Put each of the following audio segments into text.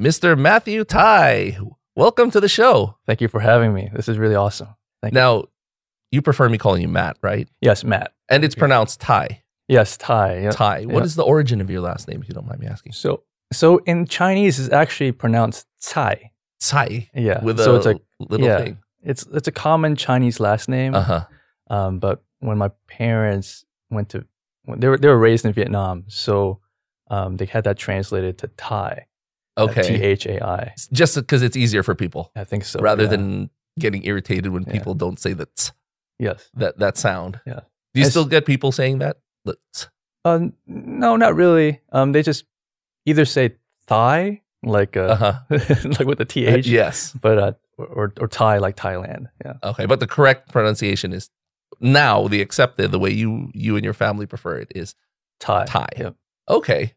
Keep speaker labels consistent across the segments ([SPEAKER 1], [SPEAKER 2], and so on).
[SPEAKER 1] Mr. Matthew Ty. Welcome to the show.
[SPEAKER 2] Thank you for having me. This is really awesome. Thank you.
[SPEAKER 1] Now, you prefer me calling you Matt, right?
[SPEAKER 2] Yes, Matt.
[SPEAKER 1] And it's pronounced Ty.
[SPEAKER 2] Yes, Ty. yeah.
[SPEAKER 1] Ty. What
[SPEAKER 2] Yeah.
[SPEAKER 1] is the origin of your last name, if you don't mind me asking?
[SPEAKER 2] So, so in Chinese, it's actually pronounced Tsai.
[SPEAKER 1] Ty.
[SPEAKER 2] Yeah.
[SPEAKER 1] With
[SPEAKER 2] so
[SPEAKER 1] a
[SPEAKER 2] it's a
[SPEAKER 1] little
[SPEAKER 2] yeah.
[SPEAKER 1] thing.
[SPEAKER 2] it's it's a common Chinese last name.
[SPEAKER 1] Uh huh.
[SPEAKER 2] Um, but when my parents went to, when they were they were raised in Vietnam, so um, they had that translated to Thai. T
[SPEAKER 1] Okay.
[SPEAKER 2] H A I.
[SPEAKER 1] Just because it's easier for people
[SPEAKER 2] I think so.
[SPEAKER 1] rather
[SPEAKER 2] yeah.
[SPEAKER 1] than getting irritated when
[SPEAKER 2] Yeah.
[SPEAKER 1] people don't say the t's,
[SPEAKER 2] yes.
[SPEAKER 1] that, that sound.
[SPEAKER 2] Yeah.
[SPEAKER 1] Do you
[SPEAKER 2] It's-
[SPEAKER 1] still get people saying that? The t's?
[SPEAKER 2] Um, no, not really. Um, they just either say Thai, like
[SPEAKER 1] Uh
[SPEAKER 2] uh,
[SPEAKER 1] huh.
[SPEAKER 2] like with the T H,
[SPEAKER 1] Yes.
[SPEAKER 2] but uh, or or Thai like Thailand. Yeah.
[SPEAKER 1] Okay. But the correct pronunciation is now the accepted, the way you, you and your family prefer it is
[SPEAKER 2] Thai.
[SPEAKER 1] Thai.
[SPEAKER 2] Yep.
[SPEAKER 1] Okay.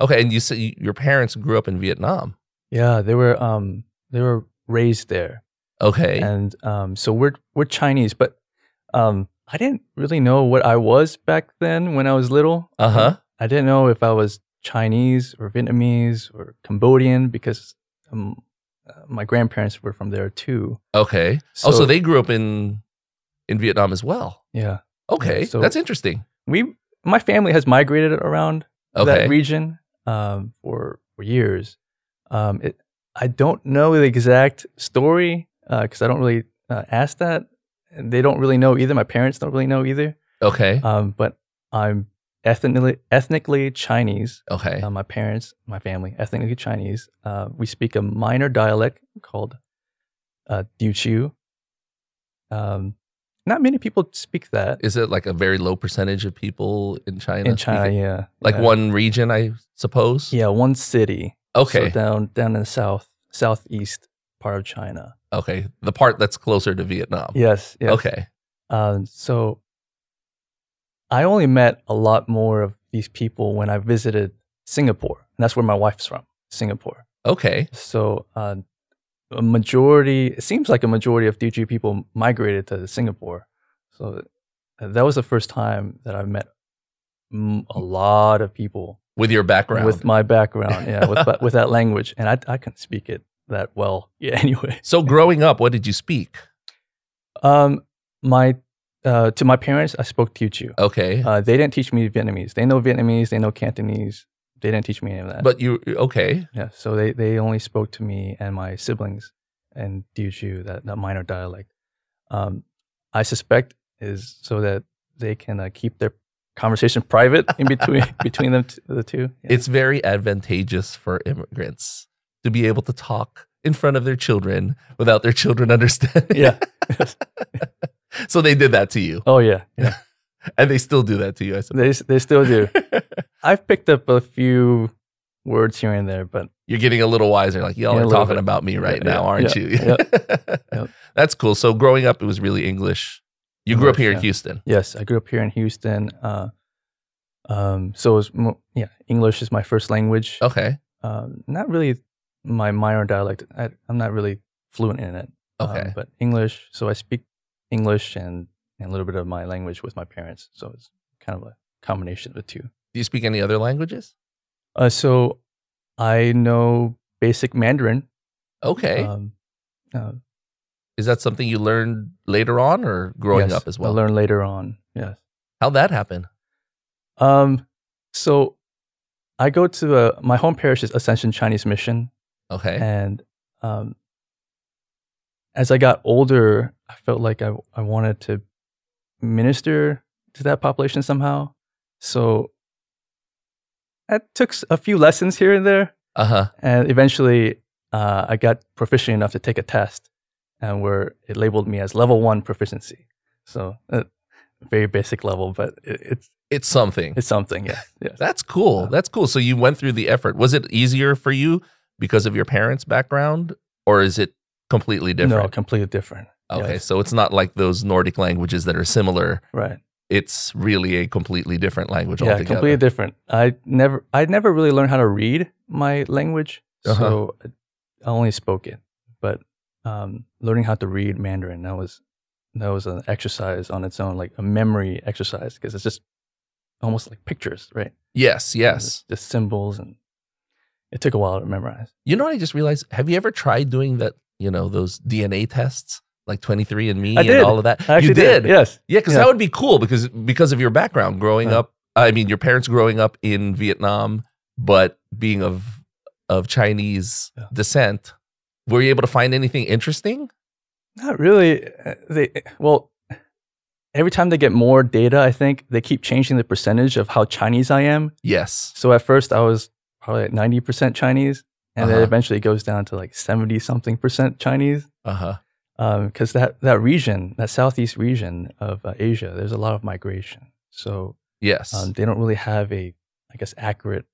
[SPEAKER 1] Okay. And you say your parents grew up in Vietnam.
[SPEAKER 2] Yeah, they were um they were raised there.
[SPEAKER 1] Okay.
[SPEAKER 2] And um so we're we're Chinese, but um I didn't really know what I was back then when I was little. Um,
[SPEAKER 1] Uh huh.
[SPEAKER 2] I didn't know if I was Chinese or Vietnamese or Cambodian because um, uh, my grandparents were from there too.
[SPEAKER 1] Okay. oh, so they grew up in in Vietnam as well.
[SPEAKER 2] yeah.
[SPEAKER 1] Okay.
[SPEAKER 2] so-
[SPEAKER 1] That's interesting.
[SPEAKER 2] We my family has migrated around
[SPEAKER 1] Okay.
[SPEAKER 2] that region um, for, for years. Um, it, I don't know the exact story because I don't really uh, ask that. And they don't really know either. My parents don't really know either.
[SPEAKER 1] okay.
[SPEAKER 2] Um, but I'm ethnically, ethnically Chinese.
[SPEAKER 1] okay.
[SPEAKER 2] Uh, my parents, my family, ethnically Chinese. Uh, we speak a minor dialect called uh, Diuqiu. Um, not many people speak that
[SPEAKER 1] Is it like a very low percentage of people in China?
[SPEAKER 2] in China.
[SPEAKER 1] speaking-
[SPEAKER 2] Yeah,
[SPEAKER 1] Like
[SPEAKER 2] yeah.
[SPEAKER 1] one region, I suppose.
[SPEAKER 2] Yeah, one city.
[SPEAKER 1] Okay.
[SPEAKER 2] So down down in the south southeast part of China.
[SPEAKER 1] okay. The part that's closer to Vietnam.
[SPEAKER 2] Yes. yes.
[SPEAKER 1] Okay.
[SPEAKER 2] Um, so I only met a lot more of these people when I visited Singapore, and that's where my wife's from, Singapore.
[SPEAKER 1] Okay.
[SPEAKER 2] So uh, a majority, it seems like a majority of DG people migrated to Singapore. So uh, that was the first time that I met mm, a lot of people
[SPEAKER 1] With your background.
[SPEAKER 2] with my background, yeah, with but with that language, and I I couldn't speak it that well. Yeah, anyway,
[SPEAKER 1] so growing up, what did you speak?
[SPEAKER 2] um, my uh, to my parents, I spoke Teochew.
[SPEAKER 1] Okay.
[SPEAKER 2] Uh, they didn't teach me Vietnamese. They know Vietnamese. They know Cantonese. They didn't teach me any of that.
[SPEAKER 1] but you okay.
[SPEAKER 2] yeah, so they they only spoke to me and my siblings and Teochew, that that minor dialect. Um, I suspect is so that they can uh, keep their conversation private in between between them t- the two. Yeah.
[SPEAKER 1] It's very advantageous for immigrants to be able to talk in front of their children without their children understanding.
[SPEAKER 2] yeah.
[SPEAKER 1] so they did that to you.
[SPEAKER 2] Oh yeah. yeah.
[SPEAKER 1] And they still do that to you, I suppose.
[SPEAKER 2] They s- they still do. I've picked up a few words here and there, but
[SPEAKER 1] You're getting a little wiser, like y'all
[SPEAKER 2] Yeah, a
[SPEAKER 1] are
[SPEAKER 2] little
[SPEAKER 1] talking
[SPEAKER 2] bit.
[SPEAKER 1] about me right
[SPEAKER 2] Yeah,
[SPEAKER 1] now,
[SPEAKER 2] yeah,
[SPEAKER 1] aren't
[SPEAKER 2] yeah,
[SPEAKER 1] you?
[SPEAKER 2] Yep.
[SPEAKER 1] That's cool. So growing up, it was really English. You grew up
[SPEAKER 2] English,
[SPEAKER 1] here in
[SPEAKER 2] yeah.
[SPEAKER 1] Houston.
[SPEAKER 2] yes, I grew up here in Houston. Uh, um, so it's mo- yeah, English is my first language.
[SPEAKER 1] Okay.
[SPEAKER 2] Um, not really my minor dialect. I, I'm not really fluent in it. um,
[SPEAKER 1] Okay.
[SPEAKER 2] but English. So I speak English and, and a little bit of my language with my parents. So it's kind of a combination of the two.
[SPEAKER 1] do you speak any other languages?
[SPEAKER 2] Uh, so I know basic Mandarin.
[SPEAKER 1] Okay.
[SPEAKER 2] Um, uh,
[SPEAKER 1] Is that something you learned later on or growing
[SPEAKER 2] yes,
[SPEAKER 1] up as well?
[SPEAKER 2] I learned later on. Yes.
[SPEAKER 1] How'd that happen?
[SPEAKER 2] Um, so I go to uh, my home parish is Ascension Chinese Mission,
[SPEAKER 1] Okay.
[SPEAKER 2] and um, as I got older, I felt like I I wanted to minister to that population somehow. So I took s- a few lessons here and there,
[SPEAKER 1] Uh huh.
[SPEAKER 2] and eventually uh, I got proficient enough to take a test, and where it labeled me as level one proficiency. So. Uh, very basic level, but it, it's
[SPEAKER 1] It's something.
[SPEAKER 2] it's something. Yeah, yeah.
[SPEAKER 1] That's cool.
[SPEAKER 2] Yeah.
[SPEAKER 1] That's cool. So you went through the effort. Was it easier for you because of your parents' background, or is it completely
[SPEAKER 2] No,
[SPEAKER 1] different?
[SPEAKER 2] completely different.
[SPEAKER 1] okay,
[SPEAKER 2] yes.
[SPEAKER 1] so it's not like those Nordic languages that are similar.
[SPEAKER 2] Right.
[SPEAKER 1] It's really a completely different language
[SPEAKER 2] yeah,
[SPEAKER 1] altogether.
[SPEAKER 2] completely different. I never I never really learned how to read my language. So
[SPEAKER 1] Uh-huh.
[SPEAKER 2] I only spoke it. But um, learning how to read Mandarin, that was that was an exercise on its own, like a memory exercise, because it's just almost like pictures, right?
[SPEAKER 1] Yes, yes.
[SPEAKER 2] Just symbols and It took a while to memorize.
[SPEAKER 1] You know what I just realized? Have you ever tried doing that, you know, those DNA tests like 23andMe
[SPEAKER 2] I
[SPEAKER 1] and
[SPEAKER 2] did.
[SPEAKER 1] all of that?
[SPEAKER 2] I actually
[SPEAKER 1] you did.
[SPEAKER 2] Yes.
[SPEAKER 1] Yeah, because
[SPEAKER 2] Yeah. Uh-huh.
[SPEAKER 1] that would be cool because because of your background growing
[SPEAKER 2] Yeah.
[SPEAKER 1] up. I mean, your parents growing up in Vietnam, but being of of Chinese
[SPEAKER 2] Yeah.
[SPEAKER 1] descent, were you able to find anything interesting?
[SPEAKER 2] Not really. Uh, They well, every time they get more data, I think they keep changing the percentage of how Chinese I am.
[SPEAKER 1] Yes.
[SPEAKER 2] So at first I was probably at ninety percent Chinese, and then
[SPEAKER 1] Uh-huh.
[SPEAKER 2] eventually it goes down to like seventy something percent Chinese.
[SPEAKER 1] Uh huh.
[SPEAKER 2] Because that that region, that southeast region of uh, Asia, there's a lot of migration. So
[SPEAKER 1] Yes.
[SPEAKER 2] um, they don't really have a, I guess, accurate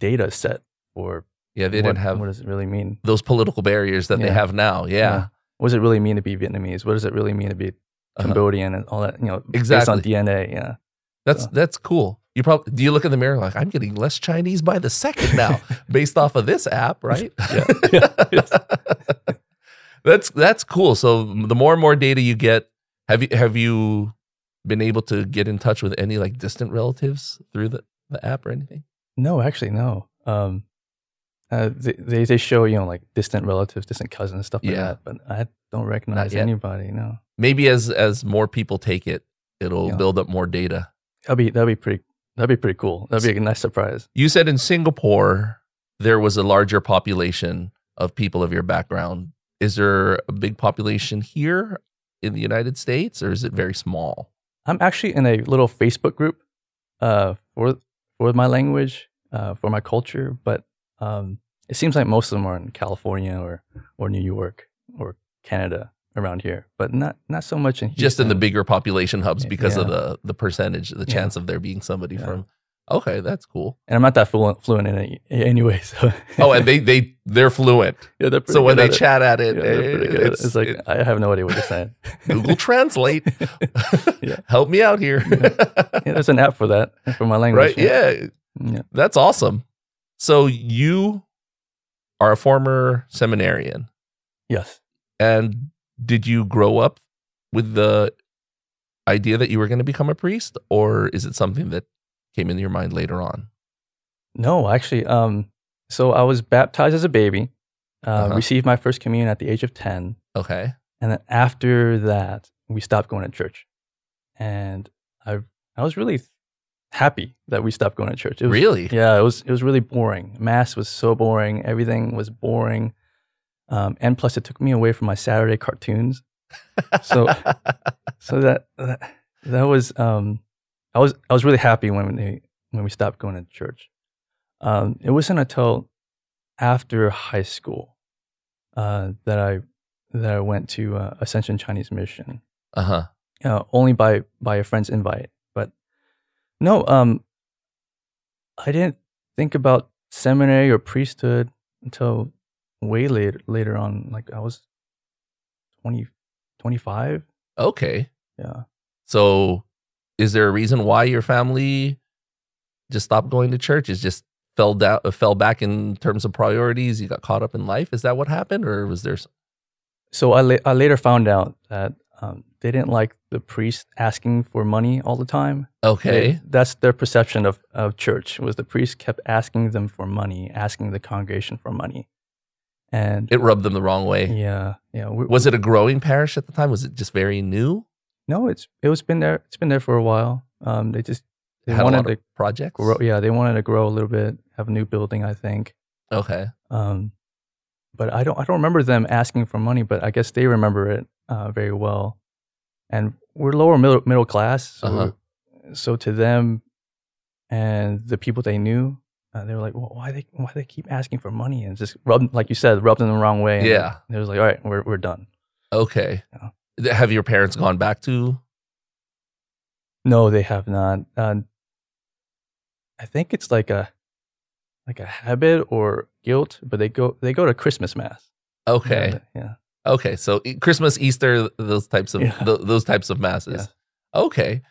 [SPEAKER 2] data set for
[SPEAKER 1] yeah, they
[SPEAKER 2] what,
[SPEAKER 1] didn't have
[SPEAKER 2] what does it really mean.
[SPEAKER 1] those political barriers that they
[SPEAKER 2] Yeah.
[SPEAKER 1] have now. Yeah.
[SPEAKER 2] What does it really mean to be Vietnamese? What does it really mean to be
[SPEAKER 1] Uh-huh.
[SPEAKER 2] Cambodian and all that, you know,
[SPEAKER 1] Exactly.
[SPEAKER 2] based on DNA. Yeah.
[SPEAKER 1] That's
[SPEAKER 2] So-
[SPEAKER 1] that's cool. You probably do you look in the mirror like I'm getting less Chinese by the second now based off of this app, right? that's that's cool. So the more and more data you get, have you have you been able to get in touch with any like distant relatives through the, the app or anything?
[SPEAKER 2] No, actually, no. Um, uh, they, they they show you know like distant relatives, distant cousins, stuff like
[SPEAKER 1] Yeah.
[SPEAKER 2] that. But I don't recognize
[SPEAKER 1] yet.
[SPEAKER 2] anybody. No,
[SPEAKER 1] Maybe as as more people take it, it'll
[SPEAKER 2] Yeah.
[SPEAKER 1] build up more data.
[SPEAKER 2] that'd be that'd be pretty that'd be pretty cool. That'd be a nice surprise.
[SPEAKER 1] You said in Singapore there was a larger population of people of your background. Is there a big population here in the United States or is it very small?
[SPEAKER 2] I'm actually in a little Facebook group uh, for for my language, uh, for my culture, but um, it seems like most of them are in California or or New York or Canada around here, but not not so much in
[SPEAKER 1] Just in the
[SPEAKER 2] Houston.
[SPEAKER 1] bigger population hubs because of
[SPEAKER 2] Yeah.
[SPEAKER 1] the the percentage, the
[SPEAKER 2] Yeah.
[SPEAKER 1] chance of there being somebody
[SPEAKER 2] Yeah.
[SPEAKER 1] from. Okay, that's cool.
[SPEAKER 2] and I'm not that fluent fluent in it anyway. So
[SPEAKER 1] Oh, and they they they're fluent.
[SPEAKER 2] Yeah, they're pretty
[SPEAKER 1] so when
[SPEAKER 2] good
[SPEAKER 1] they
[SPEAKER 2] at it.
[SPEAKER 1] chat at it,
[SPEAKER 2] Yeah, they're pretty good at it.
[SPEAKER 1] it's,
[SPEAKER 2] It's, like
[SPEAKER 1] it-
[SPEAKER 2] I have no idea what you're saying.
[SPEAKER 1] Google Translate.
[SPEAKER 2] Yeah.
[SPEAKER 1] Help me out here.
[SPEAKER 2] yeah, there's an app for that for my
[SPEAKER 1] right?
[SPEAKER 2] language.
[SPEAKER 1] Yeah.
[SPEAKER 2] Yeah.
[SPEAKER 1] That's awesome. So you are a former seminarian,
[SPEAKER 2] Yes.
[SPEAKER 1] and did you grow up with the idea that you were going to become a priest, or is it something that came into your mind later on?
[SPEAKER 2] No, actually. Um. So I was baptized as a baby. Uh,
[SPEAKER 1] Uh-huh.
[SPEAKER 2] Received my first communion at the age of ten,
[SPEAKER 1] Okay.
[SPEAKER 2] and then after that, we stopped going to church. And I, I was really happy that we stopped going to church. It was,
[SPEAKER 1] really?
[SPEAKER 2] Yeah, it was it was really boring. Mass was so boring. Everything was boring. Um, and plus, it took me away from my Saturday cartoons. So so that that, that was um, I was I was really happy when they when we stopped going to church. Um, it wasn't until after high school uh, that I that I went to uh, Ascension Chinese Mission
[SPEAKER 1] uh huh.
[SPEAKER 2] uh, only by by a friend's invite. But no, um, I didn't think about seminary or priesthood until way later later on. Like I was 20, 25.
[SPEAKER 1] Okay.
[SPEAKER 2] Yeah,
[SPEAKER 1] So is there a reason why your family just stopped going to church? Is just fell down, fell back in terms of priorities. You got caught up in life. Is that what happened, or was there? s-
[SPEAKER 2] so I la- I later found out that um, they didn't like the priest asking for money all the time.
[SPEAKER 1] Okay.
[SPEAKER 2] They- that's their perception of of church was the priest kept asking them for money, asking the congregation for money, and
[SPEAKER 1] it rubbed them the wrong way.
[SPEAKER 2] yeah, yeah. we-
[SPEAKER 1] Was it a growing parish at the time? Was it just very new?
[SPEAKER 2] No, it's it was been there. It's been there for a while. Um, they just they
[SPEAKER 1] Had a
[SPEAKER 2] wanted
[SPEAKER 1] lot
[SPEAKER 2] to
[SPEAKER 1] of projects.
[SPEAKER 2] grow. Yeah, they wanted to grow a little bit, have a new building, I think.
[SPEAKER 1] Okay.
[SPEAKER 2] Um, but I don't I don't remember them asking for money, but I guess they remember it uh, very well. And we're lower middle middle class, so
[SPEAKER 1] Uh-huh.
[SPEAKER 2] so to them, and the people they knew, uh, they were like, well, why they why they keep asking for money and just rub like you said, rubbed them the wrong way. And
[SPEAKER 1] Yeah.
[SPEAKER 2] they was like, all right, we're we're done.
[SPEAKER 1] Okay.
[SPEAKER 2] Yeah.
[SPEAKER 1] Th- Have your parents gone back to?
[SPEAKER 2] No, they have not. Uh, I think it's like a like a habit or guilt, but they go they go to Christmas mass.
[SPEAKER 1] Okay.
[SPEAKER 2] Yeah.
[SPEAKER 1] Okay. So e- Christmas, Easter, those types of
[SPEAKER 2] Yeah.
[SPEAKER 1] tho- those types of masses. Okay.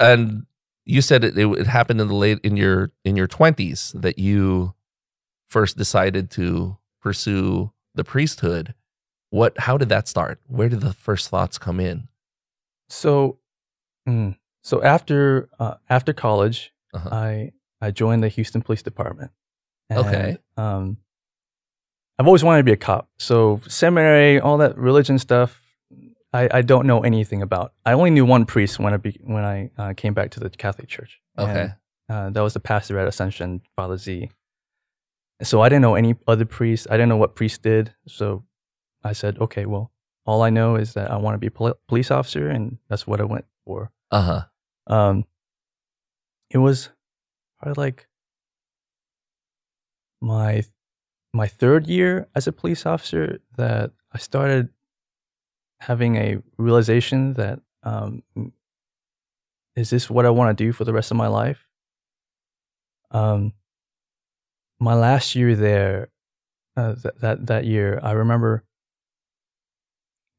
[SPEAKER 1] And you said it, it, it happened in the late in your in your twenties that you first decided to pursue the priesthood. What? How did that start? Where did the first thoughts come in?
[SPEAKER 2] So, mm, so after uh, after college,
[SPEAKER 1] Uh-huh.
[SPEAKER 2] I I joined the Houston Police Department And,
[SPEAKER 1] Okay.
[SPEAKER 2] Um, I've always wanted to be a cop. So seminary, all that religion stuff, I, I don't know anything about. I only knew one priest when I be, when I uh, came back to the Catholic Church.
[SPEAKER 1] Okay.
[SPEAKER 2] And, uh, that was the pastor at Ascension, Father Z. So I didn't know any other priests. I didn't know what priests did. So I said, okay, well, all I know is that I want to be a poli- police officer, and that's what I went for
[SPEAKER 1] Uh huh.
[SPEAKER 2] um it was probably like my my third year as a police officer that I started having a realization that um is this what I want to do for the rest of my life um my last year there uh, th- that that year I remember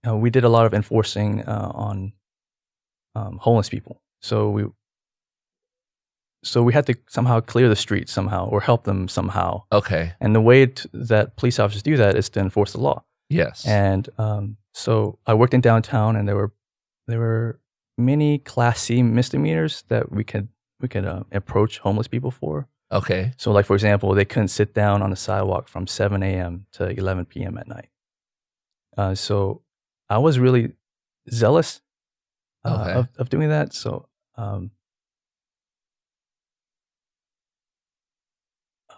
[SPEAKER 2] uh, we did a lot of enforcing uh, on um, homeless people. So we so we had to somehow clear the streets somehow or help them somehow.
[SPEAKER 1] Okay.
[SPEAKER 2] And the way t- that police officers do that is to enforce the law.
[SPEAKER 1] Yes.
[SPEAKER 2] And um, so I worked in downtown, and there were there were many Class C misdemeanors that we could we could uh, approach homeless people for.
[SPEAKER 1] okay.
[SPEAKER 2] So, like for example, they couldn't sit down on the sidewalk from 7 a.m. to 11 p.m. at night. Uh, so, I was really zealous uh,
[SPEAKER 1] Okay.
[SPEAKER 2] of, of doing that. So, um,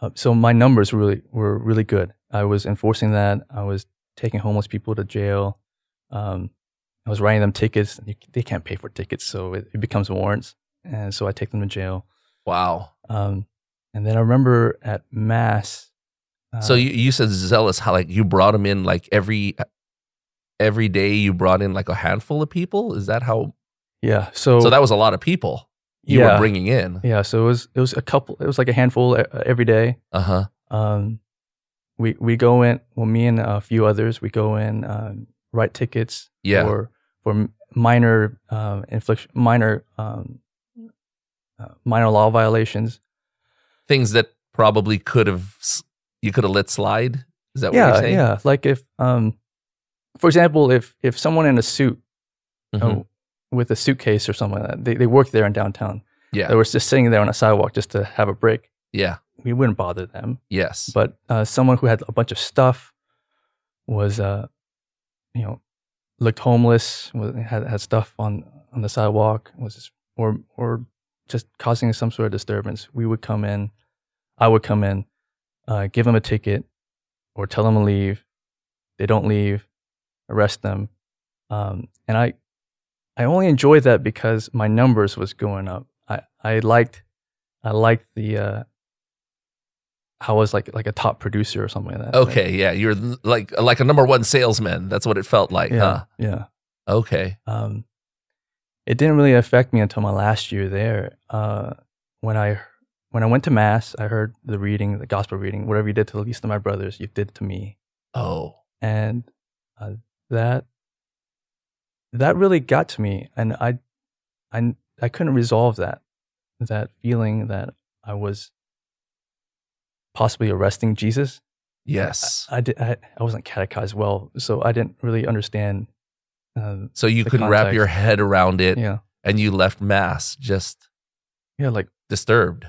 [SPEAKER 2] uh, so my numbers really were really good. I was enforcing that. I was taking homeless people to jail. Um, I was writing them tickets. You- They can't pay for tickets, so it, it becomes warrants. And so I take them to jail.
[SPEAKER 1] Wow.
[SPEAKER 2] Um, and then I remember at mass. Uh,
[SPEAKER 1] so you, you said zealous how like you brought them in like every uh, every day you brought in like a handful of people. Is that how?
[SPEAKER 2] yeah, so
[SPEAKER 1] so that was a lot of people you
[SPEAKER 2] yeah,
[SPEAKER 1] were bringing in.
[SPEAKER 2] yeah. So it was it was a couple. It was like a handful e- every day.
[SPEAKER 1] Uh huh.
[SPEAKER 2] Um, we we go in. Well, me and a few others. We go in, um, write tickets
[SPEAKER 1] Yeah.
[SPEAKER 2] for for m- minor um, infliction, minor um, uh, minor law violations.
[SPEAKER 1] Things that probably could have s- you could have let slide. Is that what you're
[SPEAKER 2] Yeah,
[SPEAKER 1] saying?
[SPEAKER 2] yeah. Like if, um, for example, if if someone in a suit
[SPEAKER 1] Mhm.
[SPEAKER 2] uh, with a suitcase or something like that. They, they worked there in downtown.
[SPEAKER 1] Yeah.
[SPEAKER 2] They were just sitting there on a sidewalk just to have a break.
[SPEAKER 1] Yeah.
[SPEAKER 2] We wouldn't bother them.
[SPEAKER 1] Yes.
[SPEAKER 2] But uh, someone who had a bunch of stuff was, uh, you know, looked homeless, was, had, had stuff on, on the sidewalk, was just, or, or just causing some sort of disturbance. We would come in, I would come in, uh, give them a ticket or tell them to leave. They don't leave, arrest them. Um, and I, I only enjoyed that because my numbers was going up. I, I liked, I liked the, uh, I was like like a top producer or something like that.
[SPEAKER 1] okay. Yeah. You're like like a number one salesman. That's what it felt like.
[SPEAKER 2] yeah,
[SPEAKER 1] Huh?
[SPEAKER 2] yeah.
[SPEAKER 1] Okay.
[SPEAKER 2] Um, it didn't really affect me until my last year there. Uh, when I when I went to mass, I heard the reading, the gospel reading. Whatever you did to the least of my brothers, you did to me.
[SPEAKER 1] Oh.
[SPEAKER 2] and uh, that that really got to me and I, I i couldn't resolve that that feeling that i was possibly arresting jesus
[SPEAKER 1] Yes.
[SPEAKER 2] i did i, I wasn't catechized well so i didn't really understand uh,
[SPEAKER 1] So you
[SPEAKER 2] the
[SPEAKER 1] couldn't wrap your head around it,
[SPEAKER 2] yeah
[SPEAKER 1] and you left mass just
[SPEAKER 2] yeah like
[SPEAKER 1] disturbed.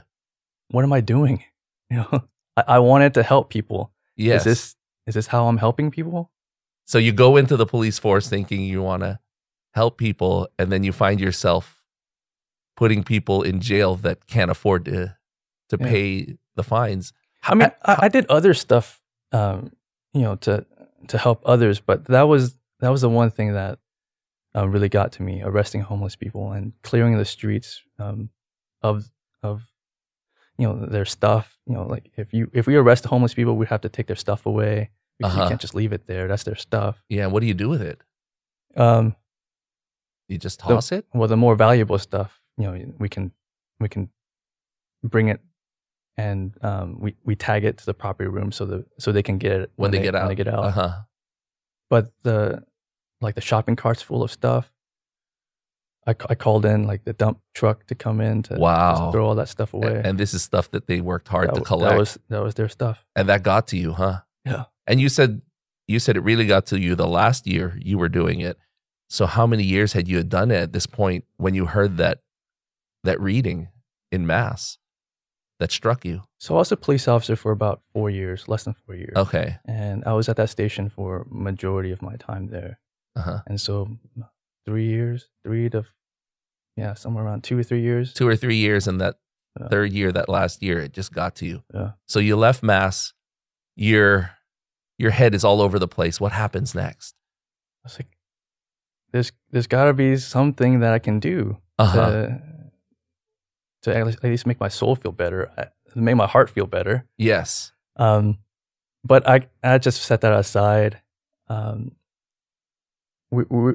[SPEAKER 2] what am i doing you know i, I wanted to help people
[SPEAKER 1] Yes.
[SPEAKER 2] is this is this how i'm helping people
[SPEAKER 1] so you go into the police force thinking you want to help people, and then you find yourself putting people in jail that can't afford to to
[SPEAKER 2] Yeah.
[SPEAKER 1] pay the fines.
[SPEAKER 2] I mean, I, I did other stuff, um, you know, to to help others, but that was that was the one thing that uh, really got to me: arresting homeless people and clearing the streets um, of of you know their stuff. You know, like if you if we arrest homeless people, we have to take their stuff away because
[SPEAKER 1] Uh-huh.
[SPEAKER 2] you can't just leave it there. That's their stuff.
[SPEAKER 1] Yeah. What do you do with it?
[SPEAKER 2] Um,
[SPEAKER 1] You just toss it.
[SPEAKER 2] well, the more valuable stuff, you know, we can we can bring it and um, we we tag it to the property room so the so they can get it
[SPEAKER 1] When they get
[SPEAKER 2] when they
[SPEAKER 1] out.
[SPEAKER 2] get out.
[SPEAKER 1] Uh huh.
[SPEAKER 2] but the like the shopping carts full of stuff. I, ca- I called in like the dump truck to come in to
[SPEAKER 1] Wow.
[SPEAKER 2] just throw all that stuff away.
[SPEAKER 1] And, and this is stuff that they worked hard
[SPEAKER 2] that,
[SPEAKER 1] to
[SPEAKER 2] w-
[SPEAKER 1] collect.
[SPEAKER 2] That was that was their stuff.
[SPEAKER 1] and that got to you, huh?
[SPEAKER 2] Yeah.
[SPEAKER 1] And you said you said it really got to you the last year you were doing it. So how many years had you had done it at this point when you heard that that reading in mass? that struck you?
[SPEAKER 2] So I was a police officer for about four years, less than four years.
[SPEAKER 1] Okay.
[SPEAKER 2] And I was at that station for majority of my time there.
[SPEAKER 1] Uh-huh.
[SPEAKER 2] And so three years, three to, yeah, somewhere around two or three years.
[SPEAKER 1] Two or three years in that
[SPEAKER 2] Yeah.
[SPEAKER 1] third year, that last year, it just got to you.
[SPEAKER 2] Yeah.
[SPEAKER 1] So you left mass, your your head is all over the place. What happens next?
[SPEAKER 2] I was like, there's, there's got to be something that I can do
[SPEAKER 1] Uh-huh.
[SPEAKER 2] to, to at least, at least make my soul feel better, uh, make my heart feel better.
[SPEAKER 1] yes.
[SPEAKER 2] Um, but I I just set that aside. Um, we, we,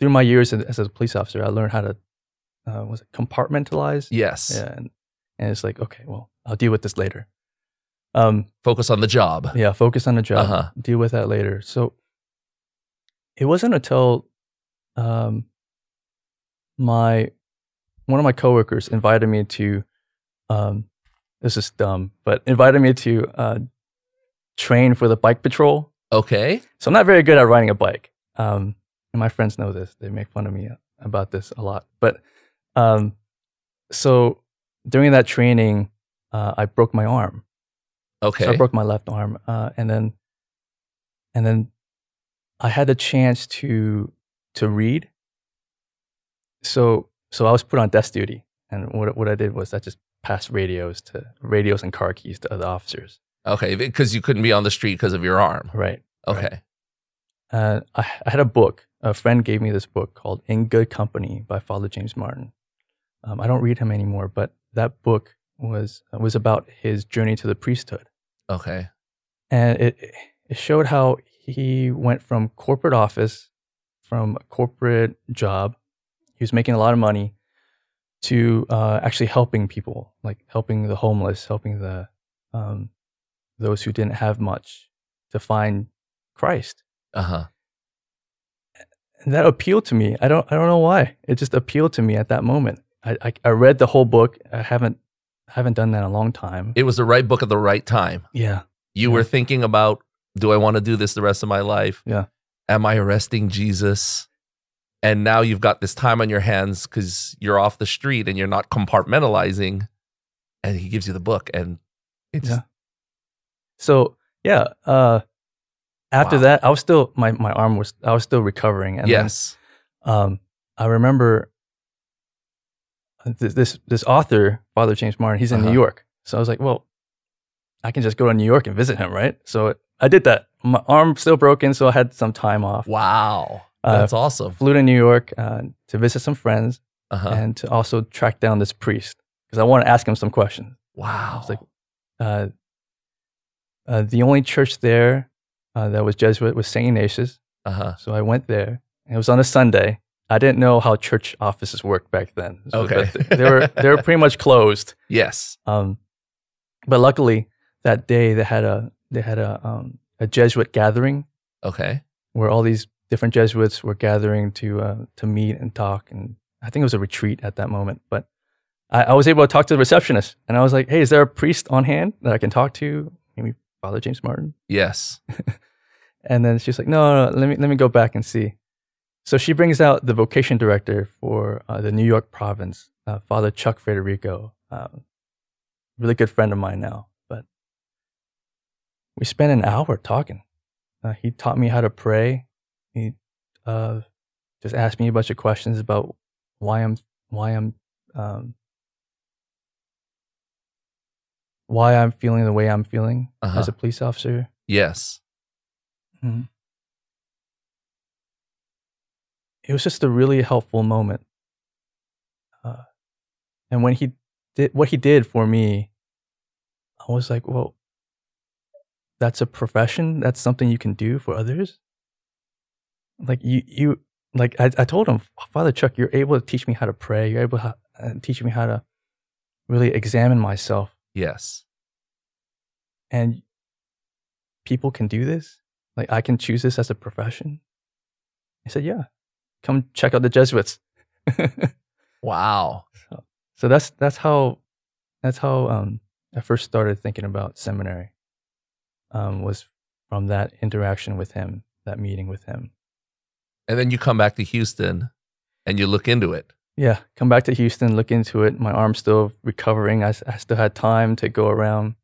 [SPEAKER 2] through my years as, as a police officer, I learned how to uh, was it compartmentalize?
[SPEAKER 1] Yes.
[SPEAKER 2] Yeah, and, and it's like okay, well, I'll deal with this later. Um,
[SPEAKER 1] Focus on the job.
[SPEAKER 2] yeah, focus on the job,
[SPEAKER 1] Uh-huh.
[SPEAKER 2] deal with that later. So it wasn't until um, my one of my coworkers invited me to um, this is dumb, but invited me to uh, train for the bike patrol.
[SPEAKER 1] Okay.
[SPEAKER 2] So I'm not very good at riding a bike, um, and my friends know this. They make fun of me about this a lot. But um, so during that training, uh, I broke my arm.
[SPEAKER 1] Okay.
[SPEAKER 2] So I broke my left arm, uh, and then, and then, I had the chance to to read. So so I was put on desk duty, and what what I did was I just passed radios to radios and car keys to other officers.
[SPEAKER 1] okay. Because you couldn't be on the street because of your arm.
[SPEAKER 2] Right.
[SPEAKER 1] Okay.
[SPEAKER 2] Uh, I, I had a book. A friend gave me this book called In Good Company by Father James Martin. Um, I don't read him anymore, but that book was was about his journey to the priesthood.
[SPEAKER 1] Okay.
[SPEAKER 2] and it it showed how he went from corporate office, from a corporate job, he was making a lot of money, to uh, actually helping people, like helping the homeless, helping the um, those who didn't have much, to find Christ.
[SPEAKER 1] Uh huh.
[SPEAKER 2] And that appealed to me. I don't I don't know why. It just appealed to me at that moment. I I, I read the whole book. I haven't haven't done that in a long time.
[SPEAKER 1] It was the right book at the right time.
[SPEAKER 2] yeah.
[SPEAKER 1] You
[SPEAKER 2] Yeah.
[SPEAKER 1] were thinking about, do I want to do this the rest of my life?
[SPEAKER 2] Yeah.
[SPEAKER 1] Am I arresting Jesus? And now you've got this time on your hands because you're off the street and you're not compartmentalizing. And he gives you the book, and it's
[SPEAKER 2] Yeah. So yeah, uh, after
[SPEAKER 1] Wow.
[SPEAKER 2] that, I was still my, my arm was I was still recovering, and then,
[SPEAKER 1] yes,
[SPEAKER 2] um, I remember this, this this author, Father James Martin, he's in
[SPEAKER 1] Uh-huh.
[SPEAKER 2] New York, so I was like, well, I can just go to New York and visit him, right? So I did that. My arm still broken, so I had some time off.
[SPEAKER 1] wow,
[SPEAKER 2] Uh,
[SPEAKER 1] that's awesome.
[SPEAKER 2] Flew to New York uh, to visit some friends
[SPEAKER 1] Uh huh.
[SPEAKER 2] and to also track down this priest because I want to ask him some questions.
[SPEAKER 1] Wow.
[SPEAKER 2] It's like uh, uh, the only church there uh, that was Jesuit was St. Ignatius.
[SPEAKER 1] uh huh.
[SPEAKER 2] So I went there. And it was on a Sunday. I didn't know how church offices worked back then. So
[SPEAKER 1] Okay.
[SPEAKER 2] that- they were they were pretty much closed.
[SPEAKER 1] Yes.
[SPEAKER 2] Um, but luckily that day they had a they had a um, a Jesuit gathering
[SPEAKER 1] Okay.
[SPEAKER 2] where all these different Jesuits were gathering to uh, to meet and talk. And I think it was a retreat at that moment. But I, I was able to talk to the receptionist, and I was like, "Hey, is there a priest on hand that I can talk to? Maybe Father James Martin."
[SPEAKER 1] Yes.
[SPEAKER 2] And then she's like, "No, no, no let me let me go back and see." So she brings out the vocation director for uh, the New York province, uh, Father Chuck Federico, um, really good friend of mine now. But we spent an hour talking. Uh, he taught me how to pray. He uh, just asked me a bunch of questions about why I'm why I'm um, why I'm feeling the way I'm feeling
[SPEAKER 1] Uh-huh.
[SPEAKER 2] as a police officer.
[SPEAKER 1] Yes.
[SPEAKER 2] it was just a really helpful moment. Uh, and when he did what he did for me, I was like, well, that's a profession. That's something you can do for others. Like you, you, like I, I told him, Father Chuck, you're able to teach me how to pray. You're able to uh, teach me how to really examine myself.
[SPEAKER 1] Yes.
[SPEAKER 2] And people can do this. Like I can choose this as a profession. He said, yeah, come check out the Jesuits.
[SPEAKER 1] Wow.
[SPEAKER 2] So that's that's how that's how um, I first started thinking about seminary. Um, was from that interaction with him, that meeting with him.
[SPEAKER 1] And then you come back to Houston and you look into it.
[SPEAKER 2] yeah, come back to Houston, look into it. My arm's still recovering. I, I still had time to go around.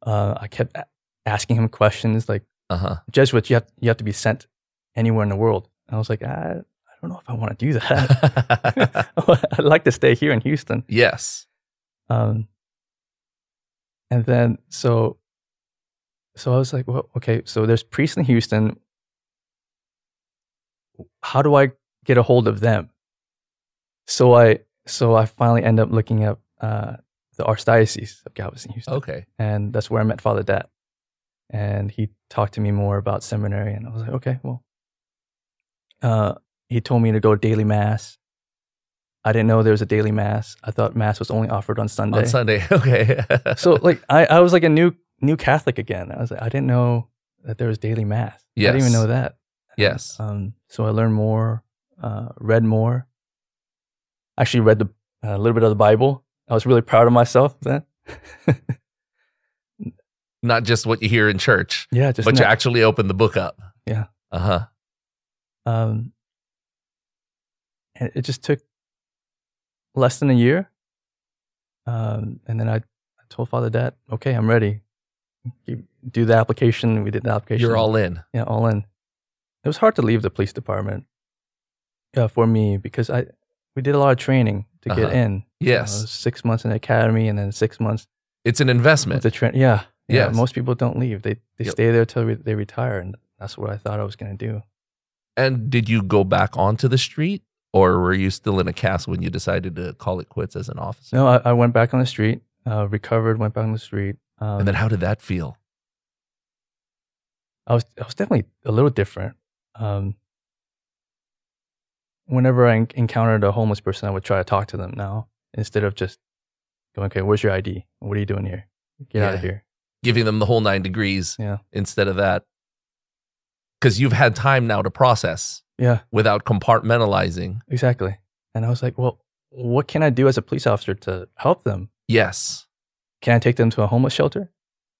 [SPEAKER 2] Uh, I kept a- asking him questions like,
[SPEAKER 1] Uh huh.
[SPEAKER 2] Jesuits, you have, you have to be sent anywhere in the world. And I was like, I, I don't know if I want to do that. I'd like to stay here in Houston.
[SPEAKER 1] yes.
[SPEAKER 2] Um, and then so, so I was like, well, okay, so there's priests in Houston. How do I get a hold of them? So I so I finally end up looking up uh, the Archdiocese of Galveston, Houston,
[SPEAKER 1] Okay.
[SPEAKER 2] and that's where I met Father Dat, and he talked to me more about seminary, and I was like, okay, well, uh, he told me to go daily mass. I didn't know there was a daily mass. I thought mass was only offered on Sunday
[SPEAKER 1] On Sunday. Okay.
[SPEAKER 2] so like I, I was like a new new Catholic again. I was like I didn't know that there was daily mass. I didn't
[SPEAKER 1] Yes.
[SPEAKER 2] even know that.
[SPEAKER 1] yes.
[SPEAKER 2] Um, so I learned more, uh, read more. Actually, read the a little bit of the Bible. I was really proud of myself then.
[SPEAKER 1] Not just what you hear in church,
[SPEAKER 2] yeah, just
[SPEAKER 1] but you
[SPEAKER 2] not-
[SPEAKER 1] actually open the book up.
[SPEAKER 2] Yeah.
[SPEAKER 1] Uh huh.
[SPEAKER 2] um, and it just took less than a year. Um, and then I, I told Father that okay, I'm ready. You do the application. We did the application.
[SPEAKER 1] You're all in.
[SPEAKER 2] yeah, all in. It was hard to leave the police department uh, for me because I we did a lot of training to get
[SPEAKER 1] Uh-huh.
[SPEAKER 2] in.
[SPEAKER 1] Yes.
[SPEAKER 2] Uh, six months in the academy and then six months
[SPEAKER 1] it's an
[SPEAKER 2] with
[SPEAKER 1] investment.
[SPEAKER 2] the train. Yeah, yeah.
[SPEAKER 1] Yes.
[SPEAKER 2] Most people don't leave; they they
[SPEAKER 1] Yep.
[SPEAKER 2] stay there till re- they retire, and that's what I thought I was going to do.
[SPEAKER 1] And did you go back onto the street or were you still in a cast when you decided to call it quits as an officer?
[SPEAKER 2] No, I, I went back on the street, uh, recovered, went back on the street. Um,
[SPEAKER 1] and then how did that feel?
[SPEAKER 2] I was I was definitely a little different. Um, whenever I en- encountered a homeless person, I would try to talk to them now instead of just going, "Okay, where's your ID? What are you doing here? Get out
[SPEAKER 1] Yeah.
[SPEAKER 2] of here."
[SPEAKER 1] Giving them the whole nine degrees
[SPEAKER 2] Yeah.
[SPEAKER 1] instead of that. Because you've had time now to process
[SPEAKER 2] Yeah,
[SPEAKER 1] without compartmentalizing.
[SPEAKER 2] exactly. And I was like, "Well, what can I do as a police officer to help them?
[SPEAKER 1] Yes.
[SPEAKER 2] Can I take them to a homeless shelter?"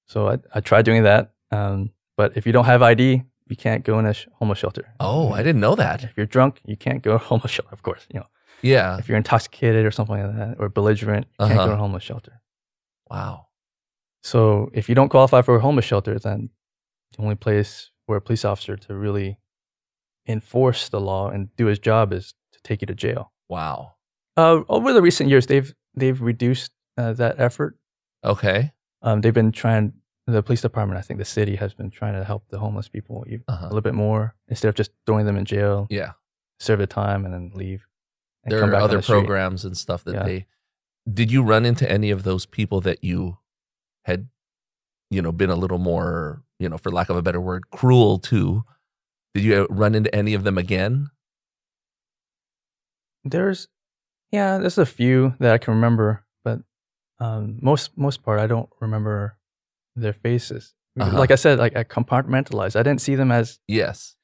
[SPEAKER 2] So I I tried doing that. Um, but if you don't have ID, you can't go in a sh- homeless shelter.
[SPEAKER 1] Oh, I didn't know that.
[SPEAKER 2] If you're drunk, you can't go to a homeless shelter. Of course, you know.
[SPEAKER 1] Yeah.
[SPEAKER 2] if you're intoxicated or something like that, or belligerent, you can't
[SPEAKER 1] Uh-huh.
[SPEAKER 2] go to a homeless shelter.
[SPEAKER 1] Wow.
[SPEAKER 2] So if you don't qualify for a homeless shelter, then the only place for a police officer to really enforce the law and do his job is to take you to jail.
[SPEAKER 1] Wow.
[SPEAKER 2] Uh, over the recent years, they've they've reduced uh, that effort.
[SPEAKER 1] Okay.
[SPEAKER 2] Um, they've been trying. The police department, I think, the city has been trying to help the homeless people even- a
[SPEAKER 1] Uh-huh.
[SPEAKER 2] little bit more instead of just throwing them in jail,
[SPEAKER 1] Yeah.
[SPEAKER 2] serve their time, and then leave. and
[SPEAKER 1] There
[SPEAKER 2] come
[SPEAKER 1] are
[SPEAKER 2] back on
[SPEAKER 1] other
[SPEAKER 2] the street.
[SPEAKER 1] programs and stuff that
[SPEAKER 2] Yeah.
[SPEAKER 1] they did you run into any of those people that you had, you know, been a little more, you know, for lack of a better word, cruel to? Did you e-, run into any of them again?
[SPEAKER 2] There's, yeah, there's a few that I can remember, but um, most most part I don't remember their faces.
[SPEAKER 1] Uh-huh.
[SPEAKER 2] Like I said, like I compartmentalized. I didn't see them as
[SPEAKER 1] Yes.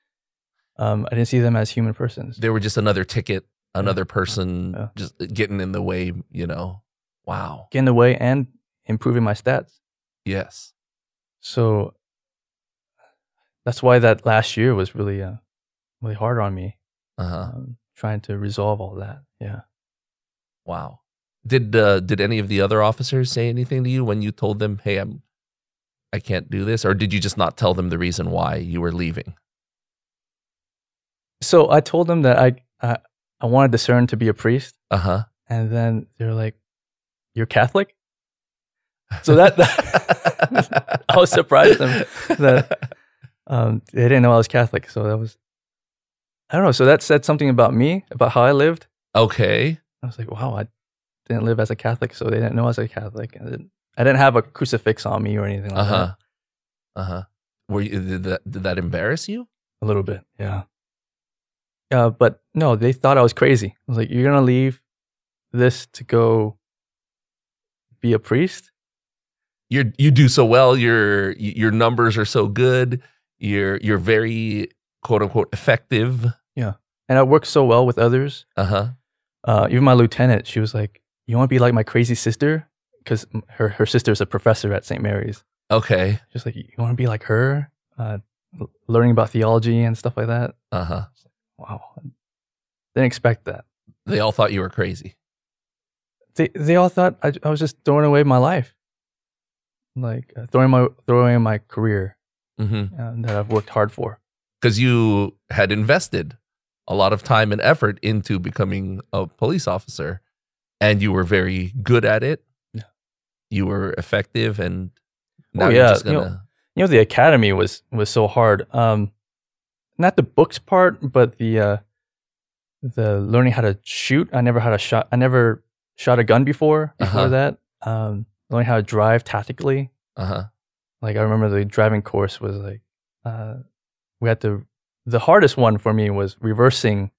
[SPEAKER 2] um, I didn't see them as human persons.
[SPEAKER 1] They were just another ticket, another person
[SPEAKER 2] Yeah.
[SPEAKER 1] just uh, getting in the way, you know. Wow.
[SPEAKER 2] Getting away and improving my stats.
[SPEAKER 1] Yes.
[SPEAKER 2] So that's why that last year was really uh, really hard on me.
[SPEAKER 1] Uh-huh.
[SPEAKER 2] Um, trying to resolve all that. Yeah.
[SPEAKER 1] Wow. Did uh, did any of the other officers say anything to you when you told them, "Hey, I'm I can't do this," or did you just not tell them the reason why you were leaving?
[SPEAKER 2] So I told them that I I, I want to discern to be a priest.
[SPEAKER 1] Uh huh.
[SPEAKER 2] and then they're like, "You're Catholic." So that, that- I was surprised them that- um, they didn't know I was Catholic. So that was, I don't know. So that said something about me, about how I lived.
[SPEAKER 1] okay,
[SPEAKER 2] I was like, "Wow, I didn't live as a Catholic, so they didn't know I was a Catholic." And then- I didn't have a crucifix on me or anything like
[SPEAKER 1] uh huh,
[SPEAKER 2] that.
[SPEAKER 1] uh huh. Were you did that, did that embarrass you?
[SPEAKER 2] A little bit, yeah. Uh, but no, they thought I was crazy. I was like, "You're gonna leave this to go be a priest?"
[SPEAKER 1] You you do so well. Your your numbers are so good. You're you're very quote unquote effective.
[SPEAKER 2] And I worked so well with others.
[SPEAKER 1] Uh huh.
[SPEAKER 2] uh, even my lieutenant, she was like, "You want to be like my crazy sister?" Because her her sister's a professor at St. Mary's.
[SPEAKER 1] Okay.
[SPEAKER 2] She's like, "You want to be like her, uh, l-
[SPEAKER 1] Uh-huh.
[SPEAKER 2] learning about theology and stuff like that."
[SPEAKER 1] Uh huh.
[SPEAKER 2] Wow, didn't expect that.
[SPEAKER 1] They all thought you were crazy.
[SPEAKER 2] They they all thought I, I was just throwing away my life, like uh, throwing my throwing away my career
[SPEAKER 1] Because
[SPEAKER 2] uh, that I've worked hard for.
[SPEAKER 1] you had invested a lot of time and effort into becoming a police officer, and you were very good at it.
[SPEAKER 2] Yeah.
[SPEAKER 1] You were effective, and now
[SPEAKER 2] Oh,
[SPEAKER 1] you're
[SPEAKER 2] yeah,
[SPEAKER 1] just
[SPEAKER 2] you know-
[SPEAKER 1] gonna.
[SPEAKER 2] You know, the academy was was so hard. Um, not the books part, but the uh, the learning how to shoot. I never had a shot. I never shot a gun before. Before
[SPEAKER 1] Uh-huh.
[SPEAKER 2] that, um, learning how to drive tactically.
[SPEAKER 1] Uh huh.
[SPEAKER 2] like I remember the driving course was like uh, we had to the hardest one for me was reversing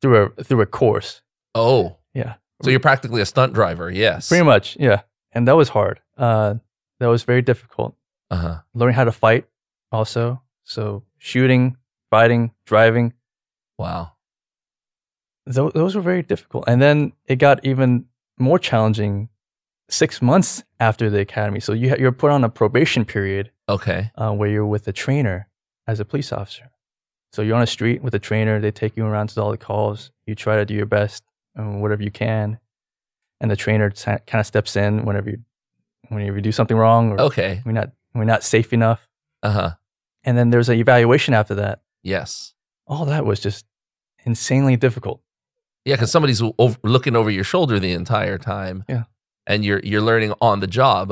[SPEAKER 2] through a through a course.
[SPEAKER 1] Oh.
[SPEAKER 2] Yeah.
[SPEAKER 1] So you're practically a stunt driver. Yes.
[SPEAKER 2] Pretty much, yeah. And that was hard. Uh, that was very difficult.
[SPEAKER 1] Uh huh.
[SPEAKER 2] Learning how to fight also. So shooting, fighting, driving,
[SPEAKER 1] Wow.
[SPEAKER 2] those, those were very difficult. And then it got even more challenging 6 months after the academy. So you ha- you're put on a probation period
[SPEAKER 1] Okay.
[SPEAKER 2] uh, where you're with a trainer as a police officer. So you're on a street with a trainer. They take you around to all the calls. You try to do your best, um, whatever you can, and the trainer kind of steps in whenever you whenever you do something wrong or
[SPEAKER 1] Okay.
[SPEAKER 2] we're not we're not safe enough.
[SPEAKER 1] Uh huh.
[SPEAKER 2] And then there's an evaluation after that.
[SPEAKER 1] Yes.
[SPEAKER 2] All that was just insanely difficult.
[SPEAKER 1] Yeah, because somebody's over, looking over your shoulder the entire time.
[SPEAKER 2] Yeah.
[SPEAKER 1] and you're you're learning on the job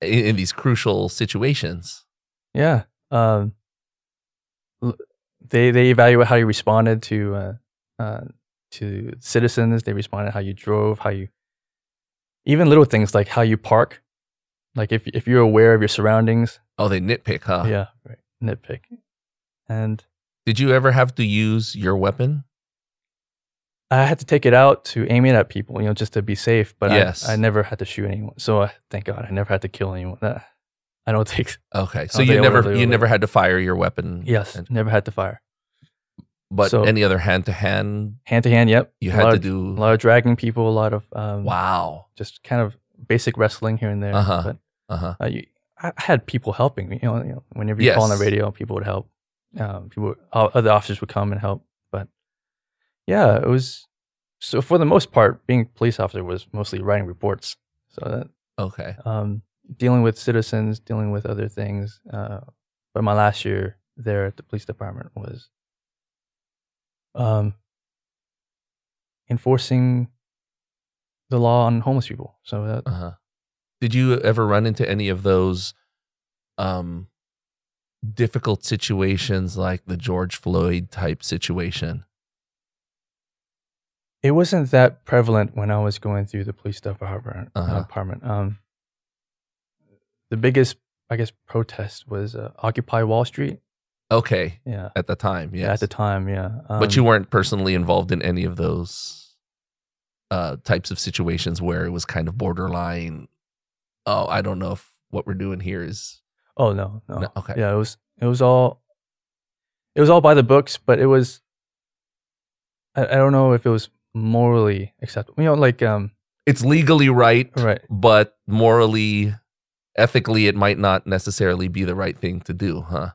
[SPEAKER 1] in, in these crucial situations.
[SPEAKER 2] Yeah. Um, l- they they evaluate how you responded to uh, uh, to citizens. They responded how you drove, how you even little things like how you park. Like if if you're aware of your surroundings.
[SPEAKER 1] Oh, they nitpick, huh?
[SPEAKER 2] Yeah. Right. Nitpick. And
[SPEAKER 1] Did you ever have to use your weapon?
[SPEAKER 2] I had to take it out to aim it at people, you know, just to be safe. But I-
[SPEAKER 1] Yes.
[SPEAKER 2] I, never had to shoot anyone. So uh, thank God I never had to kill anyone. That, I don't take.
[SPEAKER 1] Okay, so
[SPEAKER 2] Oh,
[SPEAKER 1] you
[SPEAKER 2] they
[SPEAKER 1] never
[SPEAKER 2] were- they
[SPEAKER 1] you
[SPEAKER 2] were-
[SPEAKER 1] never had to fire your weapon.
[SPEAKER 2] Yes.
[SPEAKER 1] And-
[SPEAKER 2] Never had to fire.
[SPEAKER 1] but
[SPEAKER 2] So-
[SPEAKER 1] any other hand to hand,
[SPEAKER 2] Hand to hand. Yep.
[SPEAKER 1] you
[SPEAKER 2] A
[SPEAKER 1] had
[SPEAKER 2] lot
[SPEAKER 1] to
[SPEAKER 2] of-
[SPEAKER 1] do.
[SPEAKER 2] a lot of dragging people, a lot of um,
[SPEAKER 1] Wow.
[SPEAKER 2] just kind of basic wrestling here and there.
[SPEAKER 1] Uh-huh.
[SPEAKER 2] But
[SPEAKER 1] Uh huh.
[SPEAKER 2] uh, you, I I had people helping me. You know, you know whenever you call on the
[SPEAKER 1] Yes. radio,
[SPEAKER 2] radio, people would help. Um, people, would- o- other officers would come and help. But yeah, it was so for the most part, being a police officer was mostly writing reports. So
[SPEAKER 1] Okay.
[SPEAKER 2] that, um, dealing with citizens, dealing with other things. Uh, but my last year there at the police department was um, enforcing the law on homeless people. So that,
[SPEAKER 1] Uh huh. Did you ever run into any of those um, difficult situations like the George Floyd type situation?
[SPEAKER 2] it wasn't that prevalent when I was going through the police department.
[SPEAKER 1] Uh-huh.
[SPEAKER 2] Uh, department. Um, the biggest, I guess, protest was uh, Occupy Wall Street.
[SPEAKER 1] Okay,
[SPEAKER 2] Yeah,
[SPEAKER 1] at the time, yes.
[SPEAKER 2] at the time. Yeah, um,
[SPEAKER 1] but you weren't personally involved in any of those uh, types of situations where it was kind of borderline. Oh, I don't know if what we're doing here is
[SPEAKER 2] Oh no, no.
[SPEAKER 1] No, okay.
[SPEAKER 2] Yeah, it was. It was all. It was all by the books, but it was. I, I don't know if it was morally acceptable. You know, like um,
[SPEAKER 1] it's legally right,
[SPEAKER 2] right.
[SPEAKER 1] but morally, ethically, it might not necessarily be the right thing to do, huh?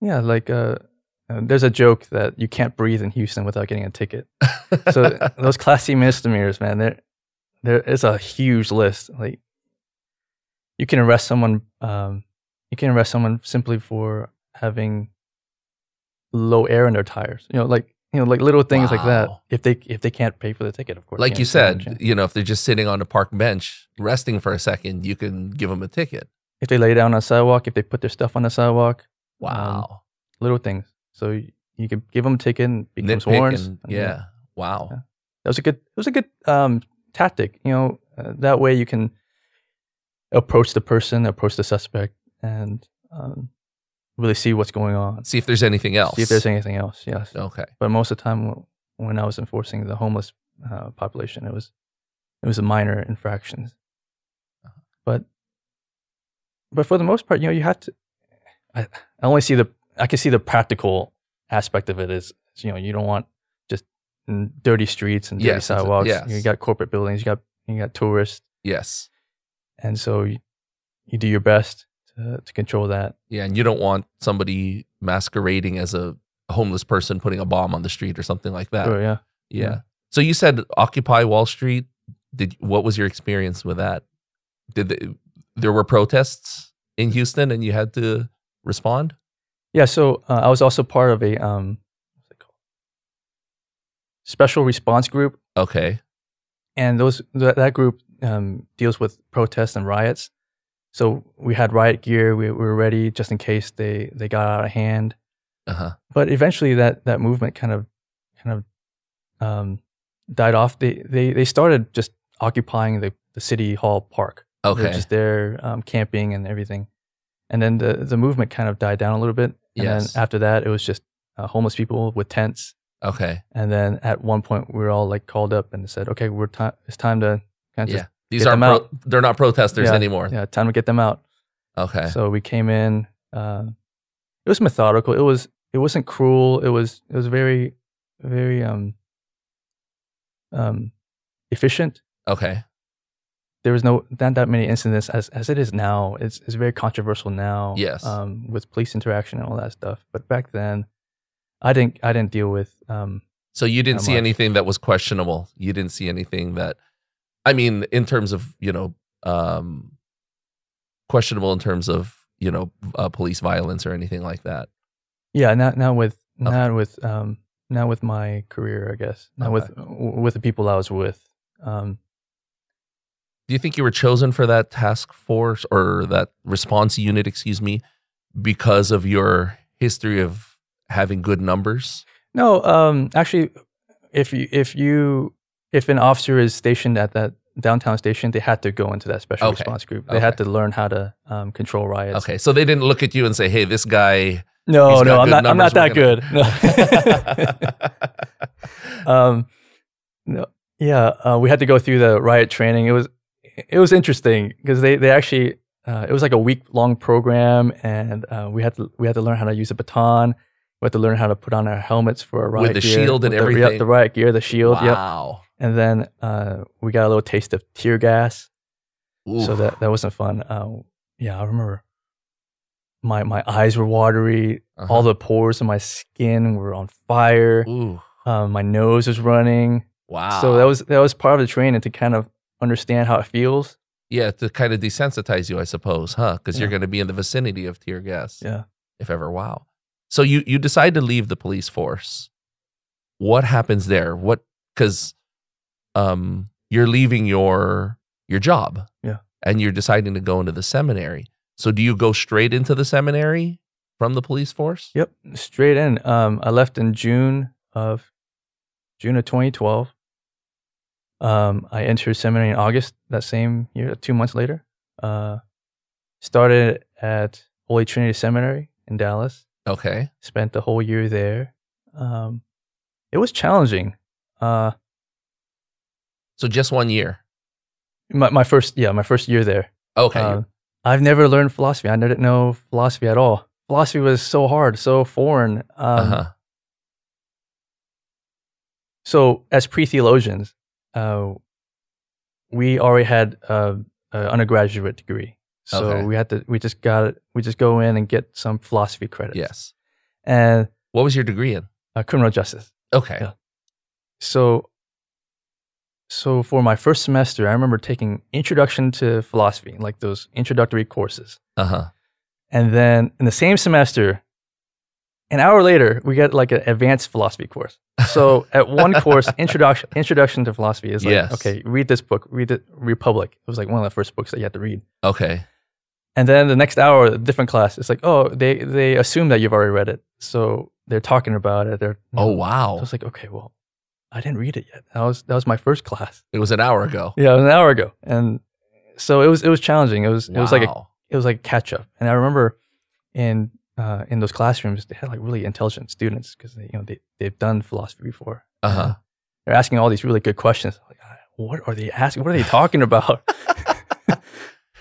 [SPEAKER 2] Yeah, like uh, uh, there's a joke that you can't breathe in Houston without getting a ticket. so those classy misdemeanors, man, there, there is a huge list. Like, you can arrest someone. Um, you can arrest someone simply for having low air in their tires. You know, like you know, like little things like that.
[SPEAKER 1] Wow.
[SPEAKER 2] If they if they can't pay for the ticket, of course.
[SPEAKER 1] like
[SPEAKER 2] can't
[SPEAKER 1] you
[SPEAKER 2] pay them,
[SPEAKER 1] said,
[SPEAKER 2] yeah.
[SPEAKER 1] you know, if they're just sitting on a park bench resting for a second, you can give them a ticket.
[SPEAKER 2] if they lay down on the sidewalk, if they put their stuff on the sidewalk,
[SPEAKER 1] Wow,
[SPEAKER 2] little things. So you, you could give them a ticket and becomes
[SPEAKER 1] Nitpick
[SPEAKER 2] warrants.
[SPEAKER 1] and-
[SPEAKER 2] and-
[SPEAKER 1] yeah, wow.
[SPEAKER 2] Yeah. that was a good it was a good um, tactic you know uh, that way you can approach the person approach the suspect and um, really see what's going on
[SPEAKER 1] See if there's anything else.
[SPEAKER 2] see if there's anything else yes
[SPEAKER 1] okay.
[SPEAKER 2] but most of the time w- when i was enforcing the homeless uh, population it was it was a minor infractions
[SPEAKER 1] Uh-huh.
[SPEAKER 2] but but for the most part you know you have to i, I only see the i can see the practical aspect of it is you know you don't want just mm, dirty streets and dirty
[SPEAKER 1] Yes, it's a-
[SPEAKER 2] sidewalks
[SPEAKER 1] yes.
[SPEAKER 2] you got corporate buildings you got you got tourists
[SPEAKER 1] Yes.
[SPEAKER 2] and so you, you do your best to, to control that
[SPEAKER 1] Yeah, and you don't want somebody masquerading as a homeless person putting a bomb on the street or something like that.
[SPEAKER 2] Sure, yeah
[SPEAKER 1] Yeah. So you said Occupy Wall Street. Did what was your experience with that? Did they, there were protests in Houston and you had to respond?
[SPEAKER 2] Yeah, so uh, I was also part of a um, what's it called? special response group,
[SPEAKER 1] Okay.
[SPEAKER 2] and those that, that group um, deals with protests and riots. So we had riot gear. We, we were ready just in case they, they got out of hand.
[SPEAKER 1] Uh huh.
[SPEAKER 2] But eventually, that, that movement kind of kind of um, died off. They, they they started just occupying the, the city hall park. They're
[SPEAKER 1] Okay.
[SPEAKER 2] just there um, camping and everything. And then the, the movement kind of died down a little bit. And
[SPEAKER 1] Yes.
[SPEAKER 2] then after that, it was just uh, homeless people with tents.
[SPEAKER 1] okay.
[SPEAKER 2] And then at one point, we were all like called up and said, okay, we're time. It's time to kind of
[SPEAKER 1] Yeah.
[SPEAKER 2] just,
[SPEAKER 1] These
[SPEAKER 2] get
[SPEAKER 1] aren't
[SPEAKER 2] them
[SPEAKER 1] pro-
[SPEAKER 2] out.
[SPEAKER 1] they're not protesters
[SPEAKER 2] Yeah,
[SPEAKER 1] anymore.
[SPEAKER 2] yeah, time to get them out.
[SPEAKER 1] Okay.
[SPEAKER 2] So we came in. Uh, it was methodical. It was it wasn't cruel. It was it was very very um um efficient.
[SPEAKER 1] okay.
[SPEAKER 2] there was no not that many incidents as as it is now. It's it's very controversial now.
[SPEAKER 1] Yes.
[SPEAKER 2] Um, with police interaction and all that stuff. But back then, I didn't I didn't deal with um
[SPEAKER 1] So you didn't
[SPEAKER 2] Not
[SPEAKER 1] see
[SPEAKER 2] much.
[SPEAKER 1] anything that was questionable. You didn't see anything that, I mean, in terms of you know, um, questionable in terms of you know uh, police violence or anything like that.
[SPEAKER 2] yeah not not with
[SPEAKER 1] Okay.
[SPEAKER 2] not with um not with my career I guess not with w- with the people I was with um
[SPEAKER 1] Do you think you were chosen for that task force or that response unit? Excuse me, because of your history of having good numbers.
[SPEAKER 2] no um actually if you if you if an officer is stationed at that downtown station they had to go into that special
[SPEAKER 1] Okay.
[SPEAKER 2] response group they had to learn how to um, control riots
[SPEAKER 1] Okay, so they didn't look at you and say, "Hey, this guy."
[SPEAKER 2] no
[SPEAKER 1] He's
[SPEAKER 2] Oh, no
[SPEAKER 1] got
[SPEAKER 2] I'm
[SPEAKER 1] good
[SPEAKER 2] not I'm not that
[SPEAKER 1] numbers, we're
[SPEAKER 2] good no um no yeah uh, we had to go through the riot training it was it was interesting because they they actually uh, it was like a week long program and uh, we had to we had to learn how to use a baton we had to learn how to put on our helmets for a
[SPEAKER 1] With
[SPEAKER 2] riot
[SPEAKER 1] the
[SPEAKER 2] gear,
[SPEAKER 1] shield and
[SPEAKER 2] with the-
[SPEAKER 1] everything.
[SPEAKER 2] yep, the riot gear the shield yep
[SPEAKER 1] wow.
[SPEAKER 2] and then uh, we got a little taste of tear gas
[SPEAKER 1] Oof.
[SPEAKER 2] so that that wasn't fun uh, yeah I remember my my eyes were watery
[SPEAKER 1] Uh-huh.
[SPEAKER 2] all the pores of my skin were on fire
[SPEAKER 1] Ooh.
[SPEAKER 2] uh, my nose was running
[SPEAKER 1] Wow.
[SPEAKER 2] so that was that was part of the training to kind of understand how it feels.
[SPEAKER 1] Yeah, to kind of desensitize you, I suppose, huh? Because you're
[SPEAKER 2] Yeah.
[SPEAKER 1] going to be in the vicinity of tear gas.
[SPEAKER 2] Yeah.
[SPEAKER 1] If ever, wow. So you you decide to leave the police force. What happens there? What because um you're leaving your your job.
[SPEAKER 2] Yeah.
[SPEAKER 1] And you're deciding to go into the seminary. So do you go straight into the seminary from the police force?
[SPEAKER 2] Yep. Straight in. Um, I left in June of June of 2012. Um, I entered seminary in August that same year, two months later. Uh, started at Holy Trinity Seminary in Dallas.
[SPEAKER 1] Okay.
[SPEAKER 2] Spent the whole year there. Um, it was challenging. Uh,
[SPEAKER 1] So just one year.
[SPEAKER 2] my my first yeah my first year there.
[SPEAKER 1] Okay.
[SPEAKER 2] Uh, I've never learned philosophy. I didn't know philosophy at all. Philosophy was so hard, so foreign. Um,
[SPEAKER 1] uh-huh.
[SPEAKER 2] So, as pre theologians, uh, we already had uh, an undergraduate degree. So
[SPEAKER 1] Okay.
[SPEAKER 2] we had to. We just got. We just go in and get some philosophy credits.
[SPEAKER 1] Yes.
[SPEAKER 2] and
[SPEAKER 1] What was your degree in?
[SPEAKER 2] uh, criminal justice.
[SPEAKER 1] Okay.
[SPEAKER 2] Yeah. So, so for my first semester, I remember taking Introduction to Philosophy, like those introductory courses.
[SPEAKER 1] Uh-huh.
[SPEAKER 2] And then in the same semester, an hour later, we get like an advanced philosophy course. So at one course, introduction introduction to philosophy is like,
[SPEAKER 1] Yes.
[SPEAKER 2] okay, read this book, read the Republic. It was like one of the first books that you had to read.
[SPEAKER 1] Okay.
[SPEAKER 2] And then the next hour, a different class, it's like, oh, they they assume that you've already read it, so they're talking about it. They're
[SPEAKER 1] Oh
[SPEAKER 2] So I
[SPEAKER 1] wow.
[SPEAKER 2] was like, okay, well, I didn't read it yet. That was that was my first class.
[SPEAKER 1] It was an hour ago.
[SPEAKER 2] Yeah, it was an hour ago, and so it was it was challenging. It was it was like a
[SPEAKER 1] Wow.
[SPEAKER 2] it was like catch up. And I remember in uh, in those classrooms, they had like really intelligent students because they, you know they they've done philosophy before.
[SPEAKER 1] uh-huh.
[SPEAKER 2] They're asking all these really good questions. Like, "Ah, what are they asking? What are they talking about?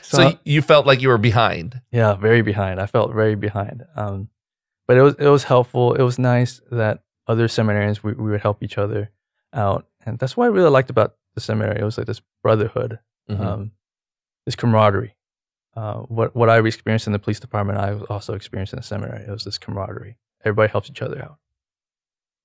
[SPEAKER 1] So, y- you felt like you were behind.
[SPEAKER 2] yeah, very behind. I felt very behind. Um, but it was it was helpful. It was nice that other seminarians we, we would help each other out, and that's what I really liked about the seminary. It was like this brotherhood
[SPEAKER 1] Mm-hmm. Uh,
[SPEAKER 2] um, this camaraderie. Uh, what what I experienced in the police department, I also experienced in the seminary. It was this camaraderie. Everybody helps each other out.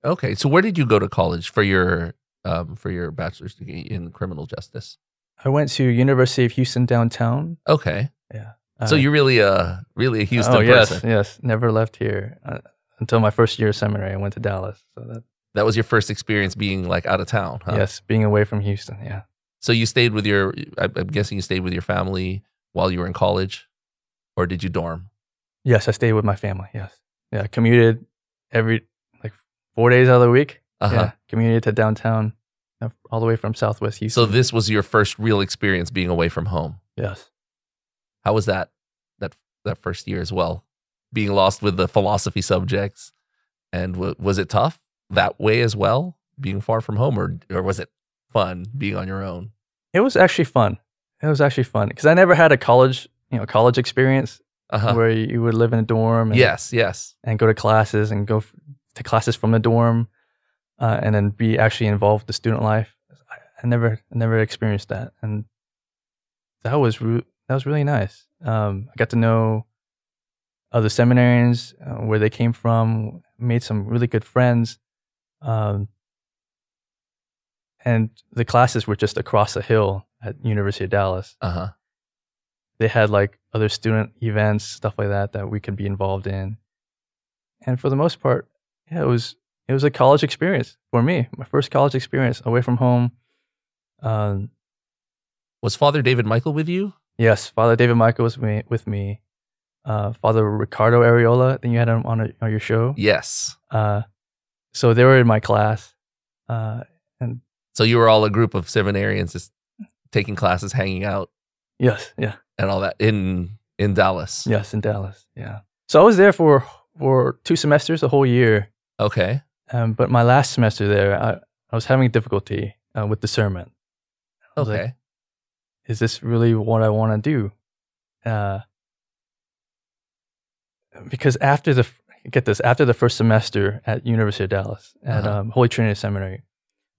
[SPEAKER 1] okay. So where did you go to college for your um, for your bachelor's degree in criminal justice?
[SPEAKER 2] I went to University of Houston downtown.
[SPEAKER 1] Okay,
[SPEAKER 2] Yeah.
[SPEAKER 1] so
[SPEAKER 2] Uh,
[SPEAKER 1] you're really uh really a Houston
[SPEAKER 2] oh, yes,
[SPEAKER 1] person.
[SPEAKER 2] yes. Never left here uh, until my first year of seminary. I went to Dallas. So that,
[SPEAKER 1] That was your first experience being like out of town. Huh?
[SPEAKER 2] yes, being away from Houston. Yeah.
[SPEAKER 1] So you stayed with your. I- I'm guessing you stayed with your family while you were in college, or did you dorm?
[SPEAKER 2] Yes, I stayed with my family. Yes. Yeah, I commuted every like four days out of the week.
[SPEAKER 1] Uh-huh.
[SPEAKER 2] Yeah, commuted to downtown, uh, all the way from Southwest
[SPEAKER 1] So
[SPEAKER 2] Houston.
[SPEAKER 1] this was your first real experience being away from home.
[SPEAKER 2] yes.
[SPEAKER 1] How was that? That that first year as well, being lost with the philosophy subjects, and w- was it tough that way as well, being far from home, or or was it fun being on your own?
[SPEAKER 2] It was actually fun. It was actually fun because I never had a college, you know, college experience
[SPEAKER 1] Uh huh.
[SPEAKER 2] where you would live in a dorm and,
[SPEAKER 1] Yes, yes.
[SPEAKER 2] and go to classes and go f- to classes from the dorm uh, and then be actually involved with the student life. I, I never, I never experienced that, and that was re- that was really nice. Um, I got to know other seminarians, uh, where they came from, made some really good friends, um, and the classes were just across the hill at University of Dallas
[SPEAKER 1] Uh huh.
[SPEAKER 2] they had like other student events, stuff like that that we could be involved in. And for the most part, yeah, it was it was a college experience for me, my first college experience away from home. Um,
[SPEAKER 1] Was Father David Michael with you?
[SPEAKER 2] yes, Father David Michael was me, with me. Uh, Father Ricardo Areola, then you had him on, a, on your show.
[SPEAKER 1] Yes.
[SPEAKER 2] Uh, so they were in my class. Uh,
[SPEAKER 1] So you were all a group of seminarians just taking classes, hanging out,
[SPEAKER 2] yes, yeah,
[SPEAKER 1] and all that in in Dallas.
[SPEAKER 2] yes, in Dallas. Yeah. So I was there for for two semesters, a whole year.
[SPEAKER 1] Okay.
[SPEAKER 2] Um, but my last semester there, I, I was having difficulty uh, with discernment. I was
[SPEAKER 1] Okay.
[SPEAKER 2] like, Is this really what I want to do? Uh, because after the f- get this after the first semester at University of Dallas at
[SPEAKER 1] Uh-huh.
[SPEAKER 2] um, Holy Trinity Seminary,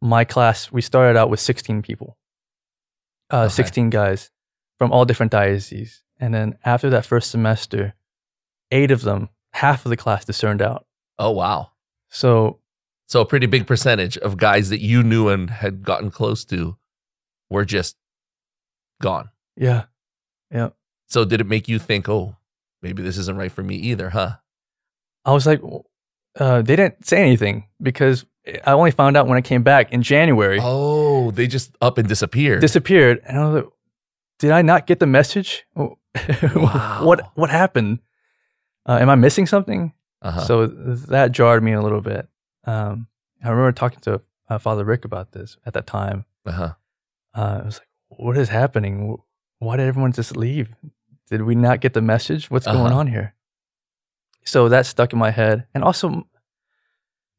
[SPEAKER 2] my class we started out with sixteen people, uh,
[SPEAKER 1] Okay.
[SPEAKER 2] sixteen guys from all different dioceses, and then after that first semester, eight of them, half of the class discerned out.
[SPEAKER 1] oh wow.
[SPEAKER 2] So
[SPEAKER 1] So a pretty big percentage of guys that you knew and had gotten close to were just gone.
[SPEAKER 2] yeah,
[SPEAKER 1] So did it make you think, oh, maybe this isn't right for me either, huh?
[SPEAKER 2] I was like, w- uh, they didn't say anything because I only found out when I came back in January.
[SPEAKER 1] Oh, they just up and disappeared.
[SPEAKER 2] Disappeared, and I was like, did I not get the message? Wow. what what happened? Uh, am I missing something?
[SPEAKER 1] uh-huh.
[SPEAKER 2] So th- that jarred me a little bit. Um, I remember talking to uh, Father Rick about this at that time.
[SPEAKER 1] uh-huh.
[SPEAKER 2] Uh, I was like, what is happening? Wh- Why did everyone just leave? Did we not get the message? What's going
[SPEAKER 1] Uh-huh.
[SPEAKER 2] on here? So that stuck in my head. And also, m-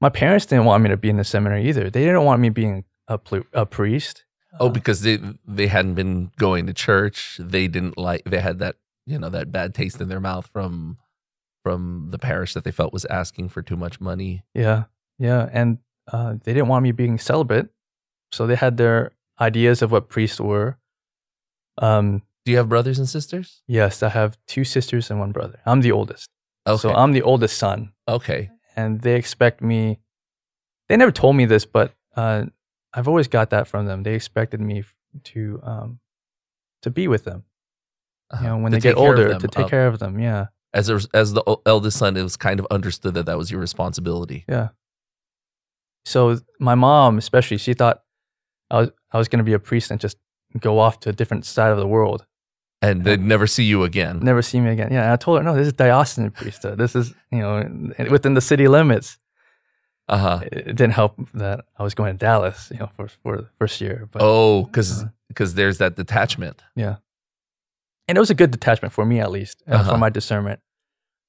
[SPEAKER 2] my parents didn't want me to be in the seminary either. They didn't want me being a, plu- a priest.
[SPEAKER 1] Oh,
[SPEAKER 2] Uh,
[SPEAKER 1] because they they hadn't been going to church. They didn't like they had that, you know, that bad taste in their mouth from from the parish that they felt was asking for too much money.
[SPEAKER 2] yeah. Yeah. And uh, they didn't want me being celibate. So they had their ideas of what priests were. Um,
[SPEAKER 1] Do you have brothers and sisters?
[SPEAKER 2] yes, I have two sisters and one brother. I'm the oldest.
[SPEAKER 1] Okay.
[SPEAKER 2] So I'm the oldest son.
[SPEAKER 1] okay.
[SPEAKER 2] and they expect me. They never told me this, but uh, I've always got that from them. They expected me f- to um, to be with them,
[SPEAKER 1] Uh-huh.
[SPEAKER 2] you know, when
[SPEAKER 1] To
[SPEAKER 2] they get
[SPEAKER 1] take care of
[SPEAKER 2] older,
[SPEAKER 1] them,
[SPEAKER 2] to take
[SPEAKER 1] uh,
[SPEAKER 2] care of them. Yeah,
[SPEAKER 1] as a, as the o- eldest son, it was kind of understood that that was your responsibility.
[SPEAKER 2] yeah. So my mom, especially, she thought I was I was going to be a priest and just go off to a different side of the world,
[SPEAKER 1] and they'd never see you again.
[SPEAKER 2] never see me again. Yeah, and I told her, no, this is diocesan priesthood. This is you know within the city limits.
[SPEAKER 1] Uh huh.
[SPEAKER 2] It it didn't help that I was going to Dallas, you know, for for the first year. But
[SPEAKER 1] Oh, because
[SPEAKER 2] Uh-huh.
[SPEAKER 1] there's that detachment.
[SPEAKER 2] and it was a good detachment for me at least uh,
[SPEAKER 1] Uh-huh.
[SPEAKER 2] for my discernment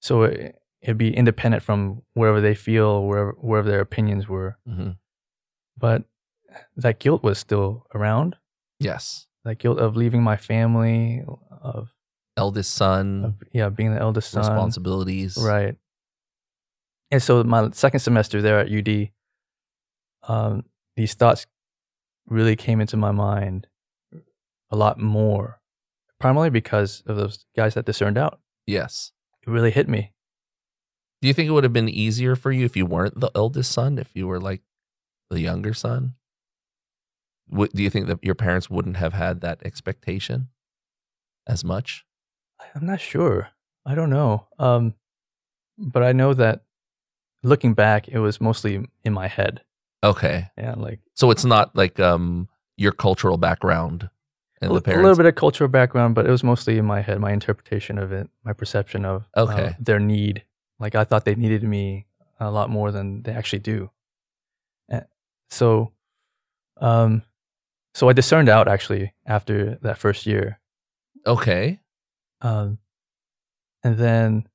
[SPEAKER 2] so it, it'd be independent from wherever they feel wherever wherever their opinions were
[SPEAKER 1] hmm
[SPEAKER 2] but that guilt was still around
[SPEAKER 1] Yes,
[SPEAKER 2] that guilt of leaving my family of,
[SPEAKER 1] eldest son
[SPEAKER 2] of yeah being the eldest son
[SPEAKER 1] Hmm. responsibilities.
[SPEAKER 2] right and so my second semester there at ud um, these thoughts really came into my mind a lot more primarily because of those guys that discerned out
[SPEAKER 1] Yes.
[SPEAKER 2] it really hit me
[SPEAKER 1] Do you think it would have been easier for you if you weren't the eldest son? If you were like the younger son? What, do you think that your parents wouldn't have had that expectation as much?
[SPEAKER 2] I'm not sure. I don't know. Um, but I know that looking back, it was mostly in my head.
[SPEAKER 1] Okay.
[SPEAKER 2] Yeah, like
[SPEAKER 1] So it's not like um your cultural background and the
[SPEAKER 2] a li- a
[SPEAKER 1] parents.
[SPEAKER 2] little bit of cultural background, but it was mostly in my head, my interpretation of it, my perception of uh,
[SPEAKER 1] Okay.
[SPEAKER 2] their need. Like I thought they needed me a lot more than they actually do. And so, um, so I discerned out actually after that first year,
[SPEAKER 1] Okay.
[SPEAKER 2] um, and then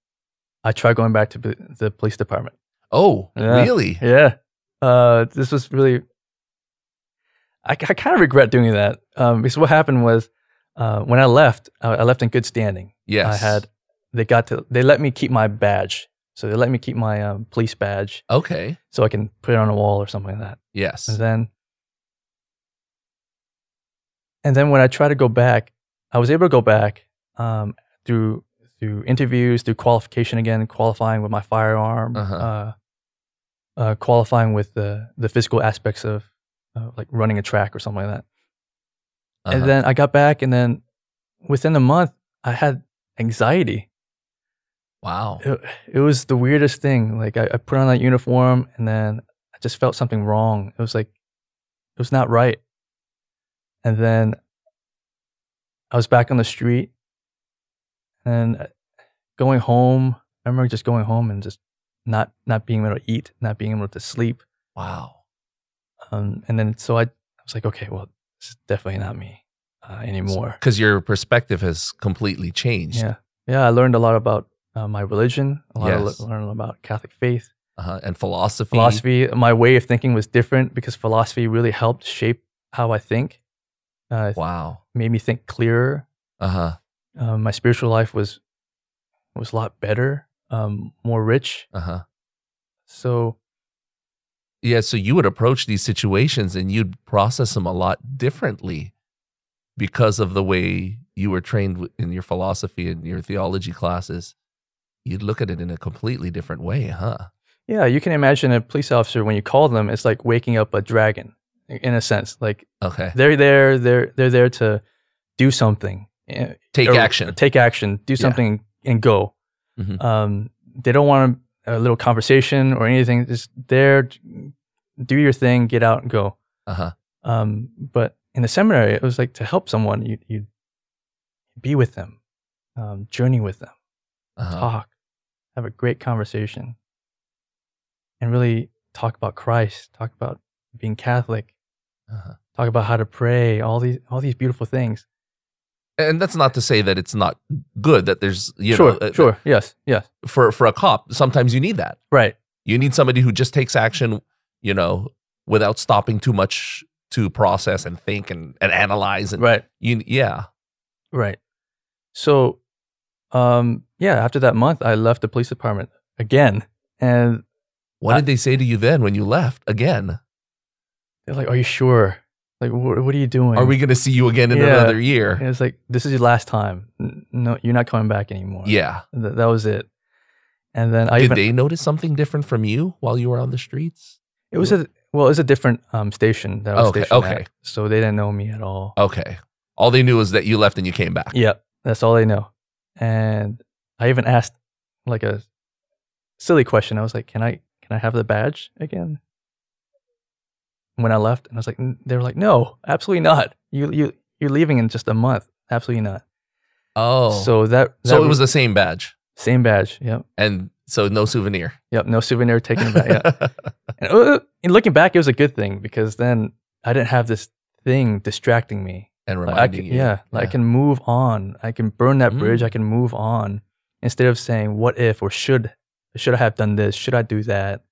[SPEAKER 2] I tried going back to b- the police department.
[SPEAKER 1] Oh,
[SPEAKER 2] Yeah.
[SPEAKER 1] really?
[SPEAKER 2] Yeah. Uh, this was really. I, I kind of regret doing that um, because what happened was uh, when I left, I, I left in good standing.
[SPEAKER 1] Yes.
[SPEAKER 2] I had they got to they let me keep my badge, so they let me keep my um, police badge
[SPEAKER 1] Okay.
[SPEAKER 2] so I can put it on a wall or something like that.
[SPEAKER 1] Yes.
[SPEAKER 2] And then, and then when I tried to go back, I was able to go back um, through through interviews, through qualification again, qualifying with my firearm,
[SPEAKER 1] Uh-huh.
[SPEAKER 2] uh, uh, qualifying with the the physical aspects of uh, like running a track or something like that.
[SPEAKER 1] Uh-huh.
[SPEAKER 2] And then I got back, and then within a month, I had anxiety
[SPEAKER 1] wow.
[SPEAKER 2] it, it was the weirdest thing. Like I, I put on that uniform and then I just felt something wrong. It was like it was not right. And then I was back on the street and going home. I remember just going home and just not not being able to eat, not being able to sleep.
[SPEAKER 1] Wow.
[SPEAKER 2] Um, and then so I, I was like, okay, well, this is definitely not me uh, anymore.
[SPEAKER 1] Because your perspective has completely changed.
[SPEAKER 2] Yeah, yeah. I learned a lot about uh, my religion. A lot.
[SPEAKER 1] Yes.
[SPEAKER 2] Of, learned about Catholic faith.
[SPEAKER 1] Uh-huh. And philosophy.
[SPEAKER 2] philosophy my way of thinking was different because philosophy really helped shape how i think uh, it
[SPEAKER 1] Wow.
[SPEAKER 2] made me think clearer
[SPEAKER 1] Uh huh.
[SPEAKER 2] um, my spiritual life was was a lot better um, more rich
[SPEAKER 1] Uh huh.
[SPEAKER 2] so
[SPEAKER 1] Yeah. So you would approach these situations and you'd process them a lot differently because of the way you were trained w- in your philosophy and your theology classes. You'd look at it in a completely different way, huh?
[SPEAKER 2] yeah you can imagine a police officer when you call them it's like waking up a dragon in a sense like
[SPEAKER 1] Okay.
[SPEAKER 2] they're there they're they're there to do something eh,
[SPEAKER 1] Take
[SPEAKER 2] or-
[SPEAKER 1] action.
[SPEAKER 2] Take action. Do
[SPEAKER 1] Yeah.
[SPEAKER 2] something and go.
[SPEAKER 1] Mhm.
[SPEAKER 2] Um, they don't want a, a little conversation or anything. Just there, do your thing, get out and go.
[SPEAKER 1] Uh huh.
[SPEAKER 2] Um, but in the seminary, it was like to help someone, you you be with them, um, journey with them,
[SPEAKER 1] Uh-huh.
[SPEAKER 2] talk, have a great conversation, and really talk about Christ, talk about being Catholic,
[SPEAKER 1] Uh-huh.
[SPEAKER 2] talk about how to pray, all these all these beautiful things.
[SPEAKER 1] And that's not to say that it's not good. That there's you
[SPEAKER 2] sure,
[SPEAKER 1] know uh,
[SPEAKER 2] sure, yes, yes,
[SPEAKER 1] for for a cop sometimes you need that.
[SPEAKER 2] right.
[SPEAKER 1] You need somebody who just takes action, you know, without stopping too much to process and think and, and analyze and
[SPEAKER 2] Right.
[SPEAKER 1] you yeah.
[SPEAKER 2] Right. So, um, yeah, after that month, I left the police department again. And
[SPEAKER 1] What
[SPEAKER 2] I-
[SPEAKER 1] did they say to you then when you left again?
[SPEAKER 2] they're like, Are you sure? Like, wh- what are you doing?
[SPEAKER 1] Are we going to see you again in
[SPEAKER 2] Yeah.
[SPEAKER 1] another year?
[SPEAKER 2] And it's like, This is your last time. N- No, you're not coming back anymore.
[SPEAKER 1] Yeah.
[SPEAKER 2] Th- that was it. And then I
[SPEAKER 1] did
[SPEAKER 2] even,
[SPEAKER 1] they notice something different from you while you were on the streets?
[SPEAKER 2] it was a, well, it was a different um, station that I was
[SPEAKER 1] Okay,
[SPEAKER 2] stationed
[SPEAKER 1] okay.
[SPEAKER 2] at. So they didn't know me at all.
[SPEAKER 1] Okay. All they knew was that you left and you came back.
[SPEAKER 2] Yeah, that's all they know. And I even asked like a silly question. I was like, "Can I can I have the badge again?" When I left, and I was like, n- "They were like, no, absolutely not. You you you're leaving in just a month. Absolutely not."
[SPEAKER 1] Oh. So,
[SPEAKER 2] So that, that
[SPEAKER 1] so it was the same badge
[SPEAKER 2] same badge. Yep,
[SPEAKER 1] and so no souvenir.
[SPEAKER 2] yep. No souvenir taken back. yeah. And, uh, and looking back, it was a good thing because then I didn't have this thing distracting me.
[SPEAKER 1] and
[SPEAKER 2] Like, I
[SPEAKER 1] reminding
[SPEAKER 2] can,
[SPEAKER 1] you. Mm.
[SPEAKER 2] Yeah, like, I can move on. I can burn that bridge. I can move on instead of saying "what if" or "should." Should I have done this? Should I do that?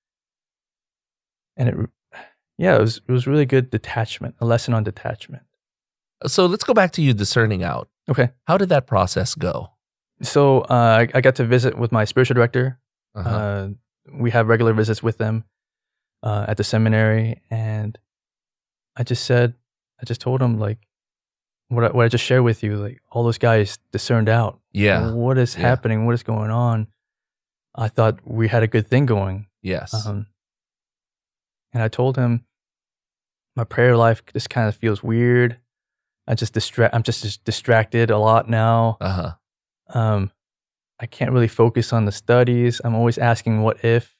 [SPEAKER 2] And it, re- yeah, it was it was really good detachment, a lesson on detachment.
[SPEAKER 1] So let's go back to you discerning out.
[SPEAKER 2] Okay.
[SPEAKER 1] How did that process go?
[SPEAKER 2] So uh, I, I got to visit with my spiritual director.
[SPEAKER 1] Uh-huh.
[SPEAKER 2] Uh, we have regular visits with them uh, at the seminary, and I just said, I just told him like what I, what I just shared with you, like all those guys discerned out.
[SPEAKER 1] yeah.
[SPEAKER 2] what is
[SPEAKER 1] Yeah.
[SPEAKER 2] happening what is going on i thought uh-huh. Um, we had a good thing going
[SPEAKER 1] Yes.
[SPEAKER 2] um, and i told him my prayer life just kind of feels weird. I just distract. I'm just, just distracted a lot now.
[SPEAKER 1] Uh huh.
[SPEAKER 2] Um, I can't really focus on the studies. I'm always asking, "What if?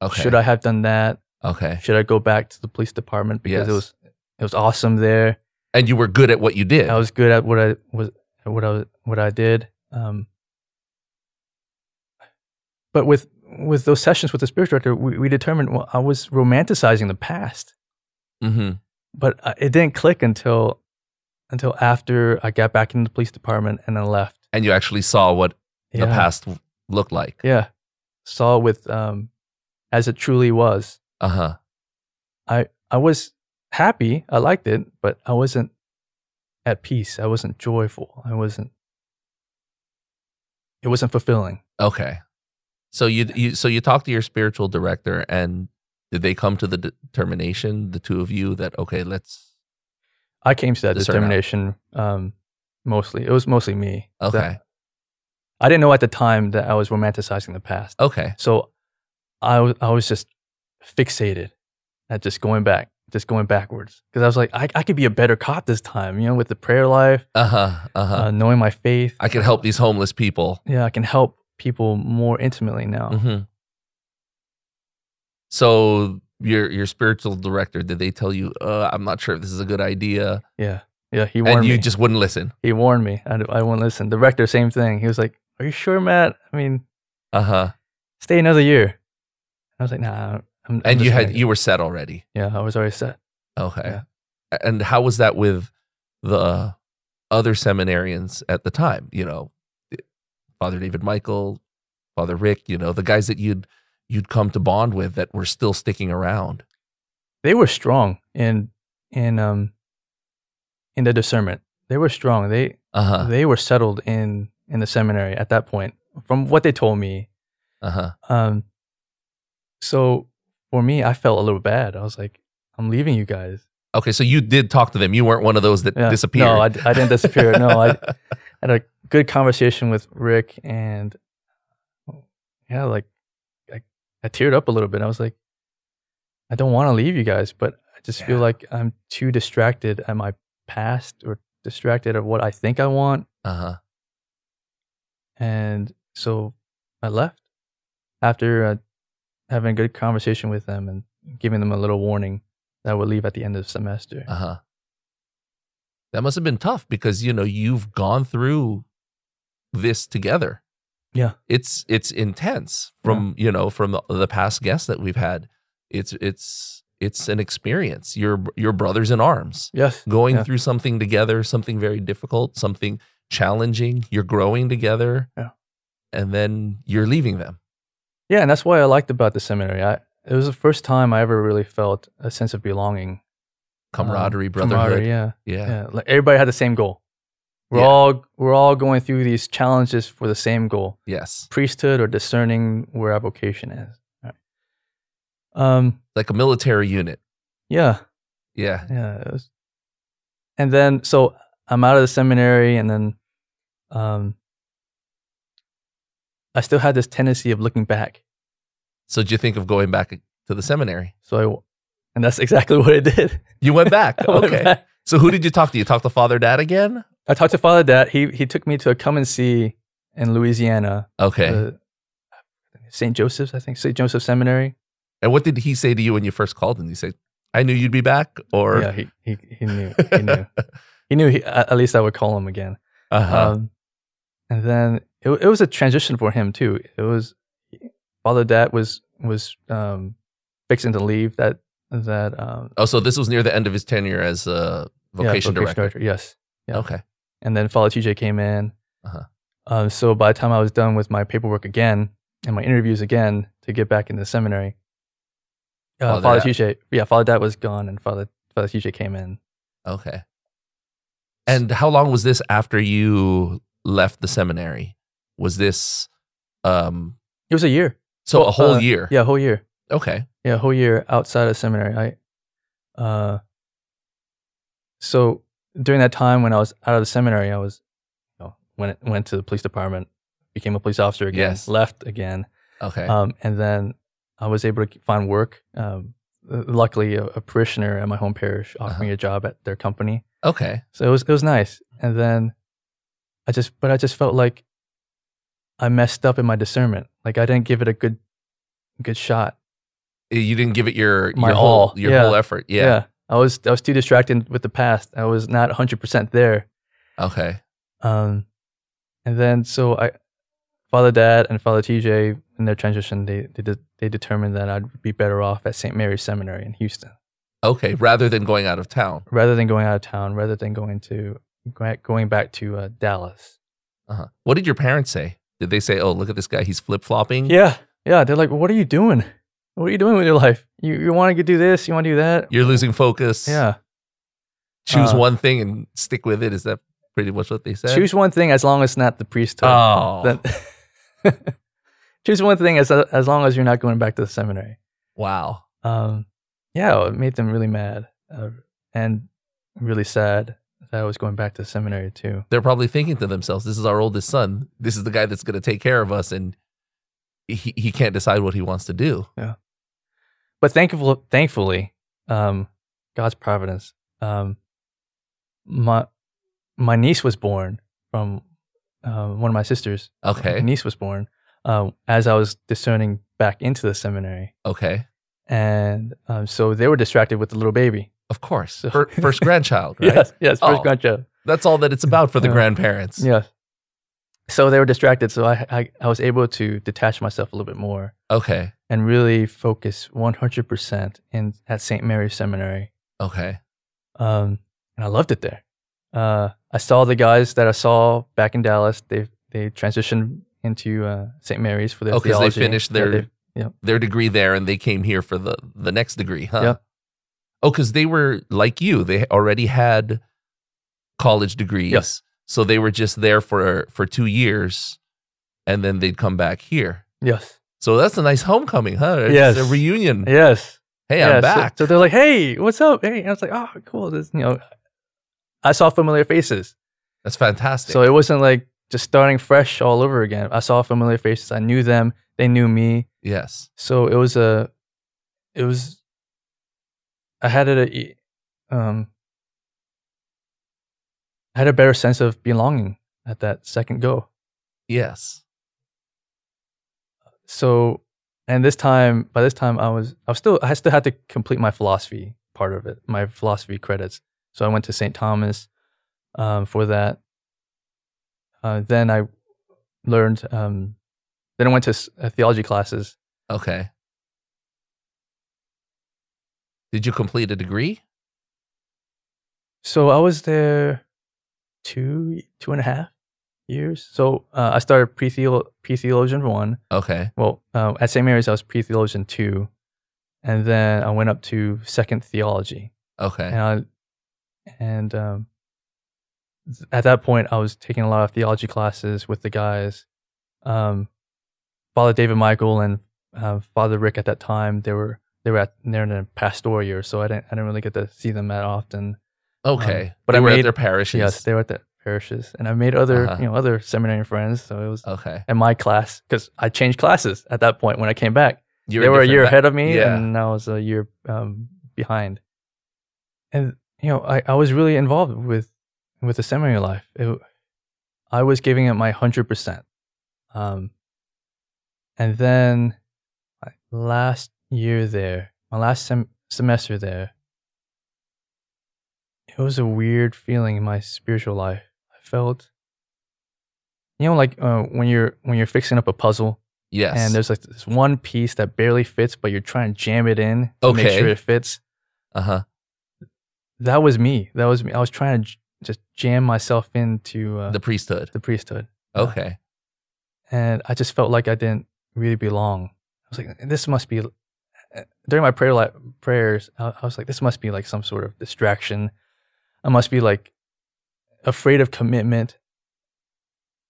[SPEAKER 1] Okay.
[SPEAKER 2] Should I have done that?
[SPEAKER 1] Okay.
[SPEAKER 2] Should I go back to the police department because
[SPEAKER 1] Yes.
[SPEAKER 2] it was it was awesome there.
[SPEAKER 1] And you were good at what you did.
[SPEAKER 2] I was good at what I was at what I was, what I did. Um, but with with those sessions with the spirit director, we, we determined well, I was romanticizing the past,
[SPEAKER 1] mm-hmm.
[SPEAKER 2] but uh, it didn't click until until after I got back into the police department and then left.
[SPEAKER 1] And you actually saw what the past looked like.
[SPEAKER 2] Yeah, saw it with um, as it truly was.
[SPEAKER 1] Uh huh.
[SPEAKER 2] I was happy. I liked it, but I wasn't at peace. I wasn't joyful. I wasn't. It wasn't fulfilling.
[SPEAKER 1] Okay. So you you so you talked to your spiritual director, and did they come to the determination, the two of you, that okay, let's
[SPEAKER 2] I came to that
[SPEAKER 1] Discern out.
[SPEAKER 2] determination um, mostly. It was mostly me.
[SPEAKER 1] okay,
[SPEAKER 2] That- I didn't know at the time that I was romanticizing the past.
[SPEAKER 1] okay,
[SPEAKER 2] So I was I was just fixated at just going back, just going backwards. Because I was like, I, I could be a better cop this time, you know, with the prayer life,
[SPEAKER 1] uh huh, uh huh.
[SPEAKER 2] uh, knowing my faith.
[SPEAKER 1] I can help these homeless people.
[SPEAKER 2] yeah, I can help people more intimately now.
[SPEAKER 1] hmm So your your spiritual director, did they tell you, uh, I'm not sure if this is a good idea,
[SPEAKER 2] Yeah. Yeah, he warned
[SPEAKER 1] and you
[SPEAKER 2] me.
[SPEAKER 1] just wouldn't listen?
[SPEAKER 2] he warned me. I, I won't listen. The rector, same thing. He was like, "Are you sure, Matt? I mean,
[SPEAKER 1] Uh
[SPEAKER 2] Uh-huh.
[SPEAKER 1] huh.
[SPEAKER 2] stay another year." I was like, "Nah." I'm, I'm
[SPEAKER 1] And you
[SPEAKER 2] just
[SPEAKER 1] had
[SPEAKER 2] gonna-
[SPEAKER 1] you were set already.
[SPEAKER 2] yeah. I was already set.
[SPEAKER 1] Okay.
[SPEAKER 2] Yeah.
[SPEAKER 1] And how was that with the other seminarians at the time? You know, eh, Father David Michael, Father Rick, you know, the guys that you'd you'd come to bond with that were still sticking around.
[SPEAKER 2] They were strong in in um in the discernment. They were strong. They
[SPEAKER 1] Uh-huh.
[SPEAKER 2] they were settled in in the seminary at that point. From what they told me,
[SPEAKER 1] Uh-huh.
[SPEAKER 2] um, so for me, I felt a little bad. I was like, "I'm leaving you guys."
[SPEAKER 1] Okay, so you did talk to them. You weren't one of those that
[SPEAKER 2] Yeah.
[SPEAKER 1] disappeared.
[SPEAKER 2] No, I, d- I didn't disappear. No, I had a good conversation with Rick, and yeah, like I, I teared up a little bit. I was like, I don't want to leave you guys, but I just feel
[SPEAKER 1] Yeah.
[SPEAKER 2] like I'm too distracted at my past or distracted at what I think I want,
[SPEAKER 1] uh-huh.
[SPEAKER 2] and so I left after uh, having a good conversation with them and giving them a little warning that I would leave at the end of the semester.
[SPEAKER 1] Uh-huh. That must have been tough because you know, you've gone through this together.
[SPEAKER 2] Yeah.
[SPEAKER 1] it's it's intense from you know from the, the past guests that we've had it's it's it's an experience your your brothers in arms
[SPEAKER 2] Yes.
[SPEAKER 1] going
[SPEAKER 2] Yeah.
[SPEAKER 1] through something together something very difficult something challenging you're growing together
[SPEAKER 2] Yeah.
[SPEAKER 1] and then you're leaving them
[SPEAKER 2] Yeah, and that's why I liked about the seminary. I, it was the first time I ever really felt a sense of belonging, um,
[SPEAKER 1] camaraderie brotherhood
[SPEAKER 2] camaraderie, yeah,
[SPEAKER 1] yeah.
[SPEAKER 2] yeah, Like everybody had the same goal. We're
[SPEAKER 1] Yeah.
[SPEAKER 2] all we're all going through these challenges for the same goal:
[SPEAKER 1] yes
[SPEAKER 2] priesthood or discerning where our vocation is. Right. Um.
[SPEAKER 1] like a military unit
[SPEAKER 2] Yeah.
[SPEAKER 1] yeah
[SPEAKER 2] Yeah. It was, and then so I'm out of the seminary, and then, um, I still had this tendency of looking back.
[SPEAKER 1] so did you think of going back to the seminary
[SPEAKER 2] So I, and that's exactly what I did.
[SPEAKER 1] you went back
[SPEAKER 2] I went
[SPEAKER 1] okay
[SPEAKER 2] back.
[SPEAKER 1] so who did you talk to you talked to father dad again
[SPEAKER 2] I talked to Father Dad. He he took me to a come and see in Louisiana,
[SPEAKER 1] okay
[SPEAKER 2] the St. Joseph's, I think St. Joseph Seminary.
[SPEAKER 1] and what did he say to you when you first called him he said i knew you'd be back or
[SPEAKER 2] yeah, he, he he knew he knew he knew he, at at least I would call him again.
[SPEAKER 1] Uh-huh.
[SPEAKER 2] Um, and then it it was a transition for him too. It was Father Dad was was um, fixing to leave that that um,
[SPEAKER 1] oh, so this was near the end of his tenure as a
[SPEAKER 2] yeah,
[SPEAKER 1] vocation director.
[SPEAKER 2] Yes, yeah.
[SPEAKER 1] Okay.
[SPEAKER 2] and then Father TJ came in.
[SPEAKER 1] Uh-huh.
[SPEAKER 2] Um, so by the time I was done with my paperwork again and my interviews again to get back into seminary, uh,
[SPEAKER 1] Father
[SPEAKER 2] Father
[SPEAKER 1] Dat.
[SPEAKER 2] TJ, yeah, Father Dad was gone and Father Father TJ came in.
[SPEAKER 1] Okay. And how long was this after you left the seminary? Was this um
[SPEAKER 2] It was a year,
[SPEAKER 1] so a whole
[SPEAKER 2] uh,
[SPEAKER 1] year?
[SPEAKER 2] yeah, a whole year,
[SPEAKER 1] Okay.
[SPEAKER 2] yeah, a whole year outside of seminary. I, uh, so during that time when I was out of the seminary, I was, you know, went went to the police department, became a police officer again,
[SPEAKER 1] Yes.
[SPEAKER 2] left again,
[SPEAKER 1] Okay.
[SPEAKER 2] um, and then I was able to find work um, uh, luckily a, a parishioner at my home parish offered
[SPEAKER 1] Uh-huh.
[SPEAKER 2] me a job at their company.
[SPEAKER 1] Okay.
[SPEAKER 2] So it was it was nice. And then I just but I just felt like I messed up in my discernment. Like I didn't give it a good good shot.
[SPEAKER 1] You didn't give it your
[SPEAKER 2] My
[SPEAKER 1] your whole
[SPEAKER 2] all,
[SPEAKER 1] your
[SPEAKER 2] yeah.
[SPEAKER 1] whole effort. Yeah.
[SPEAKER 2] I was I was too distracted with the past. I was not 100% there.
[SPEAKER 1] Okay.
[SPEAKER 2] Um and then so I Father Dad and Father TJ in their transition they they de- they determined that I'd be better off at St. Mary's Seminary in Houston
[SPEAKER 1] Okay. Rather than going out of town.
[SPEAKER 2] rather than going out of town, rather than going to going back to uh, Dallas.
[SPEAKER 1] Uh-huh. What did your parents say? Did they say, "Oh, look at this guy. He's flip flopping."
[SPEAKER 2] Yeah, yeah. They're like, "What are you doing? What are you doing with your life? You you want to do this? You want to do that?
[SPEAKER 1] You're losing focus.
[SPEAKER 2] yeah.
[SPEAKER 1] Choose
[SPEAKER 2] Uh,
[SPEAKER 1] one thing and stick with it. Is that pretty much what they said?
[SPEAKER 2] Choose one thing as long as it's not the priesthood.
[SPEAKER 1] Oh.
[SPEAKER 2] Then- choose one thing as as long as you're not going back to the seminary.
[SPEAKER 1] wow.
[SPEAKER 2] Um, yeah, it made them really mad uh, and really sad that I was going back to seminary too.
[SPEAKER 1] They're probably thinking to themselves, "This is our oldest son. This is the guy that's going to take care of us, and he he can't decide what he wants to do."
[SPEAKER 2] But thankful, thankfully, um, God's providence. Um, my my niece was born from um, one of my sisters.
[SPEAKER 1] Okay.
[SPEAKER 2] My niece was born um, as I was discerning back into the seminary.
[SPEAKER 1] Okay.
[SPEAKER 2] And um, so they were distracted with the little baby.
[SPEAKER 1] Of course.
[SPEAKER 2] So-
[SPEAKER 1] Fir- first grandchild, right?
[SPEAKER 2] Yes, yes, first
[SPEAKER 1] Oh.
[SPEAKER 2] grandchild.
[SPEAKER 1] That's all that it's about for the
[SPEAKER 2] Yeah.
[SPEAKER 1] grandparents.
[SPEAKER 2] Yes. So they were distracted. So I, I, I was able to detach myself a little bit more
[SPEAKER 1] Okay.
[SPEAKER 2] and really focus 100% in at St. Mary's Seminary.
[SPEAKER 1] Okay.
[SPEAKER 2] Um, and I loved it there. Uh, I saw the guys that I saw back in Dallas. They they transitioned into uh, St. Mary's for their
[SPEAKER 1] Oh, 'cause they
[SPEAKER 2] theology.
[SPEAKER 1] finished
[SPEAKER 2] Yeah,
[SPEAKER 1] their-
[SPEAKER 2] they-
[SPEAKER 1] Their degree there, and they came here for the the next degree, huh?
[SPEAKER 2] Yeah.
[SPEAKER 1] Oh, because they were like you; they already had college degrees,
[SPEAKER 2] Yes.
[SPEAKER 1] so they were just there for for two years, and then they'd come back here.
[SPEAKER 2] yes,
[SPEAKER 1] So that's a nice homecoming, huh? It's
[SPEAKER 2] Yes.
[SPEAKER 1] a reunion.
[SPEAKER 2] yes.
[SPEAKER 1] Hey,
[SPEAKER 2] Yeah,
[SPEAKER 1] I'm
[SPEAKER 2] so-
[SPEAKER 1] back.
[SPEAKER 2] So, they're like, "Hey, what's up?" Hey, and I was like, "Oh, cool." This, you know, I saw familiar faces,
[SPEAKER 1] that's fantastic.
[SPEAKER 2] so it wasn't like just starting fresh all over again. I saw familiar faces. I knew them. They knew me.
[SPEAKER 1] yes,
[SPEAKER 2] So it was a, it was. I had it a, e- um. I had a better sense of belonging at that second go.
[SPEAKER 1] yes.
[SPEAKER 2] So, and this time, by this time, I was, I was still, I still had to complete my philosophy part of it, my philosophy credits. So I went to St. Thomas um, for that. Uh, then I learned, um, then I went to s- uh, theology classes.
[SPEAKER 1] Okay. Did you complete a degree?
[SPEAKER 2] So I was there two, two and a half years. So uh, I started pre-theolo- pre-theologian one.
[SPEAKER 1] Okay.
[SPEAKER 2] Well, um, at St. Mary's, I was pre-theologian two. And then I went up to second theology.
[SPEAKER 1] Okay.
[SPEAKER 2] and I, and um, th- at that point, I was taking a lot of theology classes with the guys. Um, Father David Michael and uh, Father Rick at that time they were they were at they're in a pastoral year, so I didn't I didn't really get to see them that often.
[SPEAKER 1] Okay.
[SPEAKER 2] Um, but
[SPEAKER 1] They
[SPEAKER 2] I
[SPEAKER 1] were at
[SPEAKER 2] made-
[SPEAKER 1] their parishes.
[SPEAKER 2] Yes, they were at the parishes, and I made other
[SPEAKER 1] Uh-huh.
[SPEAKER 2] you know other seminary friends. So it was
[SPEAKER 1] okay.
[SPEAKER 2] in my class because I changed classes at that point when I came back
[SPEAKER 1] You
[SPEAKER 2] they were a
[SPEAKER 1] different
[SPEAKER 2] year
[SPEAKER 1] ba-
[SPEAKER 2] ahead of me,
[SPEAKER 1] Yeah.
[SPEAKER 2] and I was a year um, behind. And you know, I, I was really involved with with the seminary life. It, I was giving it my hundred percent. Um, and then my last year there, my last sem- semester there, it was a weird feeling in my spiritual life. I felt, you know, like uh, when you're when you're fixing up a puzzle
[SPEAKER 1] Yes.
[SPEAKER 2] and there's like this one piece that barely fits, but you're trying to jam it in to make
[SPEAKER 1] Okay.
[SPEAKER 2] sure it fits.
[SPEAKER 1] uh huh.
[SPEAKER 2] Uh-huh. That was me. That was me. I was trying to j- just jam myself into uh,
[SPEAKER 1] The
[SPEAKER 2] the,
[SPEAKER 1] priesthood.
[SPEAKER 2] priesthood,
[SPEAKER 1] Okay.
[SPEAKER 2] and I just felt like I didn't really belong. I was like, this must be. uh, During my prayer li- prayers, I, I was like, this must be like some sort of distraction. I must be like afraid of commitment,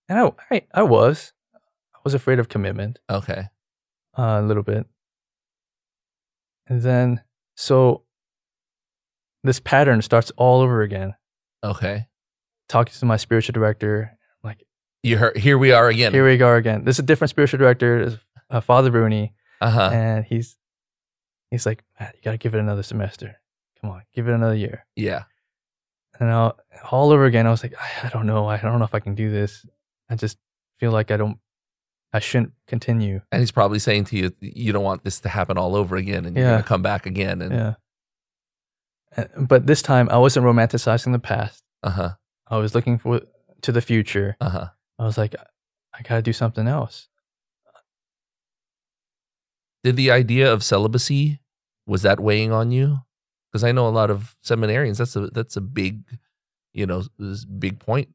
[SPEAKER 2] and I I, I was, I was afraid of commitment.
[SPEAKER 1] Okay.
[SPEAKER 2] uh, a little bit. And then, so this pattern starts all over again.
[SPEAKER 1] Okay.
[SPEAKER 2] Talking to my spiritual director,
[SPEAKER 1] You heard, here we are again.
[SPEAKER 2] here we
[SPEAKER 1] Uh-huh.
[SPEAKER 2] go again. This is a different spiritual director, is, uh, Father Bruni,
[SPEAKER 1] uh huh.
[SPEAKER 2] and he's He's like, Matt, you gotta give it another semester. Come on, give it another year.
[SPEAKER 1] Yeah.
[SPEAKER 2] And I'll, all over again, I was like, I I don't know. I don't know if I can do this. I just feel like I don't, I shouldn't continue.
[SPEAKER 1] And he's probably saying to you, you don't want this to happen all over again and you're
[SPEAKER 2] Yeah.
[SPEAKER 1] going to come back again. And
[SPEAKER 2] Yeah. And- But this time, I wasn't romanticizing the past.
[SPEAKER 1] uh huh,
[SPEAKER 2] I was looking for to the future.
[SPEAKER 1] uh huh.
[SPEAKER 2] I was like, I gotta do something else.
[SPEAKER 1] Did the idea of celibacy, was that weighing on you? Because I know a lot of seminarians, that's a, that's a big, you know, this big point,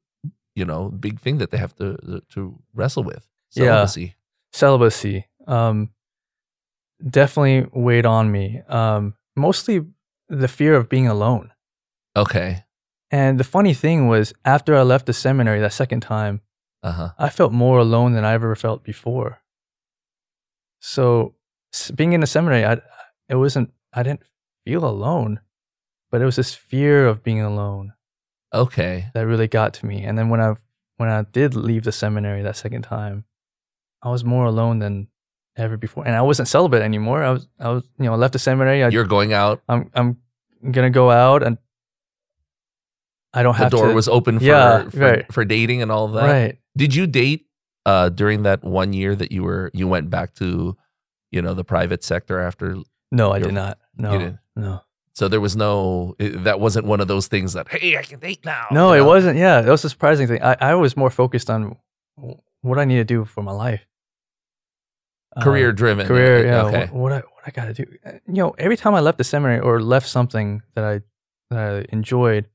[SPEAKER 1] you know, big thing that they have to, to wrestle with.
[SPEAKER 2] Yeah.
[SPEAKER 1] Celibacy.
[SPEAKER 2] Celibacy um, definitely weighed on me. Um, mostly the fear of being alone.
[SPEAKER 1] Okay.
[SPEAKER 2] And the funny thing was, after I left the seminary that second time,
[SPEAKER 1] Uh huh.
[SPEAKER 2] I felt more alone than I ever felt before. So s- being in the seminary, I it wasn't I didn't feel alone, but it was this fear of being alone
[SPEAKER 1] Okay.
[SPEAKER 2] that really got to me. And then when I when I did leave the seminary that second time, I was more alone than ever before, and I wasn't celibate anymore. I was I was you know I left the seminary. I,
[SPEAKER 1] You're going out.
[SPEAKER 2] I'm I'm gonna go out and I don't
[SPEAKER 1] The
[SPEAKER 2] have
[SPEAKER 1] door
[SPEAKER 2] to,
[SPEAKER 1] was open for,
[SPEAKER 2] Yeah,
[SPEAKER 1] for,
[SPEAKER 2] right.
[SPEAKER 1] for dating and all of that.
[SPEAKER 2] right.
[SPEAKER 1] Did you date uh, during that one year that you were you went back to, you know, the private sector after?
[SPEAKER 2] No, I
[SPEAKER 1] You're-
[SPEAKER 2] did not. No,
[SPEAKER 1] didn't.
[SPEAKER 2] no.
[SPEAKER 1] So there was no it, that wasn't one of those things that hey I can date now.
[SPEAKER 2] No,
[SPEAKER 1] you
[SPEAKER 2] it
[SPEAKER 1] know?
[SPEAKER 2] wasn't. Yeah, that was a surprising thing. I, I was more focused on w- what I need to do for my life, Um,
[SPEAKER 1] career driven.
[SPEAKER 2] career. Yeah,
[SPEAKER 1] Okay.
[SPEAKER 2] what, what I what I got to do. Uh, You know, every time I left the seminary or left something that I that I enjoyed,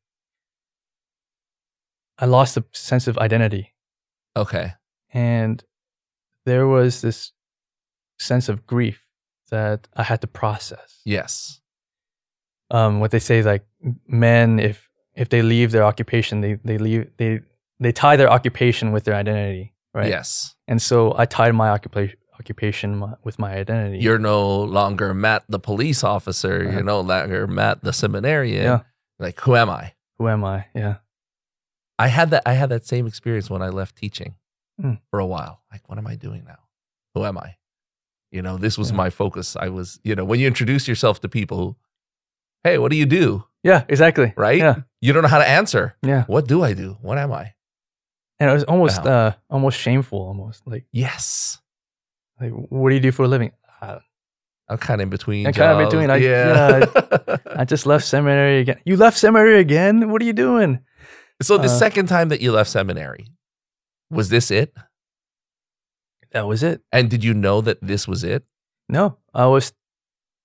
[SPEAKER 2] I lost the sense of identity,
[SPEAKER 1] Okay.
[SPEAKER 2] and there was this sense of grief that I had to process.
[SPEAKER 1] Yes.
[SPEAKER 2] um, what they say is like men if if they leave their occupation they they leave they they tie their occupation with their identity right
[SPEAKER 1] Yes.
[SPEAKER 2] and so i tied my occupation occupation my, with my identity
[SPEAKER 1] You're no longer Matt the police officer.
[SPEAKER 2] Uh-huh.
[SPEAKER 1] You're no longer Matt the seminarian.
[SPEAKER 2] Yeah.
[SPEAKER 1] Like who am I?
[SPEAKER 2] who am i yeah
[SPEAKER 1] I had that I had that same experience when I left teaching
[SPEAKER 2] Hmm.
[SPEAKER 1] for a while. Like, what am I doing now? Who am I? You know, this was
[SPEAKER 2] Yeah.
[SPEAKER 1] my focus. I was, you know, when you introduce yourself to people, hey, what do you do?
[SPEAKER 2] yeah exactly
[SPEAKER 1] Right?
[SPEAKER 2] yeah
[SPEAKER 1] You don't know how to answer.
[SPEAKER 2] yeah
[SPEAKER 1] What do I do? What am I?
[SPEAKER 2] and it was almost
[SPEAKER 1] Wow.
[SPEAKER 2] uh almost shameful almost like
[SPEAKER 1] Yes.
[SPEAKER 2] like what do you do for a living uh,
[SPEAKER 1] I'm kind of in between.
[SPEAKER 2] I'm kind of in
[SPEAKER 1] jobs.
[SPEAKER 2] between. I- i just left seminary again you left seminary again what are you doing
[SPEAKER 1] so the
[SPEAKER 2] uh,
[SPEAKER 1] second time that you left seminary, was this it?
[SPEAKER 2] that was it
[SPEAKER 1] And did you know that this was it?
[SPEAKER 2] no i was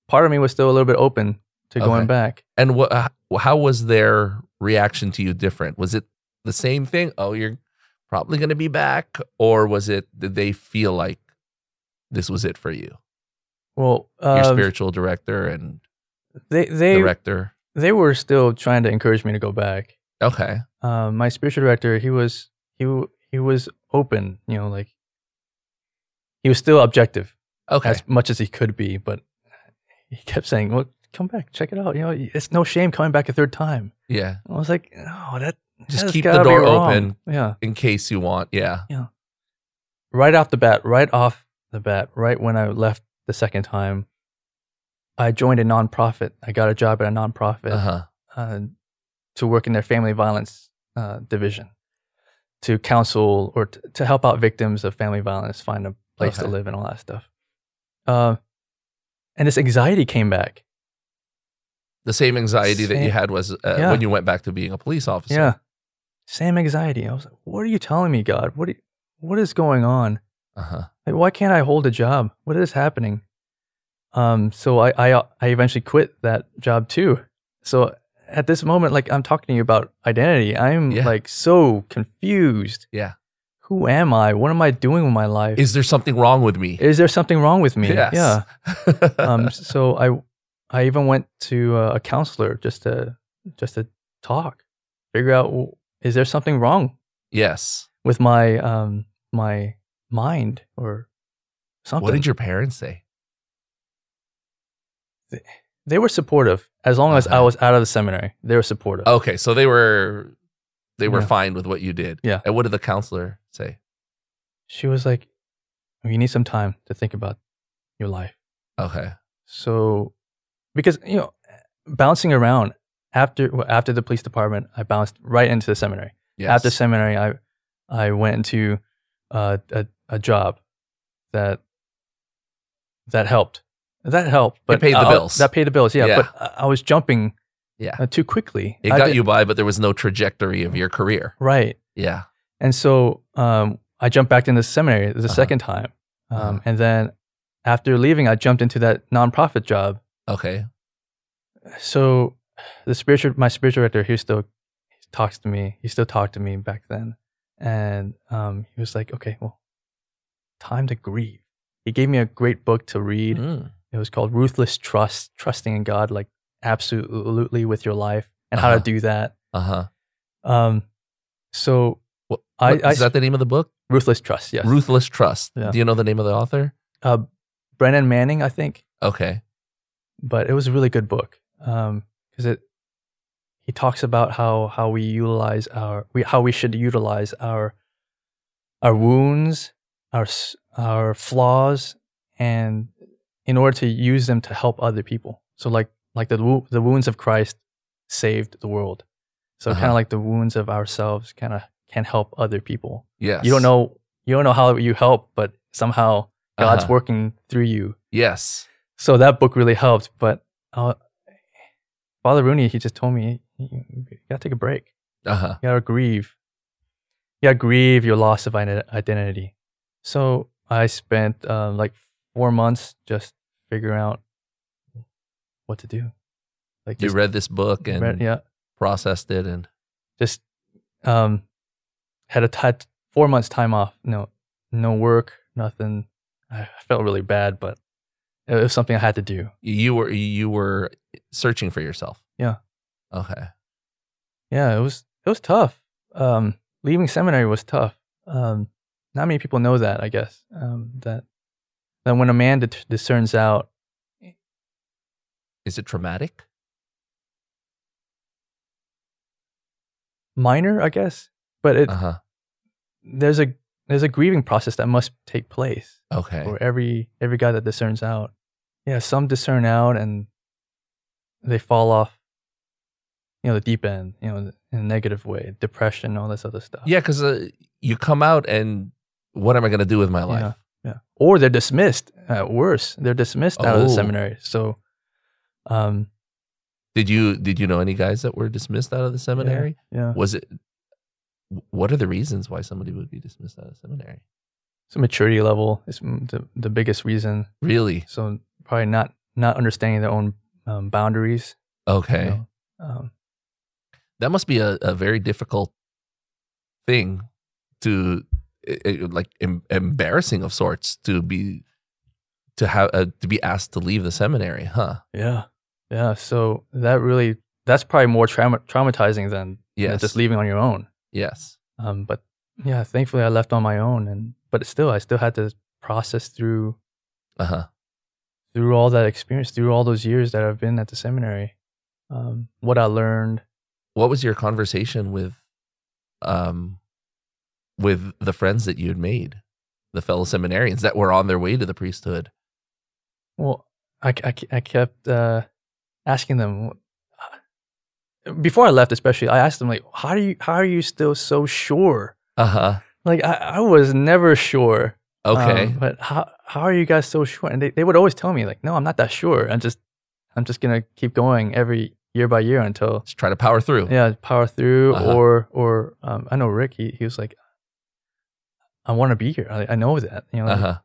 [SPEAKER 2] part of me was still a little bit open to
[SPEAKER 1] Okay.
[SPEAKER 2] going back
[SPEAKER 1] And what? Uh, how was their reaction to you different? Was it the same thing? Oh, you're probably going to be back, or was it? Did they feel like this was it for you?
[SPEAKER 2] well
[SPEAKER 1] Your
[SPEAKER 2] um,
[SPEAKER 1] spiritual director and
[SPEAKER 2] they they
[SPEAKER 1] director.
[SPEAKER 2] they were still trying to encourage me to go back.
[SPEAKER 1] Okay.
[SPEAKER 2] Um, my spiritual director, he was he w- he was open, you know, like he was still objective
[SPEAKER 1] Okay.
[SPEAKER 2] as much as he could be, but he kept saying, "Well, come back, check it out. You know, it's no shame coming back a third time."
[SPEAKER 1] yeah.
[SPEAKER 2] I was like, "No, that
[SPEAKER 1] Just
[SPEAKER 2] that's
[SPEAKER 1] keep the
[SPEAKER 2] gotta be
[SPEAKER 1] door
[SPEAKER 2] wrong."
[SPEAKER 1] open
[SPEAKER 2] Yeah,
[SPEAKER 1] in case you want. Yeah.
[SPEAKER 2] right off the bat, right off the bat, right when I left the second time, I joined a nonprofit. I got a job at a nonprofit.
[SPEAKER 1] Uh huh.
[SPEAKER 2] uh, to work in their family violence uh, division to counsel or t- to help out victims of family violence find a place to
[SPEAKER 1] Okay.
[SPEAKER 2] live and all that stuff. Uh, and this anxiety came back.
[SPEAKER 1] The same anxiety that you
[SPEAKER 2] Same-
[SPEAKER 1] had was uh,
[SPEAKER 2] Yeah.
[SPEAKER 1] when you went back to being a police officer.
[SPEAKER 2] yeah. Same anxiety. I was like, what are you telling me, God? What, do you- what is going on?
[SPEAKER 1] Uh huh.
[SPEAKER 2] Like, why can't I hold a job? What is happening? Um, so I, I, I eventually quit that job too. So at this moment, like I'm talking to you about identity, I'm
[SPEAKER 1] Yeah.
[SPEAKER 2] like so confused.
[SPEAKER 1] Yeah.
[SPEAKER 2] Who am I? What am I doing with my life?
[SPEAKER 1] Is there something wrong with me?
[SPEAKER 2] Is there something wrong with me?
[SPEAKER 1] Yes.
[SPEAKER 2] Yeah. Um, so I, I even went to uh, a counselor just to, just to talk, figure out w- is there something wrong
[SPEAKER 1] yes.
[SPEAKER 2] with my, um, my mind or something?
[SPEAKER 1] What did your parents say?
[SPEAKER 2] They were supportive as long as I
[SPEAKER 1] Okay.
[SPEAKER 2] was out of the seminary. They were supportive.
[SPEAKER 1] Okay, so they were they were
[SPEAKER 2] Yeah.
[SPEAKER 1] fine with what you did.
[SPEAKER 2] Yeah.
[SPEAKER 1] And what did the counselor say?
[SPEAKER 2] She was like, "You need some time to think about your life."
[SPEAKER 1] Okay.
[SPEAKER 2] So because you know bouncing around after well, after the police department i bounced right into the seminary
[SPEAKER 1] Yes.
[SPEAKER 2] after seminary i i went into uh, a, a job that that helped that helped but
[SPEAKER 1] paid the
[SPEAKER 2] I-
[SPEAKER 1] bills.
[SPEAKER 2] that paid the bills yeah,
[SPEAKER 1] Yeah.
[SPEAKER 2] but I- i was jumping
[SPEAKER 1] Yeah.
[SPEAKER 2] uh, too quickly
[SPEAKER 1] it
[SPEAKER 2] I
[SPEAKER 1] got
[SPEAKER 2] did-
[SPEAKER 1] you by, but there was no trajectory of your career.
[SPEAKER 2] right
[SPEAKER 1] Yeah.
[SPEAKER 2] and so um, I jumped back into seminary the
[SPEAKER 1] Uh-huh.
[SPEAKER 2] second time. Um,
[SPEAKER 1] Uh-huh.
[SPEAKER 2] And then after leaving, I jumped into that nonprofit job.
[SPEAKER 1] Okay.
[SPEAKER 2] So the spiritual, my spiritual director, he still he talks to me. He still talked to me back then. And um, he was like, okay, well, time to grieve. He gave me a great book to read.
[SPEAKER 1] Mm.
[SPEAKER 2] It was called Ruthless Trust, Trusting in God, like absolutely with your life and how
[SPEAKER 1] Uh-huh.
[SPEAKER 2] to do that.
[SPEAKER 1] Uh huh.
[SPEAKER 2] Um, so
[SPEAKER 1] What,
[SPEAKER 2] I-
[SPEAKER 1] what-
[SPEAKER 2] I
[SPEAKER 1] is that the name of the book?
[SPEAKER 2] Ruthless Trust, yes.
[SPEAKER 1] Ruthless Trust.
[SPEAKER 2] Yeah.
[SPEAKER 1] Do you know the name of the author?
[SPEAKER 2] uh, Brennan Manning, I think.
[SPEAKER 1] Okay.
[SPEAKER 2] but it was a really good book because it he talks about how how we utilize our we how we should utilize our our wounds our s- our flaws and in order to use them to help other people so like like the wo- the wounds of Christ saved the world so
[SPEAKER 1] Uh-huh.
[SPEAKER 2] kind of like the wounds of ourselves kind of can help other people
[SPEAKER 1] Yes.
[SPEAKER 2] you don't know you don't know how you help but somehow God's
[SPEAKER 1] Uh-huh.
[SPEAKER 2] working through you
[SPEAKER 1] Yes.
[SPEAKER 2] so that book really helped. But uh, Father Rooney, he just told me, you gotta take a break.
[SPEAKER 1] Uh huh.
[SPEAKER 2] You gotta grieve. You gotta grieve your loss of ide- identity. So I spent uh, like four months just figuring out what to do. Like
[SPEAKER 1] You
[SPEAKER 2] just
[SPEAKER 1] read this book and
[SPEAKER 2] read- yeah,
[SPEAKER 1] processed it, and
[SPEAKER 2] just um, had a t- four months time off. No, no work, nothing. I felt really bad, but it was something I had to do.
[SPEAKER 1] you were you were searching for yourself.
[SPEAKER 2] Yeah.
[SPEAKER 1] Okay.
[SPEAKER 2] yeah, it was it was tough. Um, leaving seminary was tough. Um, not many people know that, I guess. Um, that that when a man det- discerns out,
[SPEAKER 1] Is it traumatic?
[SPEAKER 2] minor, I guess, but it,
[SPEAKER 1] Uh huh.
[SPEAKER 2] there's a there's a grieving process that must take place
[SPEAKER 1] Okay.
[SPEAKER 2] for every every guy that discerns out. Yeah, some discern out and they fall off, you know, the deep end, you know, in a negative way, depression, all this other stuff.
[SPEAKER 1] Yeah, because uh, you come out and what am I going to do with my life?
[SPEAKER 2] Yeah. Or they're dismissed. Uh, worse, they're dismissed out of the
[SPEAKER 1] Oh.
[SPEAKER 2] seminary. So, um,
[SPEAKER 1] Did you did you know any guys that were dismissed out of the seminary?
[SPEAKER 2] yeah.
[SPEAKER 1] Was it? What are the reasons why somebody would be dismissed out of seminary?
[SPEAKER 2] So maturity level is m- the the biggest reason.
[SPEAKER 1] Really?
[SPEAKER 2] So probably not not understanding their own um, boundaries. you
[SPEAKER 1] Okay.
[SPEAKER 2] know. Um,
[SPEAKER 1] that must be a, a very difficult thing to i- i- like em- embarrassing of sorts to be to have uh, to be asked to leave the seminary huh
[SPEAKER 2] yeah. Yeah. So that really that's probably more trauma traumatizing than you know,
[SPEAKER 1] Yes.
[SPEAKER 2] just leaving on your own.
[SPEAKER 1] yes
[SPEAKER 2] Um, but yeah, thankfully I left on my own, and but still I still had to process through
[SPEAKER 1] uh-huh
[SPEAKER 2] through all that experience, through all those years that I've been at the seminary, um, what I learned.
[SPEAKER 1] what was your conversation with um with the friends that you had made the fellow seminarians that were on their way to the priesthood
[SPEAKER 2] Well, I, I, I kept uh, asking them uh, before I left, especially. I asked them like, "How do you? How are you still so sure?"
[SPEAKER 1] uh-huh
[SPEAKER 2] Like I, I was never sure.
[SPEAKER 1] okay
[SPEAKER 2] um, but how how are you guys so sure? And they, they would always tell me like, "No, I'm not that sure. I'm just I'm just gonna keep going every year by year until
[SPEAKER 1] let's try to power through
[SPEAKER 2] yeah power through
[SPEAKER 1] Uh-huh.
[SPEAKER 2] or or um, i know rick he, he was like i want to be here I, I know that you know like-
[SPEAKER 1] uh-huh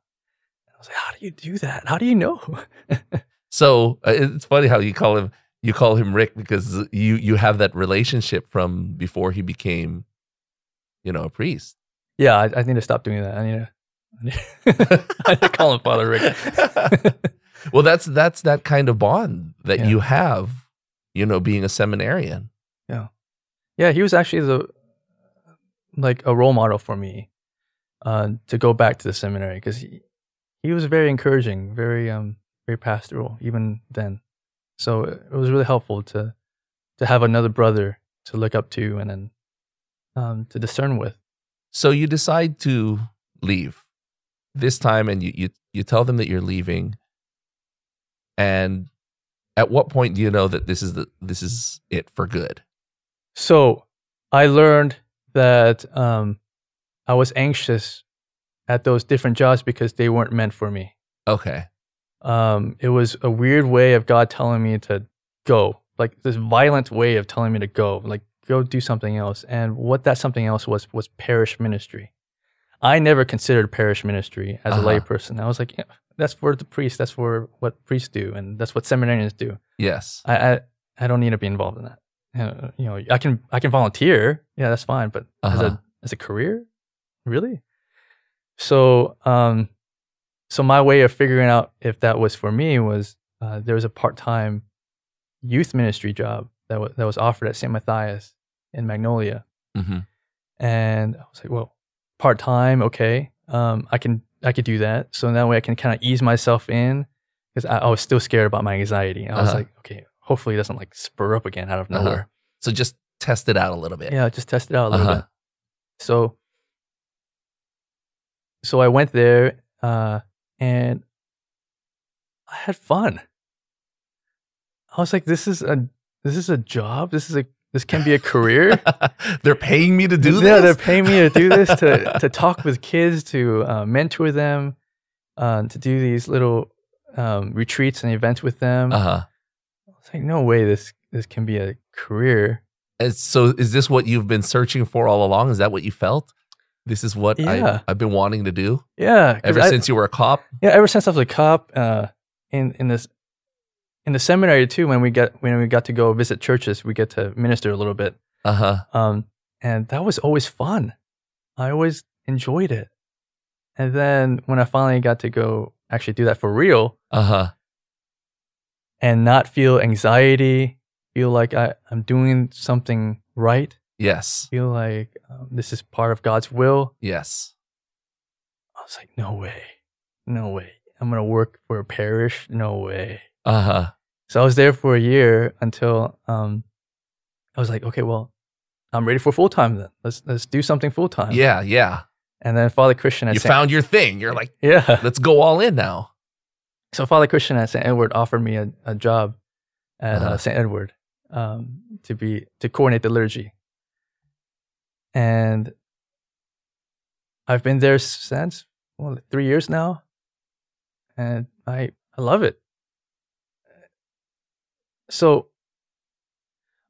[SPEAKER 2] i was like how do you do that how do you know
[SPEAKER 1] So uh, it's funny how you call him you call him Rick because you you have that relationship from before he became, you know, a priest.
[SPEAKER 2] yeah I, I need to stop doing that i need to I need to- I need to call him father rick
[SPEAKER 1] well, that's that's that kind of bond that
[SPEAKER 2] Yeah.
[SPEAKER 1] you have, you know, being a seminarian.
[SPEAKER 2] yeah he was actually the like a role model for me uh, to go back to the seminary because he, he was very encouraging very um very pastoral even then so it was really helpful to to have another brother to look up to and then um, to discern with
[SPEAKER 1] So you decide to leave this time, and you you you tell them that you're leaving, and at what point do you know that this is the this is it for good?
[SPEAKER 2] So I learned that um, I was anxious at those different jobs because they weren't meant for me.
[SPEAKER 1] Okay.
[SPEAKER 2] Um, it was a weird way of God telling me to go, like this violent way of telling me to go, like go do something else. And what that something else was was parish ministry. I never considered parish ministry as
[SPEAKER 1] Uh-huh.
[SPEAKER 2] a layperson. I was like, yeah, that's for the priest. That's for what priests do, and that's what seminarians do.
[SPEAKER 1] Yes.
[SPEAKER 2] I, I I don't need to be involved in that. Uh, You know, I can I can volunteer. Yeah, that's fine. But as
[SPEAKER 1] Uh-huh.
[SPEAKER 2] a as a career, really. So um, so my way of figuring out if that was for me was uh, there was a part time youth ministry job that was that was offered at St. Matthias in Magnolia,
[SPEAKER 1] hmm
[SPEAKER 2] and I was like, well, part time, okay. Um, I can I could do that. So that way I can kind of ease myself in because I, I was still scared about my anxiety. I was
[SPEAKER 1] Uh-huh.
[SPEAKER 2] like, okay, hopefully it doesn't like spur up again out of
[SPEAKER 1] Uh-huh.
[SPEAKER 2] nowhere.
[SPEAKER 1] So just test it out a little bit.
[SPEAKER 2] Yeah, just test it out a little
[SPEAKER 1] Uh-huh.
[SPEAKER 2] bit. So, so I went there uh, and I had fun. I was like, this is a this is a job. This is a this can be a career.
[SPEAKER 1] they're paying me to do
[SPEAKER 2] Yeah, they're
[SPEAKER 1] this.
[SPEAKER 2] paying me to do this to to talk with kids, to uh, mentor them, um, to do these little um, retreats and events with them.
[SPEAKER 1] Uh huh.
[SPEAKER 2] I was like, no way, this this can be a career.
[SPEAKER 1] And so, is this what you've been searching for all along? Is that what you felt? This is what
[SPEAKER 2] Yeah.
[SPEAKER 1] I, I've been wanting to do
[SPEAKER 2] Yeah, 'cause
[SPEAKER 1] ever
[SPEAKER 2] I-
[SPEAKER 1] since you were a cop.
[SPEAKER 2] yeah, ever since I was a cop, uh, in in this in the seminary too, when we got when we got to go visit churches, we get to minister a little bit,
[SPEAKER 1] Uh huh.
[SPEAKER 2] um, and that was always fun. I always enjoyed it, and then when I finally got to go actually do that for real,
[SPEAKER 1] Uh huh.
[SPEAKER 2] and not feel anxiety, feel like I, I'm doing something right,
[SPEAKER 1] Yes.
[SPEAKER 2] feel like um, this is part of God's will.
[SPEAKER 1] Yes.
[SPEAKER 2] I was like, no way, no way. I'm going to work for a parish, no way.
[SPEAKER 1] Uh huh.
[SPEAKER 2] So I was there for a year until um, I was like, okay, well, I'm ready for full time then. Let's, let's do something full time.
[SPEAKER 1] Yeah. Yeah.
[SPEAKER 2] Uh-huh. And then Father Christian at
[SPEAKER 1] You
[SPEAKER 2] Saint-
[SPEAKER 1] found your thing. You're like,
[SPEAKER 2] Yeah.
[SPEAKER 1] let's go all in now.
[SPEAKER 2] so Father Christian at St. Edward offered me a, a job at uh
[SPEAKER 1] Uh-huh.
[SPEAKER 2] St. Edward um, to be to coordinate the liturgy, and I've been there since well three years now, and I I love it. So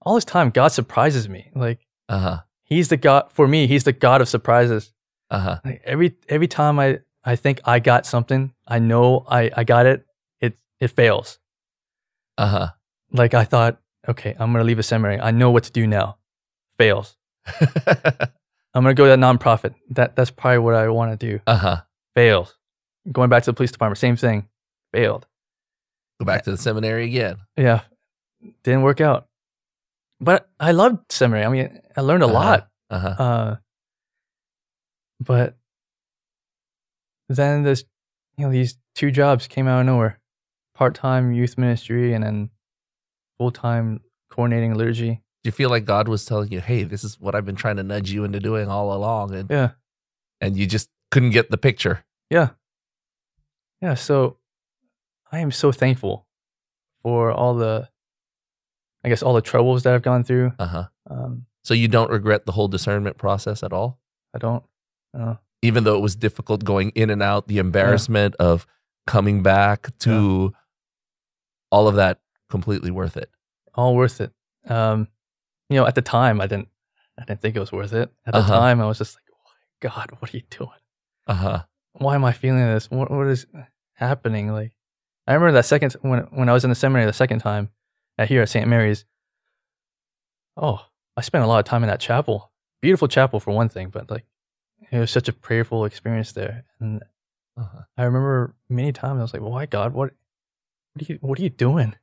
[SPEAKER 2] all this time, God surprises me. Like
[SPEAKER 1] Uh huh.
[SPEAKER 2] He's the God for me. He's the God of surprises.
[SPEAKER 1] Uh huh.
[SPEAKER 2] Like every every time I I think I got something, I know I I got it. It it fails.
[SPEAKER 1] Uh huh.
[SPEAKER 2] Like I thought, okay, I'm gonna leave a seminary. I know what to do now. Fails. I'm gonna go to that nonprofit. That that's probably what I want to do.
[SPEAKER 1] uh huh.
[SPEAKER 2] Fails. Going back to the police department, same thing. Failed.
[SPEAKER 1] Go back to the seminary again.
[SPEAKER 2] Yeah, didn't work out. But I loved seminary. I mean, I learned a
[SPEAKER 1] Uh-huh.
[SPEAKER 2] lot.
[SPEAKER 1] Uh huh.
[SPEAKER 2] Uh, but then this, you know, these two jobs came out of nowhere: part-time youth ministry and then full-time coordinating liturgy.
[SPEAKER 1] Do you feel like God was telling you, "Hey, this is what I've been trying to nudge you into doing all along," and
[SPEAKER 2] Yeah.
[SPEAKER 1] and you just couldn't get the picture?
[SPEAKER 2] Yeah, so I am so thankful for all the, I guess, all the troubles that I've gone through.
[SPEAKER 1] Uh huh.
[SPEAKER 2] Um,
[SPEAKER 1] So you don't regret the whole discernment process at all,
[SPEAKER 2] I don't, I don't know.
[SPEAKER 1] even though it was difficult going in and out, the embarrassment of coming back to all of that completely worth it.
[SPEAKER 2] all worth it. Um, you know, at the time, I didn't, I didn't think it was worth it. At the
[SPEAKER 1] Uh-huh.
[SPEAKER 2] time, I was just like, oh, my God, what are you doing?
[SPEAKER 1] Uh huh.
[SPEAKER 2] why am I feeling this? What what is happening? Like, I remember that second when when I was in the seminary the second time, at here at St. Mary's. Oh, I spent a lot of time in that chapel. Beautiful chapel for one thing, but like, it was such a prayerful experience there. And
[SPEAKER 1] Uh-huh.
[SPEAKER 2] I remember many times I was like, "Why God? What? What are you? What are you doing?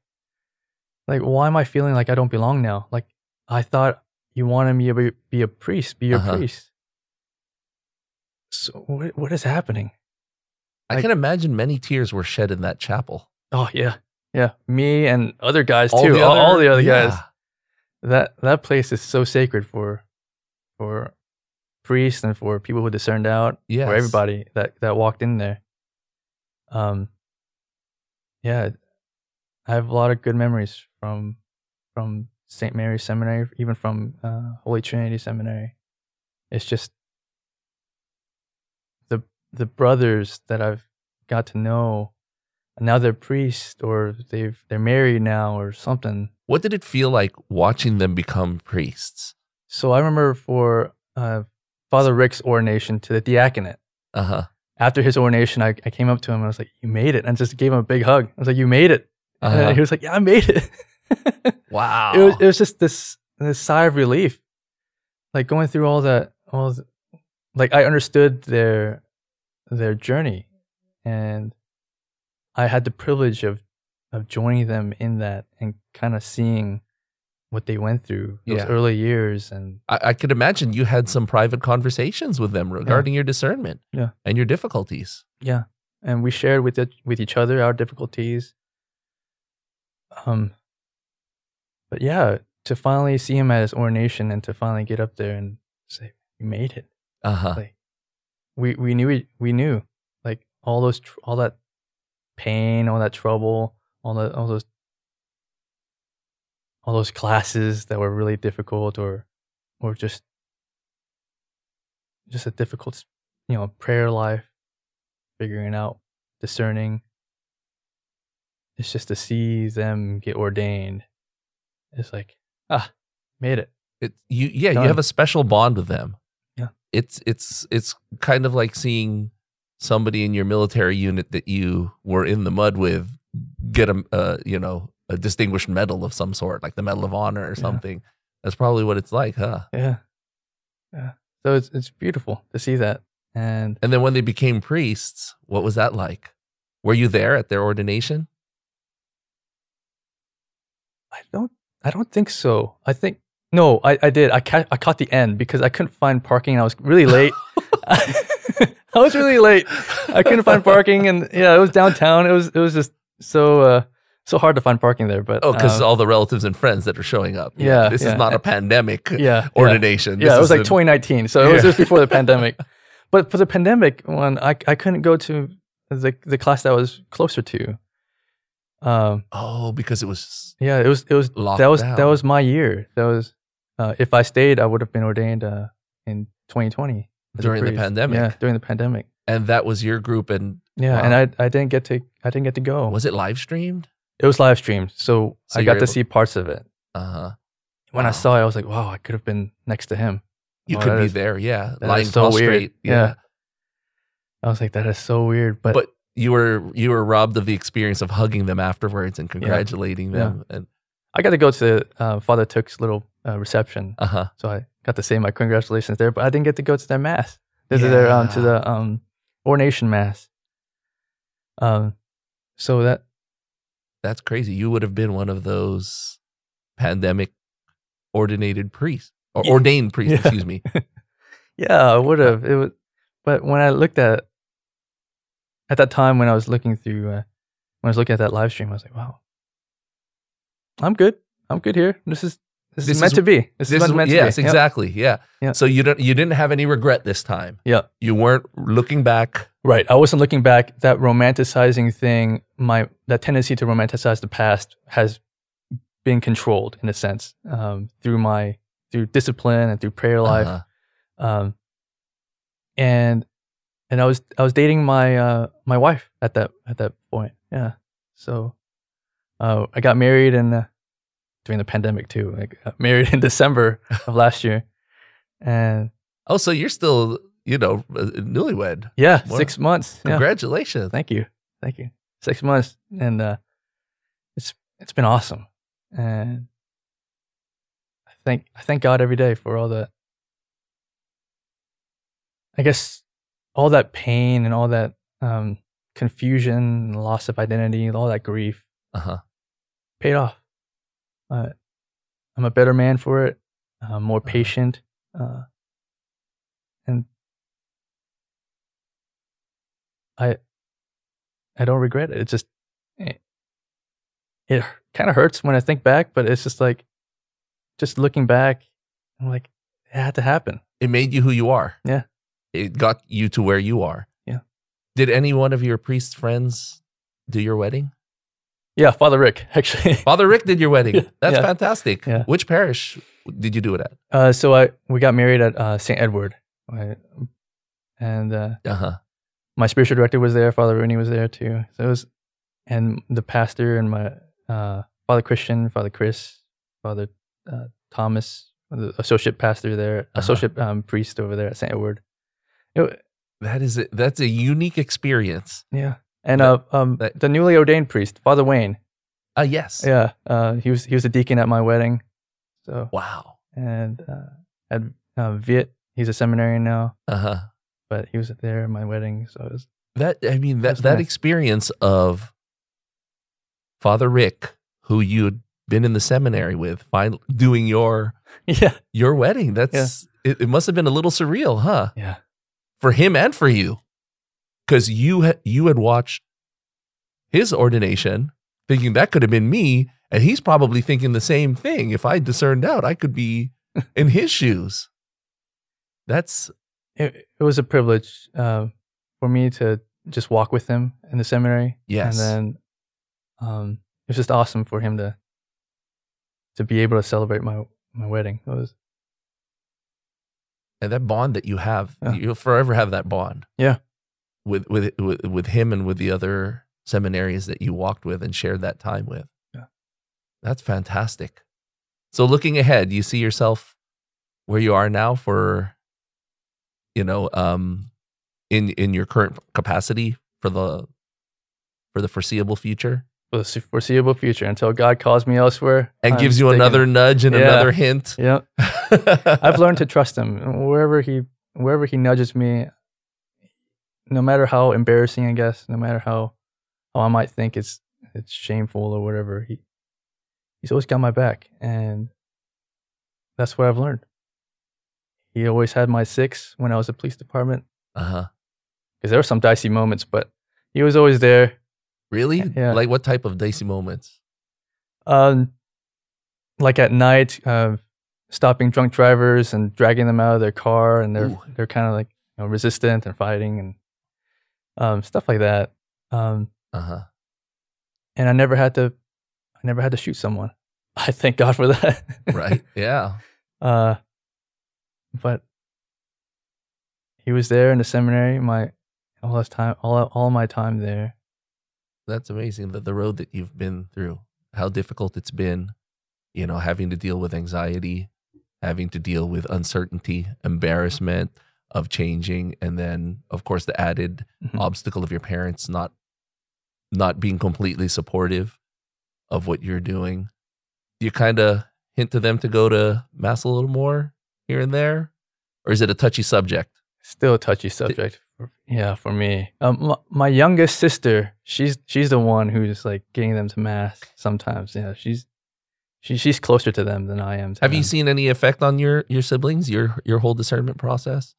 [SPEAKER 2] Like, why am I feeling like I don't belong now? Like, I thought you wanted me to be, be a priest, be your
[SPEAKER 1] Uh-huh.
[SPEAKER 2] priest. So what? What is happening?
[SPEAKER 1] I
[SPEAKER 2] Like-
[SPEAKER 1] can imagine many tears were shed in that chapel.
[SPEAKER 2] Oh yeah, yeah. Me and other guys too. all, all the other guys.
[SPEAKER 1] yeah.
[SPEAKER 2] That that place is so sacred for for priests and for people who discerned out. For
[SPEAKER 1] Yes.
[SPEAKER 2] everybody that that walked in there. Um. Yeah, I have a lot of good memories from from St. Mary's Seminary, even from uh, Holy Trinity Seminary. It's just the the brothers that I've got to know. Now they're priests, or they've they're married now, or something.
[SPEAKER 1] What did it feel like watching them become priests?
[SPEAKER 2] So I remember for uh, Father Rick's ordination to the diaconate.
[SPEAKER 1] Uh huh.
[SPEAKER 2] After his ordination, I, I came up to him and I was like, "You made it!" and just gave him a big hug. I was like, "You made it!"
[SPEAKER 1] Uh-huh.
[SPEAKER 2] And he was like, "Yeah, I made it."
[SPEAKER 1] Wow.
[SPEAKER 2] it was it was just this this sigh of relief, like going through all that all, the, like I understood their their journey, and I had the privilege of of joining them in that and kind of seeing what they went through those
[SPEAKER 1] Yeah.
[SPEAKER 2] early years and
[SPEAKER 1] I, I could imagine you had some private conversations with them regarding your discernment
[SPEAKER 2] Yeah.
[SPEAKER 1] and your difficulties.
[SPEAKER 2] Yeah, and we shared with it, with each other our difficulties. Um, but yeah, to finally see him at his ordination and to finally get up there and say, "We made it."
[SPEAKER 1] Uh huh.
[SPEAKER 2] Like we we knew it, we knew like all those tr- all that pain, all that trouble, all the all those all those classes that were really difficult or or just just a difficult you know prayer life figuring out discerning it's just to see them get ordained it's like ah made it
[SPEAKER 1] It, you yeah, you
[SPEAKER 2] Done.
[SPEAKER 1] have a special bond with them.
[SPEAKER 2] Yeah.
[SPEAKER 1] It's it's it's kind of like seeing somebody in your military unit that you were in the mud with get a uh, you know a distinguished medal of some sort, like the Medal of Honor or
[SPEAKER 2] Yeah.
[SPEAKER 1] something. That's probably what it's like, huh?
[SPEAKER 2] Yeah. Yeah. So it's it's beautiful to see that. And
[SPEAKER 1] And then when they became priests, what was that like? Were you there at their ordination?
[SPEAKER 2] I don't I don't think so. I think no, I, I did. I ca- I caught the end because I couldn't find parking and I was really late. I, was really late. I couldn't find parking and yeah, it was downtown. It was it was just so uh so hard to find parking there, but
[SPEAKER 1] Oh, because
[SPEAKER 2] um,
[SPEAKER 1] all the relatives and friends that are showing up.
[SPEAKER 2] yeah,
[SPEAKER 1] This
[SPEAKER 2] yeah.
[SPEAKER 1] is not a pandemic
[SPEAKER 2] yeah, yeah.
[SPEAKER 1] ordination.
[SPEAKER 2] Yeah,
[SPEAKER 1] This
[SPEAKER 2] it was
[SPEAKER 1] is
[SPEAKER 2] like
[SPEAKER 1] a-
[SPEAKER 2] 2019, so it was
[SPEAKER 1] Yeah.
[SPEAKER 2] just before the pandemic. But for the pandemic one, I I couldn't go to the the class that I was closer to. Um,
[SPEAKER 1] Oh, because it was
[SPEAKER 2] yeah, it was it was
[SPEAKER 1] locked
[SPEAKER 2] that was
[SPEAKER 1] down.
[SPEAKER 2] that was my year. That was uh, if I stayed, I would have been ordained uh, in 2020 as a
[SPEAKER 1] During the
[SPEAKER 2] priest.
[SPEAKER 1] pandemic.
[SPEAKER 2] Yeah, during the pandemic.
[SPEAKER 1] and that was your group. And
[SPEAKER 2] Yeah,
[SPEAKER 1] Wow.
[SPEAKER 2] and I I didn't get to I didn't get to go.
[SPEAKER 1] was it live streamed?
[SPEAKER 2] it was live streamed, so,
[SPEAKER 1] So
[SPEAKER 2] I
[SPEAKER 1] you
[SPEAKER 2] got
[SPEAKER 1] were
[SPEAKER 2] to
[SPEAKER 1] able-
[SPEAKER 2] see parts of it.
[SPEAKER 1] Uh huh.
[SPEAKER 2] When
[SPEAKER 1] Wow.
[SPEAKER 2] I saw it, I was like, wow, I could have been next to him.
[SPEAKER 1] You
[SPEAKER 2] Oh,
[SPEAKER 1] could
[SPEAKER 2] that
[SPEAKER 1] be
[SPEAKER 2] is-
[SPEAKER 1] there, yeah,
[SPEAKER 2] that
[SPEAKER 1] lying
[SPEAKER 2] is so weird.
[SPEAKER 1] prostrate. Yeah.
[SPEAKER 2] Yeah. I was like, that is so weird. But,
[SPEAKER 1] but you were you were robbed of the experience of hugging them afterwards and congratulating
[SPEAKER 2] Yeah.
[SPEAKER 1] them. And
[SPEAKER 2] I got to go to uh, Father Took's little uh, reception.
[SPEAKER 1] uh huh.
[SPEAKER 2] So I got to say my congratulations there, but I didn't get to go to their mass, to their um, to
[SPEAKER 1] Yeah.
[SPEAKER 2] the um, ordination mass. Um, so that
[SPEAKER 1] That's crazy. You would have been one of those pandemic ordinated priests or
[SPEAKER 2] Yeah.
[SPEAKER 1] ordained priests.
[SPEAKER 2] Yeah.
[SPEAKER 1] Excuse me.
[SPEAKER 2] yeah, I would have it was, but when I looked at at that time when I was looking through uh, when I was looking at that live stream, I was like, wow, I'm good, I'm good here. This is this,
[SPEAKER 1] This
[SPEAKER 2] is meant
[SPEAKER 1] is-
[SPEAKER 2] to be. This, is, meant to be.
[SPEAKER 1] yes,
[SPEAKER 2] Yep.
[SPEAKER 1] exactly. Yeah.
[SPEAKER 2] Yeah.
[SPEAKER 1] So you don't you didn't have any regret this time.
[SPEAKER 2] Yeah.
[SPEAKER 1] You weren't looking back.
[SPEAKER 2] Right. I wasn't looking back. That romanticizing thing, my that tendency to romanticize the past has been controlled in a sense um, through my through discipline and through prayer life.
[SPEAKER 1] Uh-huh.
[SPEAKER 2] Um, and and I was I was dating my uh, my wife at that at that point. Yeah. So uh, I got married in uh, during the pandemic too. I got married in December of last year, and
[SPEAKER 1] Oh, so you're still you know newlywed.
[SPEAKER 2] yeah,
[SPEAKER 1] Wow.
[SPEAKER 2] six months. Yeah.
[SPEAKER 1] Congratulations.
[SPEAKER 2] Thank you. Thank you. Six months and uh it's it's been awesome. And I thank I thank God every day for all the I guess all that pain and all that um confusion and loss of identity and all that grief
[SPEAKER 1] Uh huh.
[SPEAKER 2] paid off. Uh, I'm a better man for it, uh, more
[SPEAKER 1] Uh-huh.
[SPEAKER 2] patient, uh, and I I don't regret it. It just it, it kind of hurts when I think back, but it's just like just looking back, I'm like it had to happen.
[SPEAKER 1] It made you who you are.
[SPEAKER 2] Yeah.
[SPEAKER 1] It got you to where you are.
[SPEAKER 2] Yeah.
[SPEAKER 1] Did any one of your priest friends do your wedding?
[SPEAKER 2] Yeah, Father Rick, actually.
[SPEAKER 1] Father Rick did your wedding.
[SPEAKER 2] Yeah,
[SPEAKER 1] That's
[SPEAKER 2] yeah.
[SPEAKER 1] fantastic.
[SPEAKER 2] Yeah.
[SPEAKER 1] Which parish did you do it at?
[SPEAKER 2] Uh, so I we got married at uh, St. Edward, I- and uh,
[SPEAKER 1] Uh huh.
[SPEAKER 2] my spiritual director was there. Father Rooney was there too. So it was, and the pastor and my uh, Father Christian, Father Chris, Father uh, Thomas, the associate pastor there,
[SPEAKER 1] Uh-huh.
[SPEAKER 2] associate um, priest over there at St. Edward. It, wa-
[SPEAKER 1] That is it. That's a unique experience.
[SPEAKER 2] yeah, and
[SPEAKER 1] That-
[SPEAKER 2] uh, um,
[SPEAKER 1] that-
[SPEAKER 2] the newly ordained priest, Father Wayne.
[SPEAKER 1] Ah, yes.
[SPEAKER 2] Yeah, uh, he was he was a deacon at my wedding. So
[SPEAKER 1] Wow.
[SPEAKER 2] and uh, at uh, Viet, he's a seminarian now,
[SPEAKER 1] Uh huh.
[SPEAKER 2] but he was there at my wedding. So it was
[SPEAKER 1] That I mean that
[SPEAKER 2] That's
[SPEAKER 1] that
[SPEAKER 2] nice.
[SPEAKER 1] experience of Father Rick, who you'd been in the seminary with, fin- doing your
[SPEAKER 2] yeah,
[SPEAKER 1] your wedding. That's it, it. Must have been a little surreal, huh?
[SPEAKER 2] yeah,
[SPEAKER 1] for him and for you because you ha- you had watched his ordination thinking that could have been me and he's probably thinking the same thing if i discerned out i could be in his shoes that's
[SPEAKER 2] it, it was a privilege uh, for me to just walk with him in the seminary.
[SPEAKER 1] Yes.
[SPEAKER 2] And then um, it was just awesome for him to to be able to celebrate my my wedding. It was
[SPEAKER 1] and that bond that you have
[SPEAKER 2] Yeah.
[SPEAKER 1] you'll forever have that bond
[SPEAKER 2] Yeah.
[SPEAKER 1] with, with with with him and with the other seminaries that you walked with and shared that time with
[SPEAKER 2] Yeah.
[SPEAKER 1] that's fantastic so looking ahead you see yourself where you are now for you know um in in your current capacity for the for the foreseeable future
[SPEAKER 2] for the foreseeable future until God calls me elsewhere
[SPEAKER 1] and
[SPEAKER 2] I'm
[SPEAKER 1] gives you
[SPEAKER 2] taking-
[SPEAKER 1] another nudge and
[SPEAKER 2] Yeah.
[SPEAKER 1] another hint
[SPEAKER 2] Yeah, I've learned to trust him wherever he wherever he nudges me. No matter how embarrassing, I guess, no matter how how I might think it's it's shameful or whatever, he he's always got my back, and that's what I've learned. He always had my six when I was a police department
[SPEAKER 1] uh-huh
[SPEAKER 2] because there were some dicey moments, but he was always there.
[SPEAKER 1] really
[SPEAKER 2] Yeah.
[SPEAKER 1] like what type of dicey moments
[SPEAKER 2] Um, like at night, uh, stopping drunk drivers and dragging them out of their car, and they're
[SPEAKER 1] Ooh.
[SPEAKER 2] they're kind of like you know, resistant and fighting and um, stuff like that. Um,
[SPEAKER 1] uh-huh
[SPEAKER 2] and I never had to, I never had to shoot someone. I thank God for that.
[SPEAKER 1] right yeah
[SPEAKER 2] uh, but he was there in the seminary. My all his time, all all my time there.
[SPEAKER 1] that's amazing that the road that you've been through how difficult it's been you know having to deal with anxiety having to deal with uncertainty embarrassment of changing and then of course the added
[SPEAKER 2] Mhm.
[SPEAKER 1] obstacle of your parents not not being completely supportive of what you're doing you kind of hint to them to go to mass a little more here and there or is it a touchy subject
[SPEAKER 2] still a touchy subject. for- Yeah, for me. Um, my, my youngest sister, she's she's the one who's like getting them to mass sometimes. Yeah, she's she, she's closer to them than I am. To
[SPEAKER 1] Have you
[SPEAKER 2] them.
[SPEAKER 1] seen any effect on your your siblings, your your whole discernment process,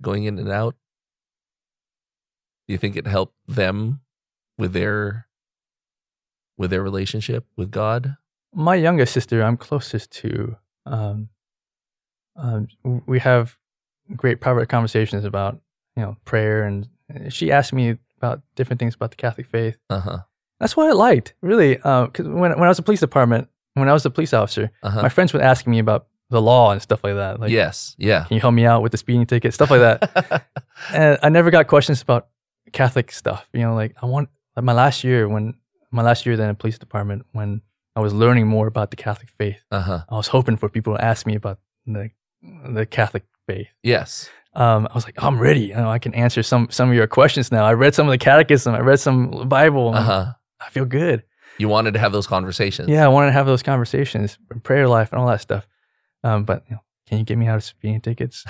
[SPEAKER 1] going in and out? Do you think it helped them with their with their relationship with God?
[SPEAKER 2] my youngest sister? I'm closest to. Um, um, w- we have great private conversations about you know prayer, and she asked me about different things about the Catholic faith.
[SPEAKER 1] Uh huh.
[SPEAKER 2] That's what I liked, really, because when when I was a police department, when I was a police officer,
[SPEAKER 1] Uh huh.
[SPEAKER 2] my friends would ask me about the law and stuff like that. Like,
[SPEAKER 1] yes. Yeah.
[SPEAKER 2] can you help me out with the speeding ticket stuff like that and i never got questions about catholic stuff you know like i want like my last year when my last year then in police department when i was learning more about the catholic faith
[SPEAKER 1] uh huh.
[SPEAKER 2] i was hoping for people to ask me about the the catholic faith
[SPEAKER 1] Yes.
[SPEAKER 2] um, i was like i'm ready you know, i can answer some some of your questions now i read some of the catechism i read some bible
[SPEAKER 1] Uh huh.
[SPEAKER 2] i feel good
[SPEAKER 1] You wanted to have those conversations.
[SPEAKER 2] yeah i wanted to have those conversations prayer life and all that stuff um, but you know, can you get me out of speeding tickets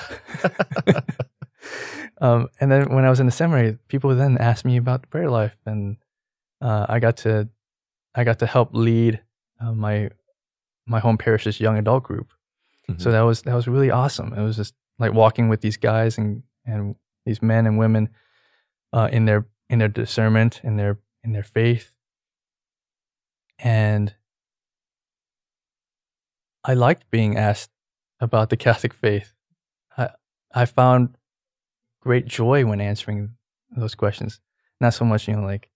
[SPEAKER 2] um, and then when I was in the seminary, people then asked me about the prayer life, and uh, I got to, I got to help lead uh, my my home parish's young adult group. So that was that was really awesome. It was just like walking with these guys and and these men and women uh, in their in their discernment, in their in their faith, and I liked being asked about the Catholic faith. I I found great joy when answering those questions. Not so much, you know, like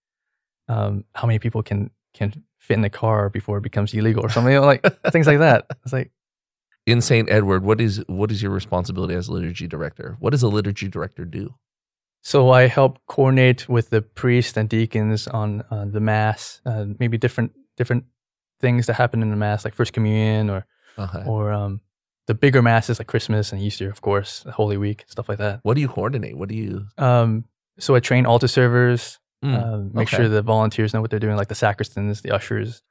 [SPEAKER 2] um, how many people can can fit in the car before it becomes illegal or something like things like that. It's like
[SPEAKER 1] in St. Edward, what is what is your responsibility as liturgy director? What does a liturgy director do?
[SPEAKER 2] So I help coordinate with the priests and deacons on uh, the mass, uh, maybe different different things that happen in the mass, like First Communion or
[SPEAKER 1] Uh-huh.
[SPEAKER 2] or um, the bigger masses like Christmas and Easter, of course, Holy Week, stuff like that.
[SPEAKER 1] What do you coordinate? What do you?
[SPEAKER 2] Um, so I train altar servers,
[SPEAKER 1] Mm,
[SPEAKER 2] um, make
[SPEAKER 1] okay.
[SPEAKER 2] sure the volunteers know what they're doing, like the sacristans, the ushers,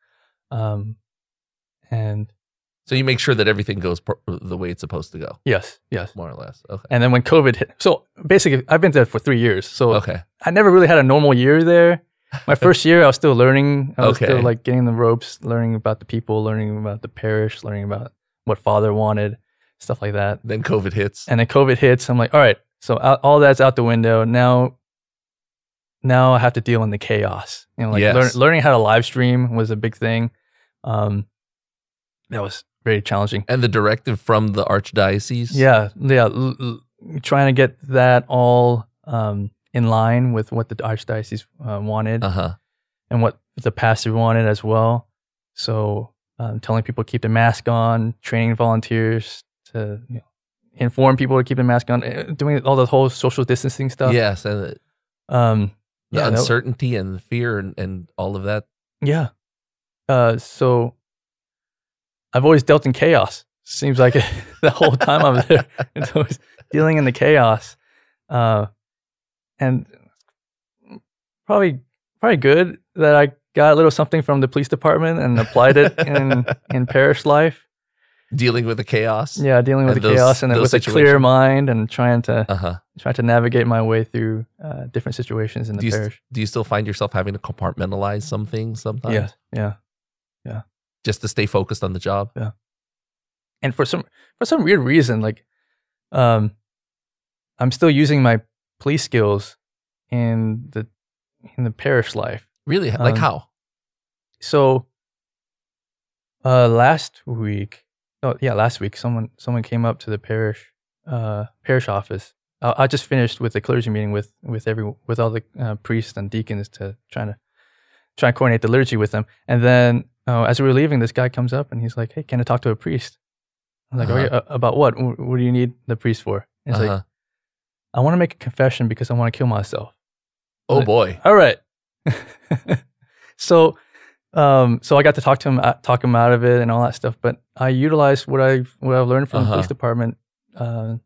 [SPEAKER 2] um, and
[SPEAKER 1] So you make sure that everything goes pro- the way it's supposed to go,
[SPEAKER 2] yes, yes.
[SPEAKER 1] more or less. Okay.
[SPEAKER 2] And then when COVID hit, so basically I've been there for three years, so
[SPEAKER 1] Okay.
[SPEAKER 2] I never really had a normal year there. My first year, I was still learning. I was still
[SPEAKER 1] Okay.
[SPEAKER 2] like getting the ropes, learning about the people, learning about the parish, learning about what father wanted, stuff like that.
[SPEAKER 1] Then COVID hits.
[SPEAKER 2] and then COVID hits. I'm like, all right, so out, all that's out the window now. Now I have to deal in the chaos. You know, like
[SPEAKER 1] Yes.
[SPEAKER 2] learn, learning how to live stream was a big thing. Um, that was very challenging.
[SPEAKER 1] And the directive from the archdiocese.
[SPEAKER 2] Yeah, yeah. L- l- trying to get that all um, in line with what the archdiocese uh, wanted
[SPEAKER 1] Uh huh.
[SPEAKER 2] and what the pastor wanted as well. So um, telling people to keep their mask on, training volunteers to you know, inform people to keep their mask on, eh, doing all the whole social distancing stuff.
[SPEAKER 1] Yes, and the,
[SPEAKER 2] Um,
[SPEAKER 1] the
[SPEAKER 2] yeah. that-
[SPEAKER 1] uncertainty and the fear and, and all of that.
[SPEAKER 2] yeah. Uh, so I've always dealt in chaos. Seems like it, the whole time I'm there, it's always dealing in the chaos. Uh, and probably probably good that I got a little something from the police department and applied it in in parish life.
[SPEAKER 1] Dealing with the chaos.
[SPEAKER 2] Yeah, dealing with
[SPEAKER 1] And
[SPEAKER 2] the
[SPEAKER 1] those-
[SPEAKER 2] chaos and
[SPEAKER 1] those
[SPEAKER 2] with a clear
[SPEAKER 1] situations.
[SPEAKER 2] mind and trying to
[SPEAKER 1] Uh huh.
[SPEAKER 2] trying to navigate my way through uh, different situations in the
[SPEAKER 1] Do you, st-
[SPEAKER 2] parish.
[SPEAKER 1] do you still find yourself having to compartmentalize some things sometimes?
[SPEAKER 2] yeah, yeah.
[SPEAKER 1] Just to stay focused on the job.
[SPEAKER 2] And for some for some weird reason, like um, I'm still using my police skills in the in the parish life.
[SPEAKER 1] Really? Like
[SPEAKER 2] Um,
[SPEAKER 1] how?
[SPEAKER 2] so uh last week oh yeah last week someone someone came up to the parish uh parish office i, I just finished with the clergy meeting with with every with all the uh, priests and deacons to trying to try and coordinate the liturgy with them and then uh, as we were leaving this guy comes up and he's like hey can i talk to a priest i'm like
[SPEAKER 1] Uh-huh.
[SPEAKER 2] okay, uh, about what Wh- what do you need the priest for and he's like
[SPEAKER 1] Uh-huh.
[SPEAKER 2] i want to make a confession because i want to kill myself
[SPEAKER 1] Oh boy.
[SPEAKER 2] all right. so, um, so I got to talk to him, uh, talk him out of it, and all that stuff. But I utilized what I what I've learned from the
[SPEAKER 1] Uh-huh.
[SPEAKER 2] police department uh,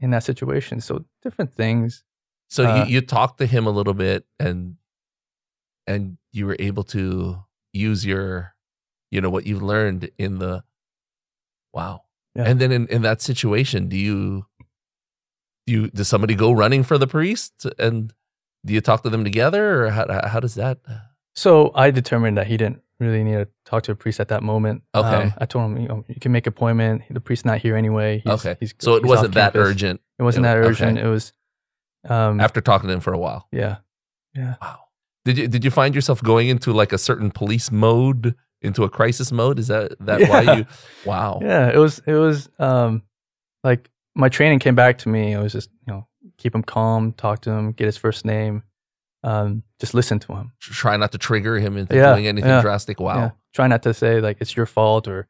[SPEAKER 2] in that situation. So different things.
[SPEAKER 1] So
[SPEAKER 2] uh,
[SPEAKER 1] you, you talked to him a little bit and and you were able to use your you know what you've learned in the wow.
[SPEAKER 2] Yeah.
[SPEAKER 1] And then in, in that situation, do you do you does somebody go running for the priest and do you talk to them together or how how does that
[SPEAKER 2] So I determined that he didn't really need to talk to a priest at that moment. Um,
[SPEAKER 1] Okay.
[SPEAKER 2] I told him you, know, you can make appointment. The priest's not here anyway. He's,
[SPEAKER 1] Okay.
[SPEAKER 2] He's,
[SPEAKER 1] so it
[SPEAKER 2] he's
[SPEAKER 1] wasn't
[SPEAKER 2] off
[SPEAKER 1] that
[SPEAKER 2] campus.
[SPEAKER 1] urgent
[SPEAKER 2] It wasn't
[SPEAKER 1] It-
[SPEAKER 2] that
[SPEAKER 1] okay.
[SPEAKER 2] urgent. It was. Um,
[SPEAKER 1] after talking to them for a while.
[SPEAKER 2] yeah.
[SPEAKER 1] Wow. Did you did you find yourself going into like a certain police mode, into a crisis mode? Is that that why
[SPEAKER 2] Yeah.
[SPEAKER 1] you? Wow.
[SPEAKER 2] Yeah, it was it was um like my training came back to me. It was just, you know, keep him calm, talk to him, get his first name, um, just listen to him.
[SPEAKER 1] Tr- Try not to trigger him into
[SPEAKER 2] Yeah,
[SPEAKER 1] doing anything
[SPEAKER 2] yeah,
[SPEAKER 1] drastic. Wow.
[SPEAKER 2] Yeah. Try not to say like it's your fault or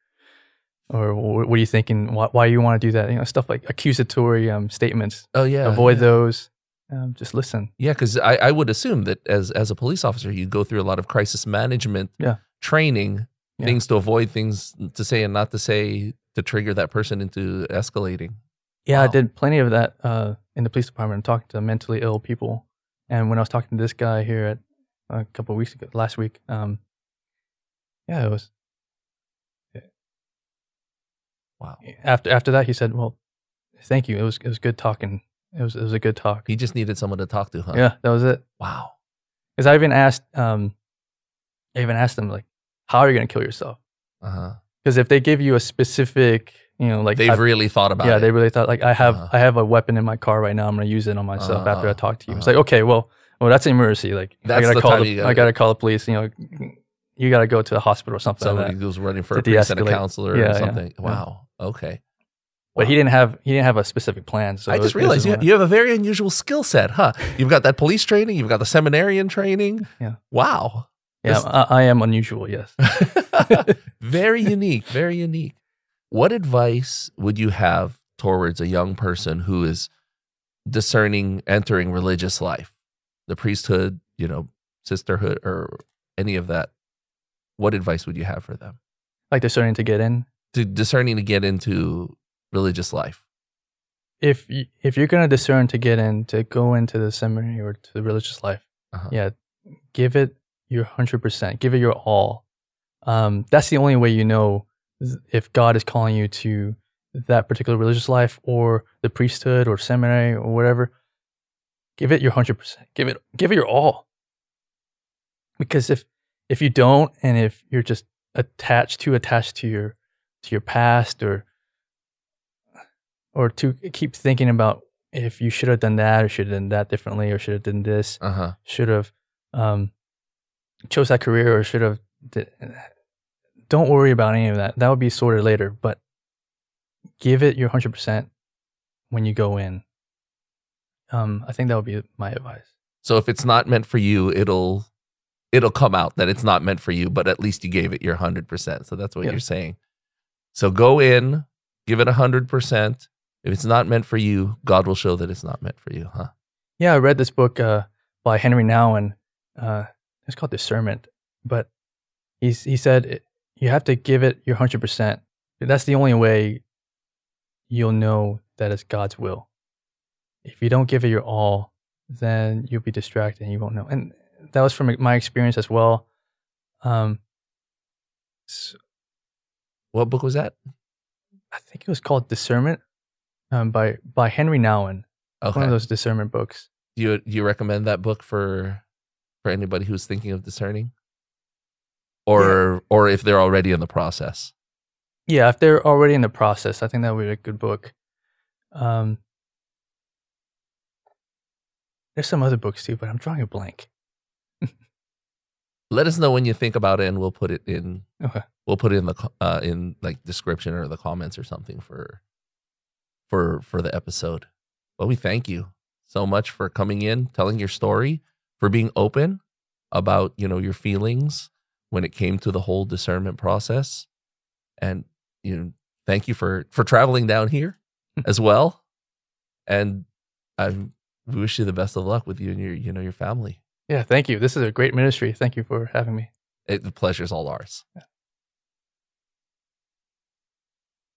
[SPEAKER 2] or "Wh- what are you thinking? Why, why you want to do that? You know, stuff like accusatory um, statements.
[SPEAKER 1] Oh yeah.
[SPEAKER 2] Avoid
[SPEAKER 1] yeah.
[SPEAKER 2] those. Um, just listen.
[SPEAKER 1] Yeah, because I, I would assume that as as a police officer, you go through a lot of crisis management
[SPEAKER 2] Yeah.
[SPEAKER 1] training,
[SPEAKER 2] Yeah.
[SPEAKER 1] things to avoid, things to say and not to say to trigger that person into escalating.
[SPEAKER 2] Yeah, I
[SPEAKER 1] Wow.
[SPEAKER 2] did plenty of that uh, in the police department. talking to mentally ill people, and when I was talking to this guy here at a couple of weeks ago, last week, um, yeah, it was
[SPEAKER 1] Wow.
[SPEAKER 2] after after that he said, "Well, thank you. It was it was good talking. It was it was a good talk.
[SPEAKER 1] He just needed someone to talk to, huh?
[SPEAKER 2] Yeah, that was it.
[SPEAKER 1] Wow.
[SPEAKER 2] Because I even asked, um, I even asked them like, how are you going to kill yourself?
[SPEAKER 1] Uh huh.
[SPEAKER 2] Because if they give you a specific, you know, like
[SPEAKER 1] They've
[SPEAKER 2] I-
[SPEAKER 1] really thought about
[SPEAKER 2] yeah,
[SPEAKER 1] it.
[SPEAKER 2] they really thought like I have
[SPEAKER 1] Uh-huh.
[SPEAKER 2] I have a weapon in my car right now. I'm going to use it on myself
[SPEAKER 1] Uh-huh,
[SPEAKER 2] after I talk to you. It's
[SPEAKER 1] uh-huh.
[SPEAKER 2] like okay, well, well that's an emergency. Like I
[SPEAKER 1] That's
[SPEAKER 2] gotta
[SPEAKER 1] the
[SPEAKER 2] call
[SPEAKER 1] time
[SPEAKER 2] the,
[SPEAKER 1] you
[SPEAKER 2] I
[SPEAKER 1] gotta-
[SPEAKER 2] gotta call the police. You know, you gotta go to the hospital or something. like that.
[SPEAKER 1] somebody who's running for
[SPEAKER 2] To
[SPEAKER 1] a priest and a
[SPEAKER 2] de-escalate.
[SPEAKER 1] counselor
[SPEAKER 2] Yeah,
[SPEAKER 1] or
[SPEAKER 2] yeah,
[SPEAKER 1] something.
[SPEAKER 2] yeah.
[SPEAKER 1] Wow. Okay.
[SPEAKER 2] But he didn't have he didn't have a specific plan. So
[SPEAKER 1] I
[SPEAKER 2] it was-
[SPEAKER 1] just
[SPEAKER 2] it was
[SPEAKER 1] realized you,
[SPEAKER 2] one-
[SPEAKER 1] you have a very unusual skill set, huh? You've got that police training, you've got the seminarian training.
[SPEAKER 2] Yeah.
[SPEAKER 1] Wow.
[SPEAKER 2] Yeah,
[SPEAKER 1] This-
[SPEAKER 2] I, I am unusual. Yes.
[SPEAKER 1] very unique, very unique. What advice would you have towards a young person who is discerning entering religious life, the priesthood, you know, sisterhood, or any of that? What advice would you have for them
[SPEAKER 2] Like they're starting to get in.
[SPEAKER 1] to discerning to get into religious life?
[SPEAKER 2] If y- if you're gonna discern to get in to go into the seminary or to the religious life,
[SPEAKER 1] Uh-huh.
[SPEAKER 2] yeah, give it your hundred percent. Give it your all. Um, that's the only way you know th- if God is calling you to that particular religious life or the priesthood or seminary or whatever. Give it your hundred percent. Give it give it your all. Because if if you don't, and if you're just attached too attached to your to your past or or to keep thinking about if you should have done that or should have done that differently or should have done this
[SPEAKER 1] Uh huh.
[SPEAKER 2] should have um, chose that career or should have. Di- don't worry about any of that. That would be sorted later. But give it your hundred percent when you go in. Um, I think that would be my advice.
[SPEAKER 1] So if it's not meant for you, it'll it'll come out that it's not meant for you, but at least you gave it your 100%. So that's what
[SPEAKER 2] Yeah.
[SPEAKER 1] you're saying. So go in, give it 100%. If it's not meant for you, God will show that it's not meant for you, huh?
[SPEAKER 2] Yeah, I read this book uh, by Henry Nouwen. Uh, it's called Discernment, but he's, he said it, you have to give it your 100%. That's the only way you'll know that it's God's will. If you don't give it your all, then you'll be distracted and you won't know. And that was from my experience as well. Um, s-
[SPEAKER 1] What book was that?
[SPEAKER 2] I think it was called Discernment um, by, by Henry Nouwen, one
[SPEAKER 1] Okay.
[SPEAKER 2] of those discernment books.
[SPEAKER 1] do you do you recommend that book for for anybody who's thinking of discerning? Or or if they're already in the process.
[SPEAKER 2] Yeah, if they're already in the process, I think that would be a good book. Um, there's some other books too, but I'm drawing a blank.
[SPEAKER 1] Let us know when you think about it and we'll put it in
[SPEAKER 2] Okay.
[SPEAKER 1] we'll put it in the co- uh, in like description or the comments or something for for for the episode. But we thank you so much for coming in, telling your story, for being open about you know your feelings when it came to the whole discernment process, and you know thank you for for traveling down here as well, and I we wish you the best of luck with you and your you know your family.
[SPEAKER 2] Yeah, thank you. This is a great ministry. Thank you for having me.
[SPEAKER 1] It, the pleasure's all ours.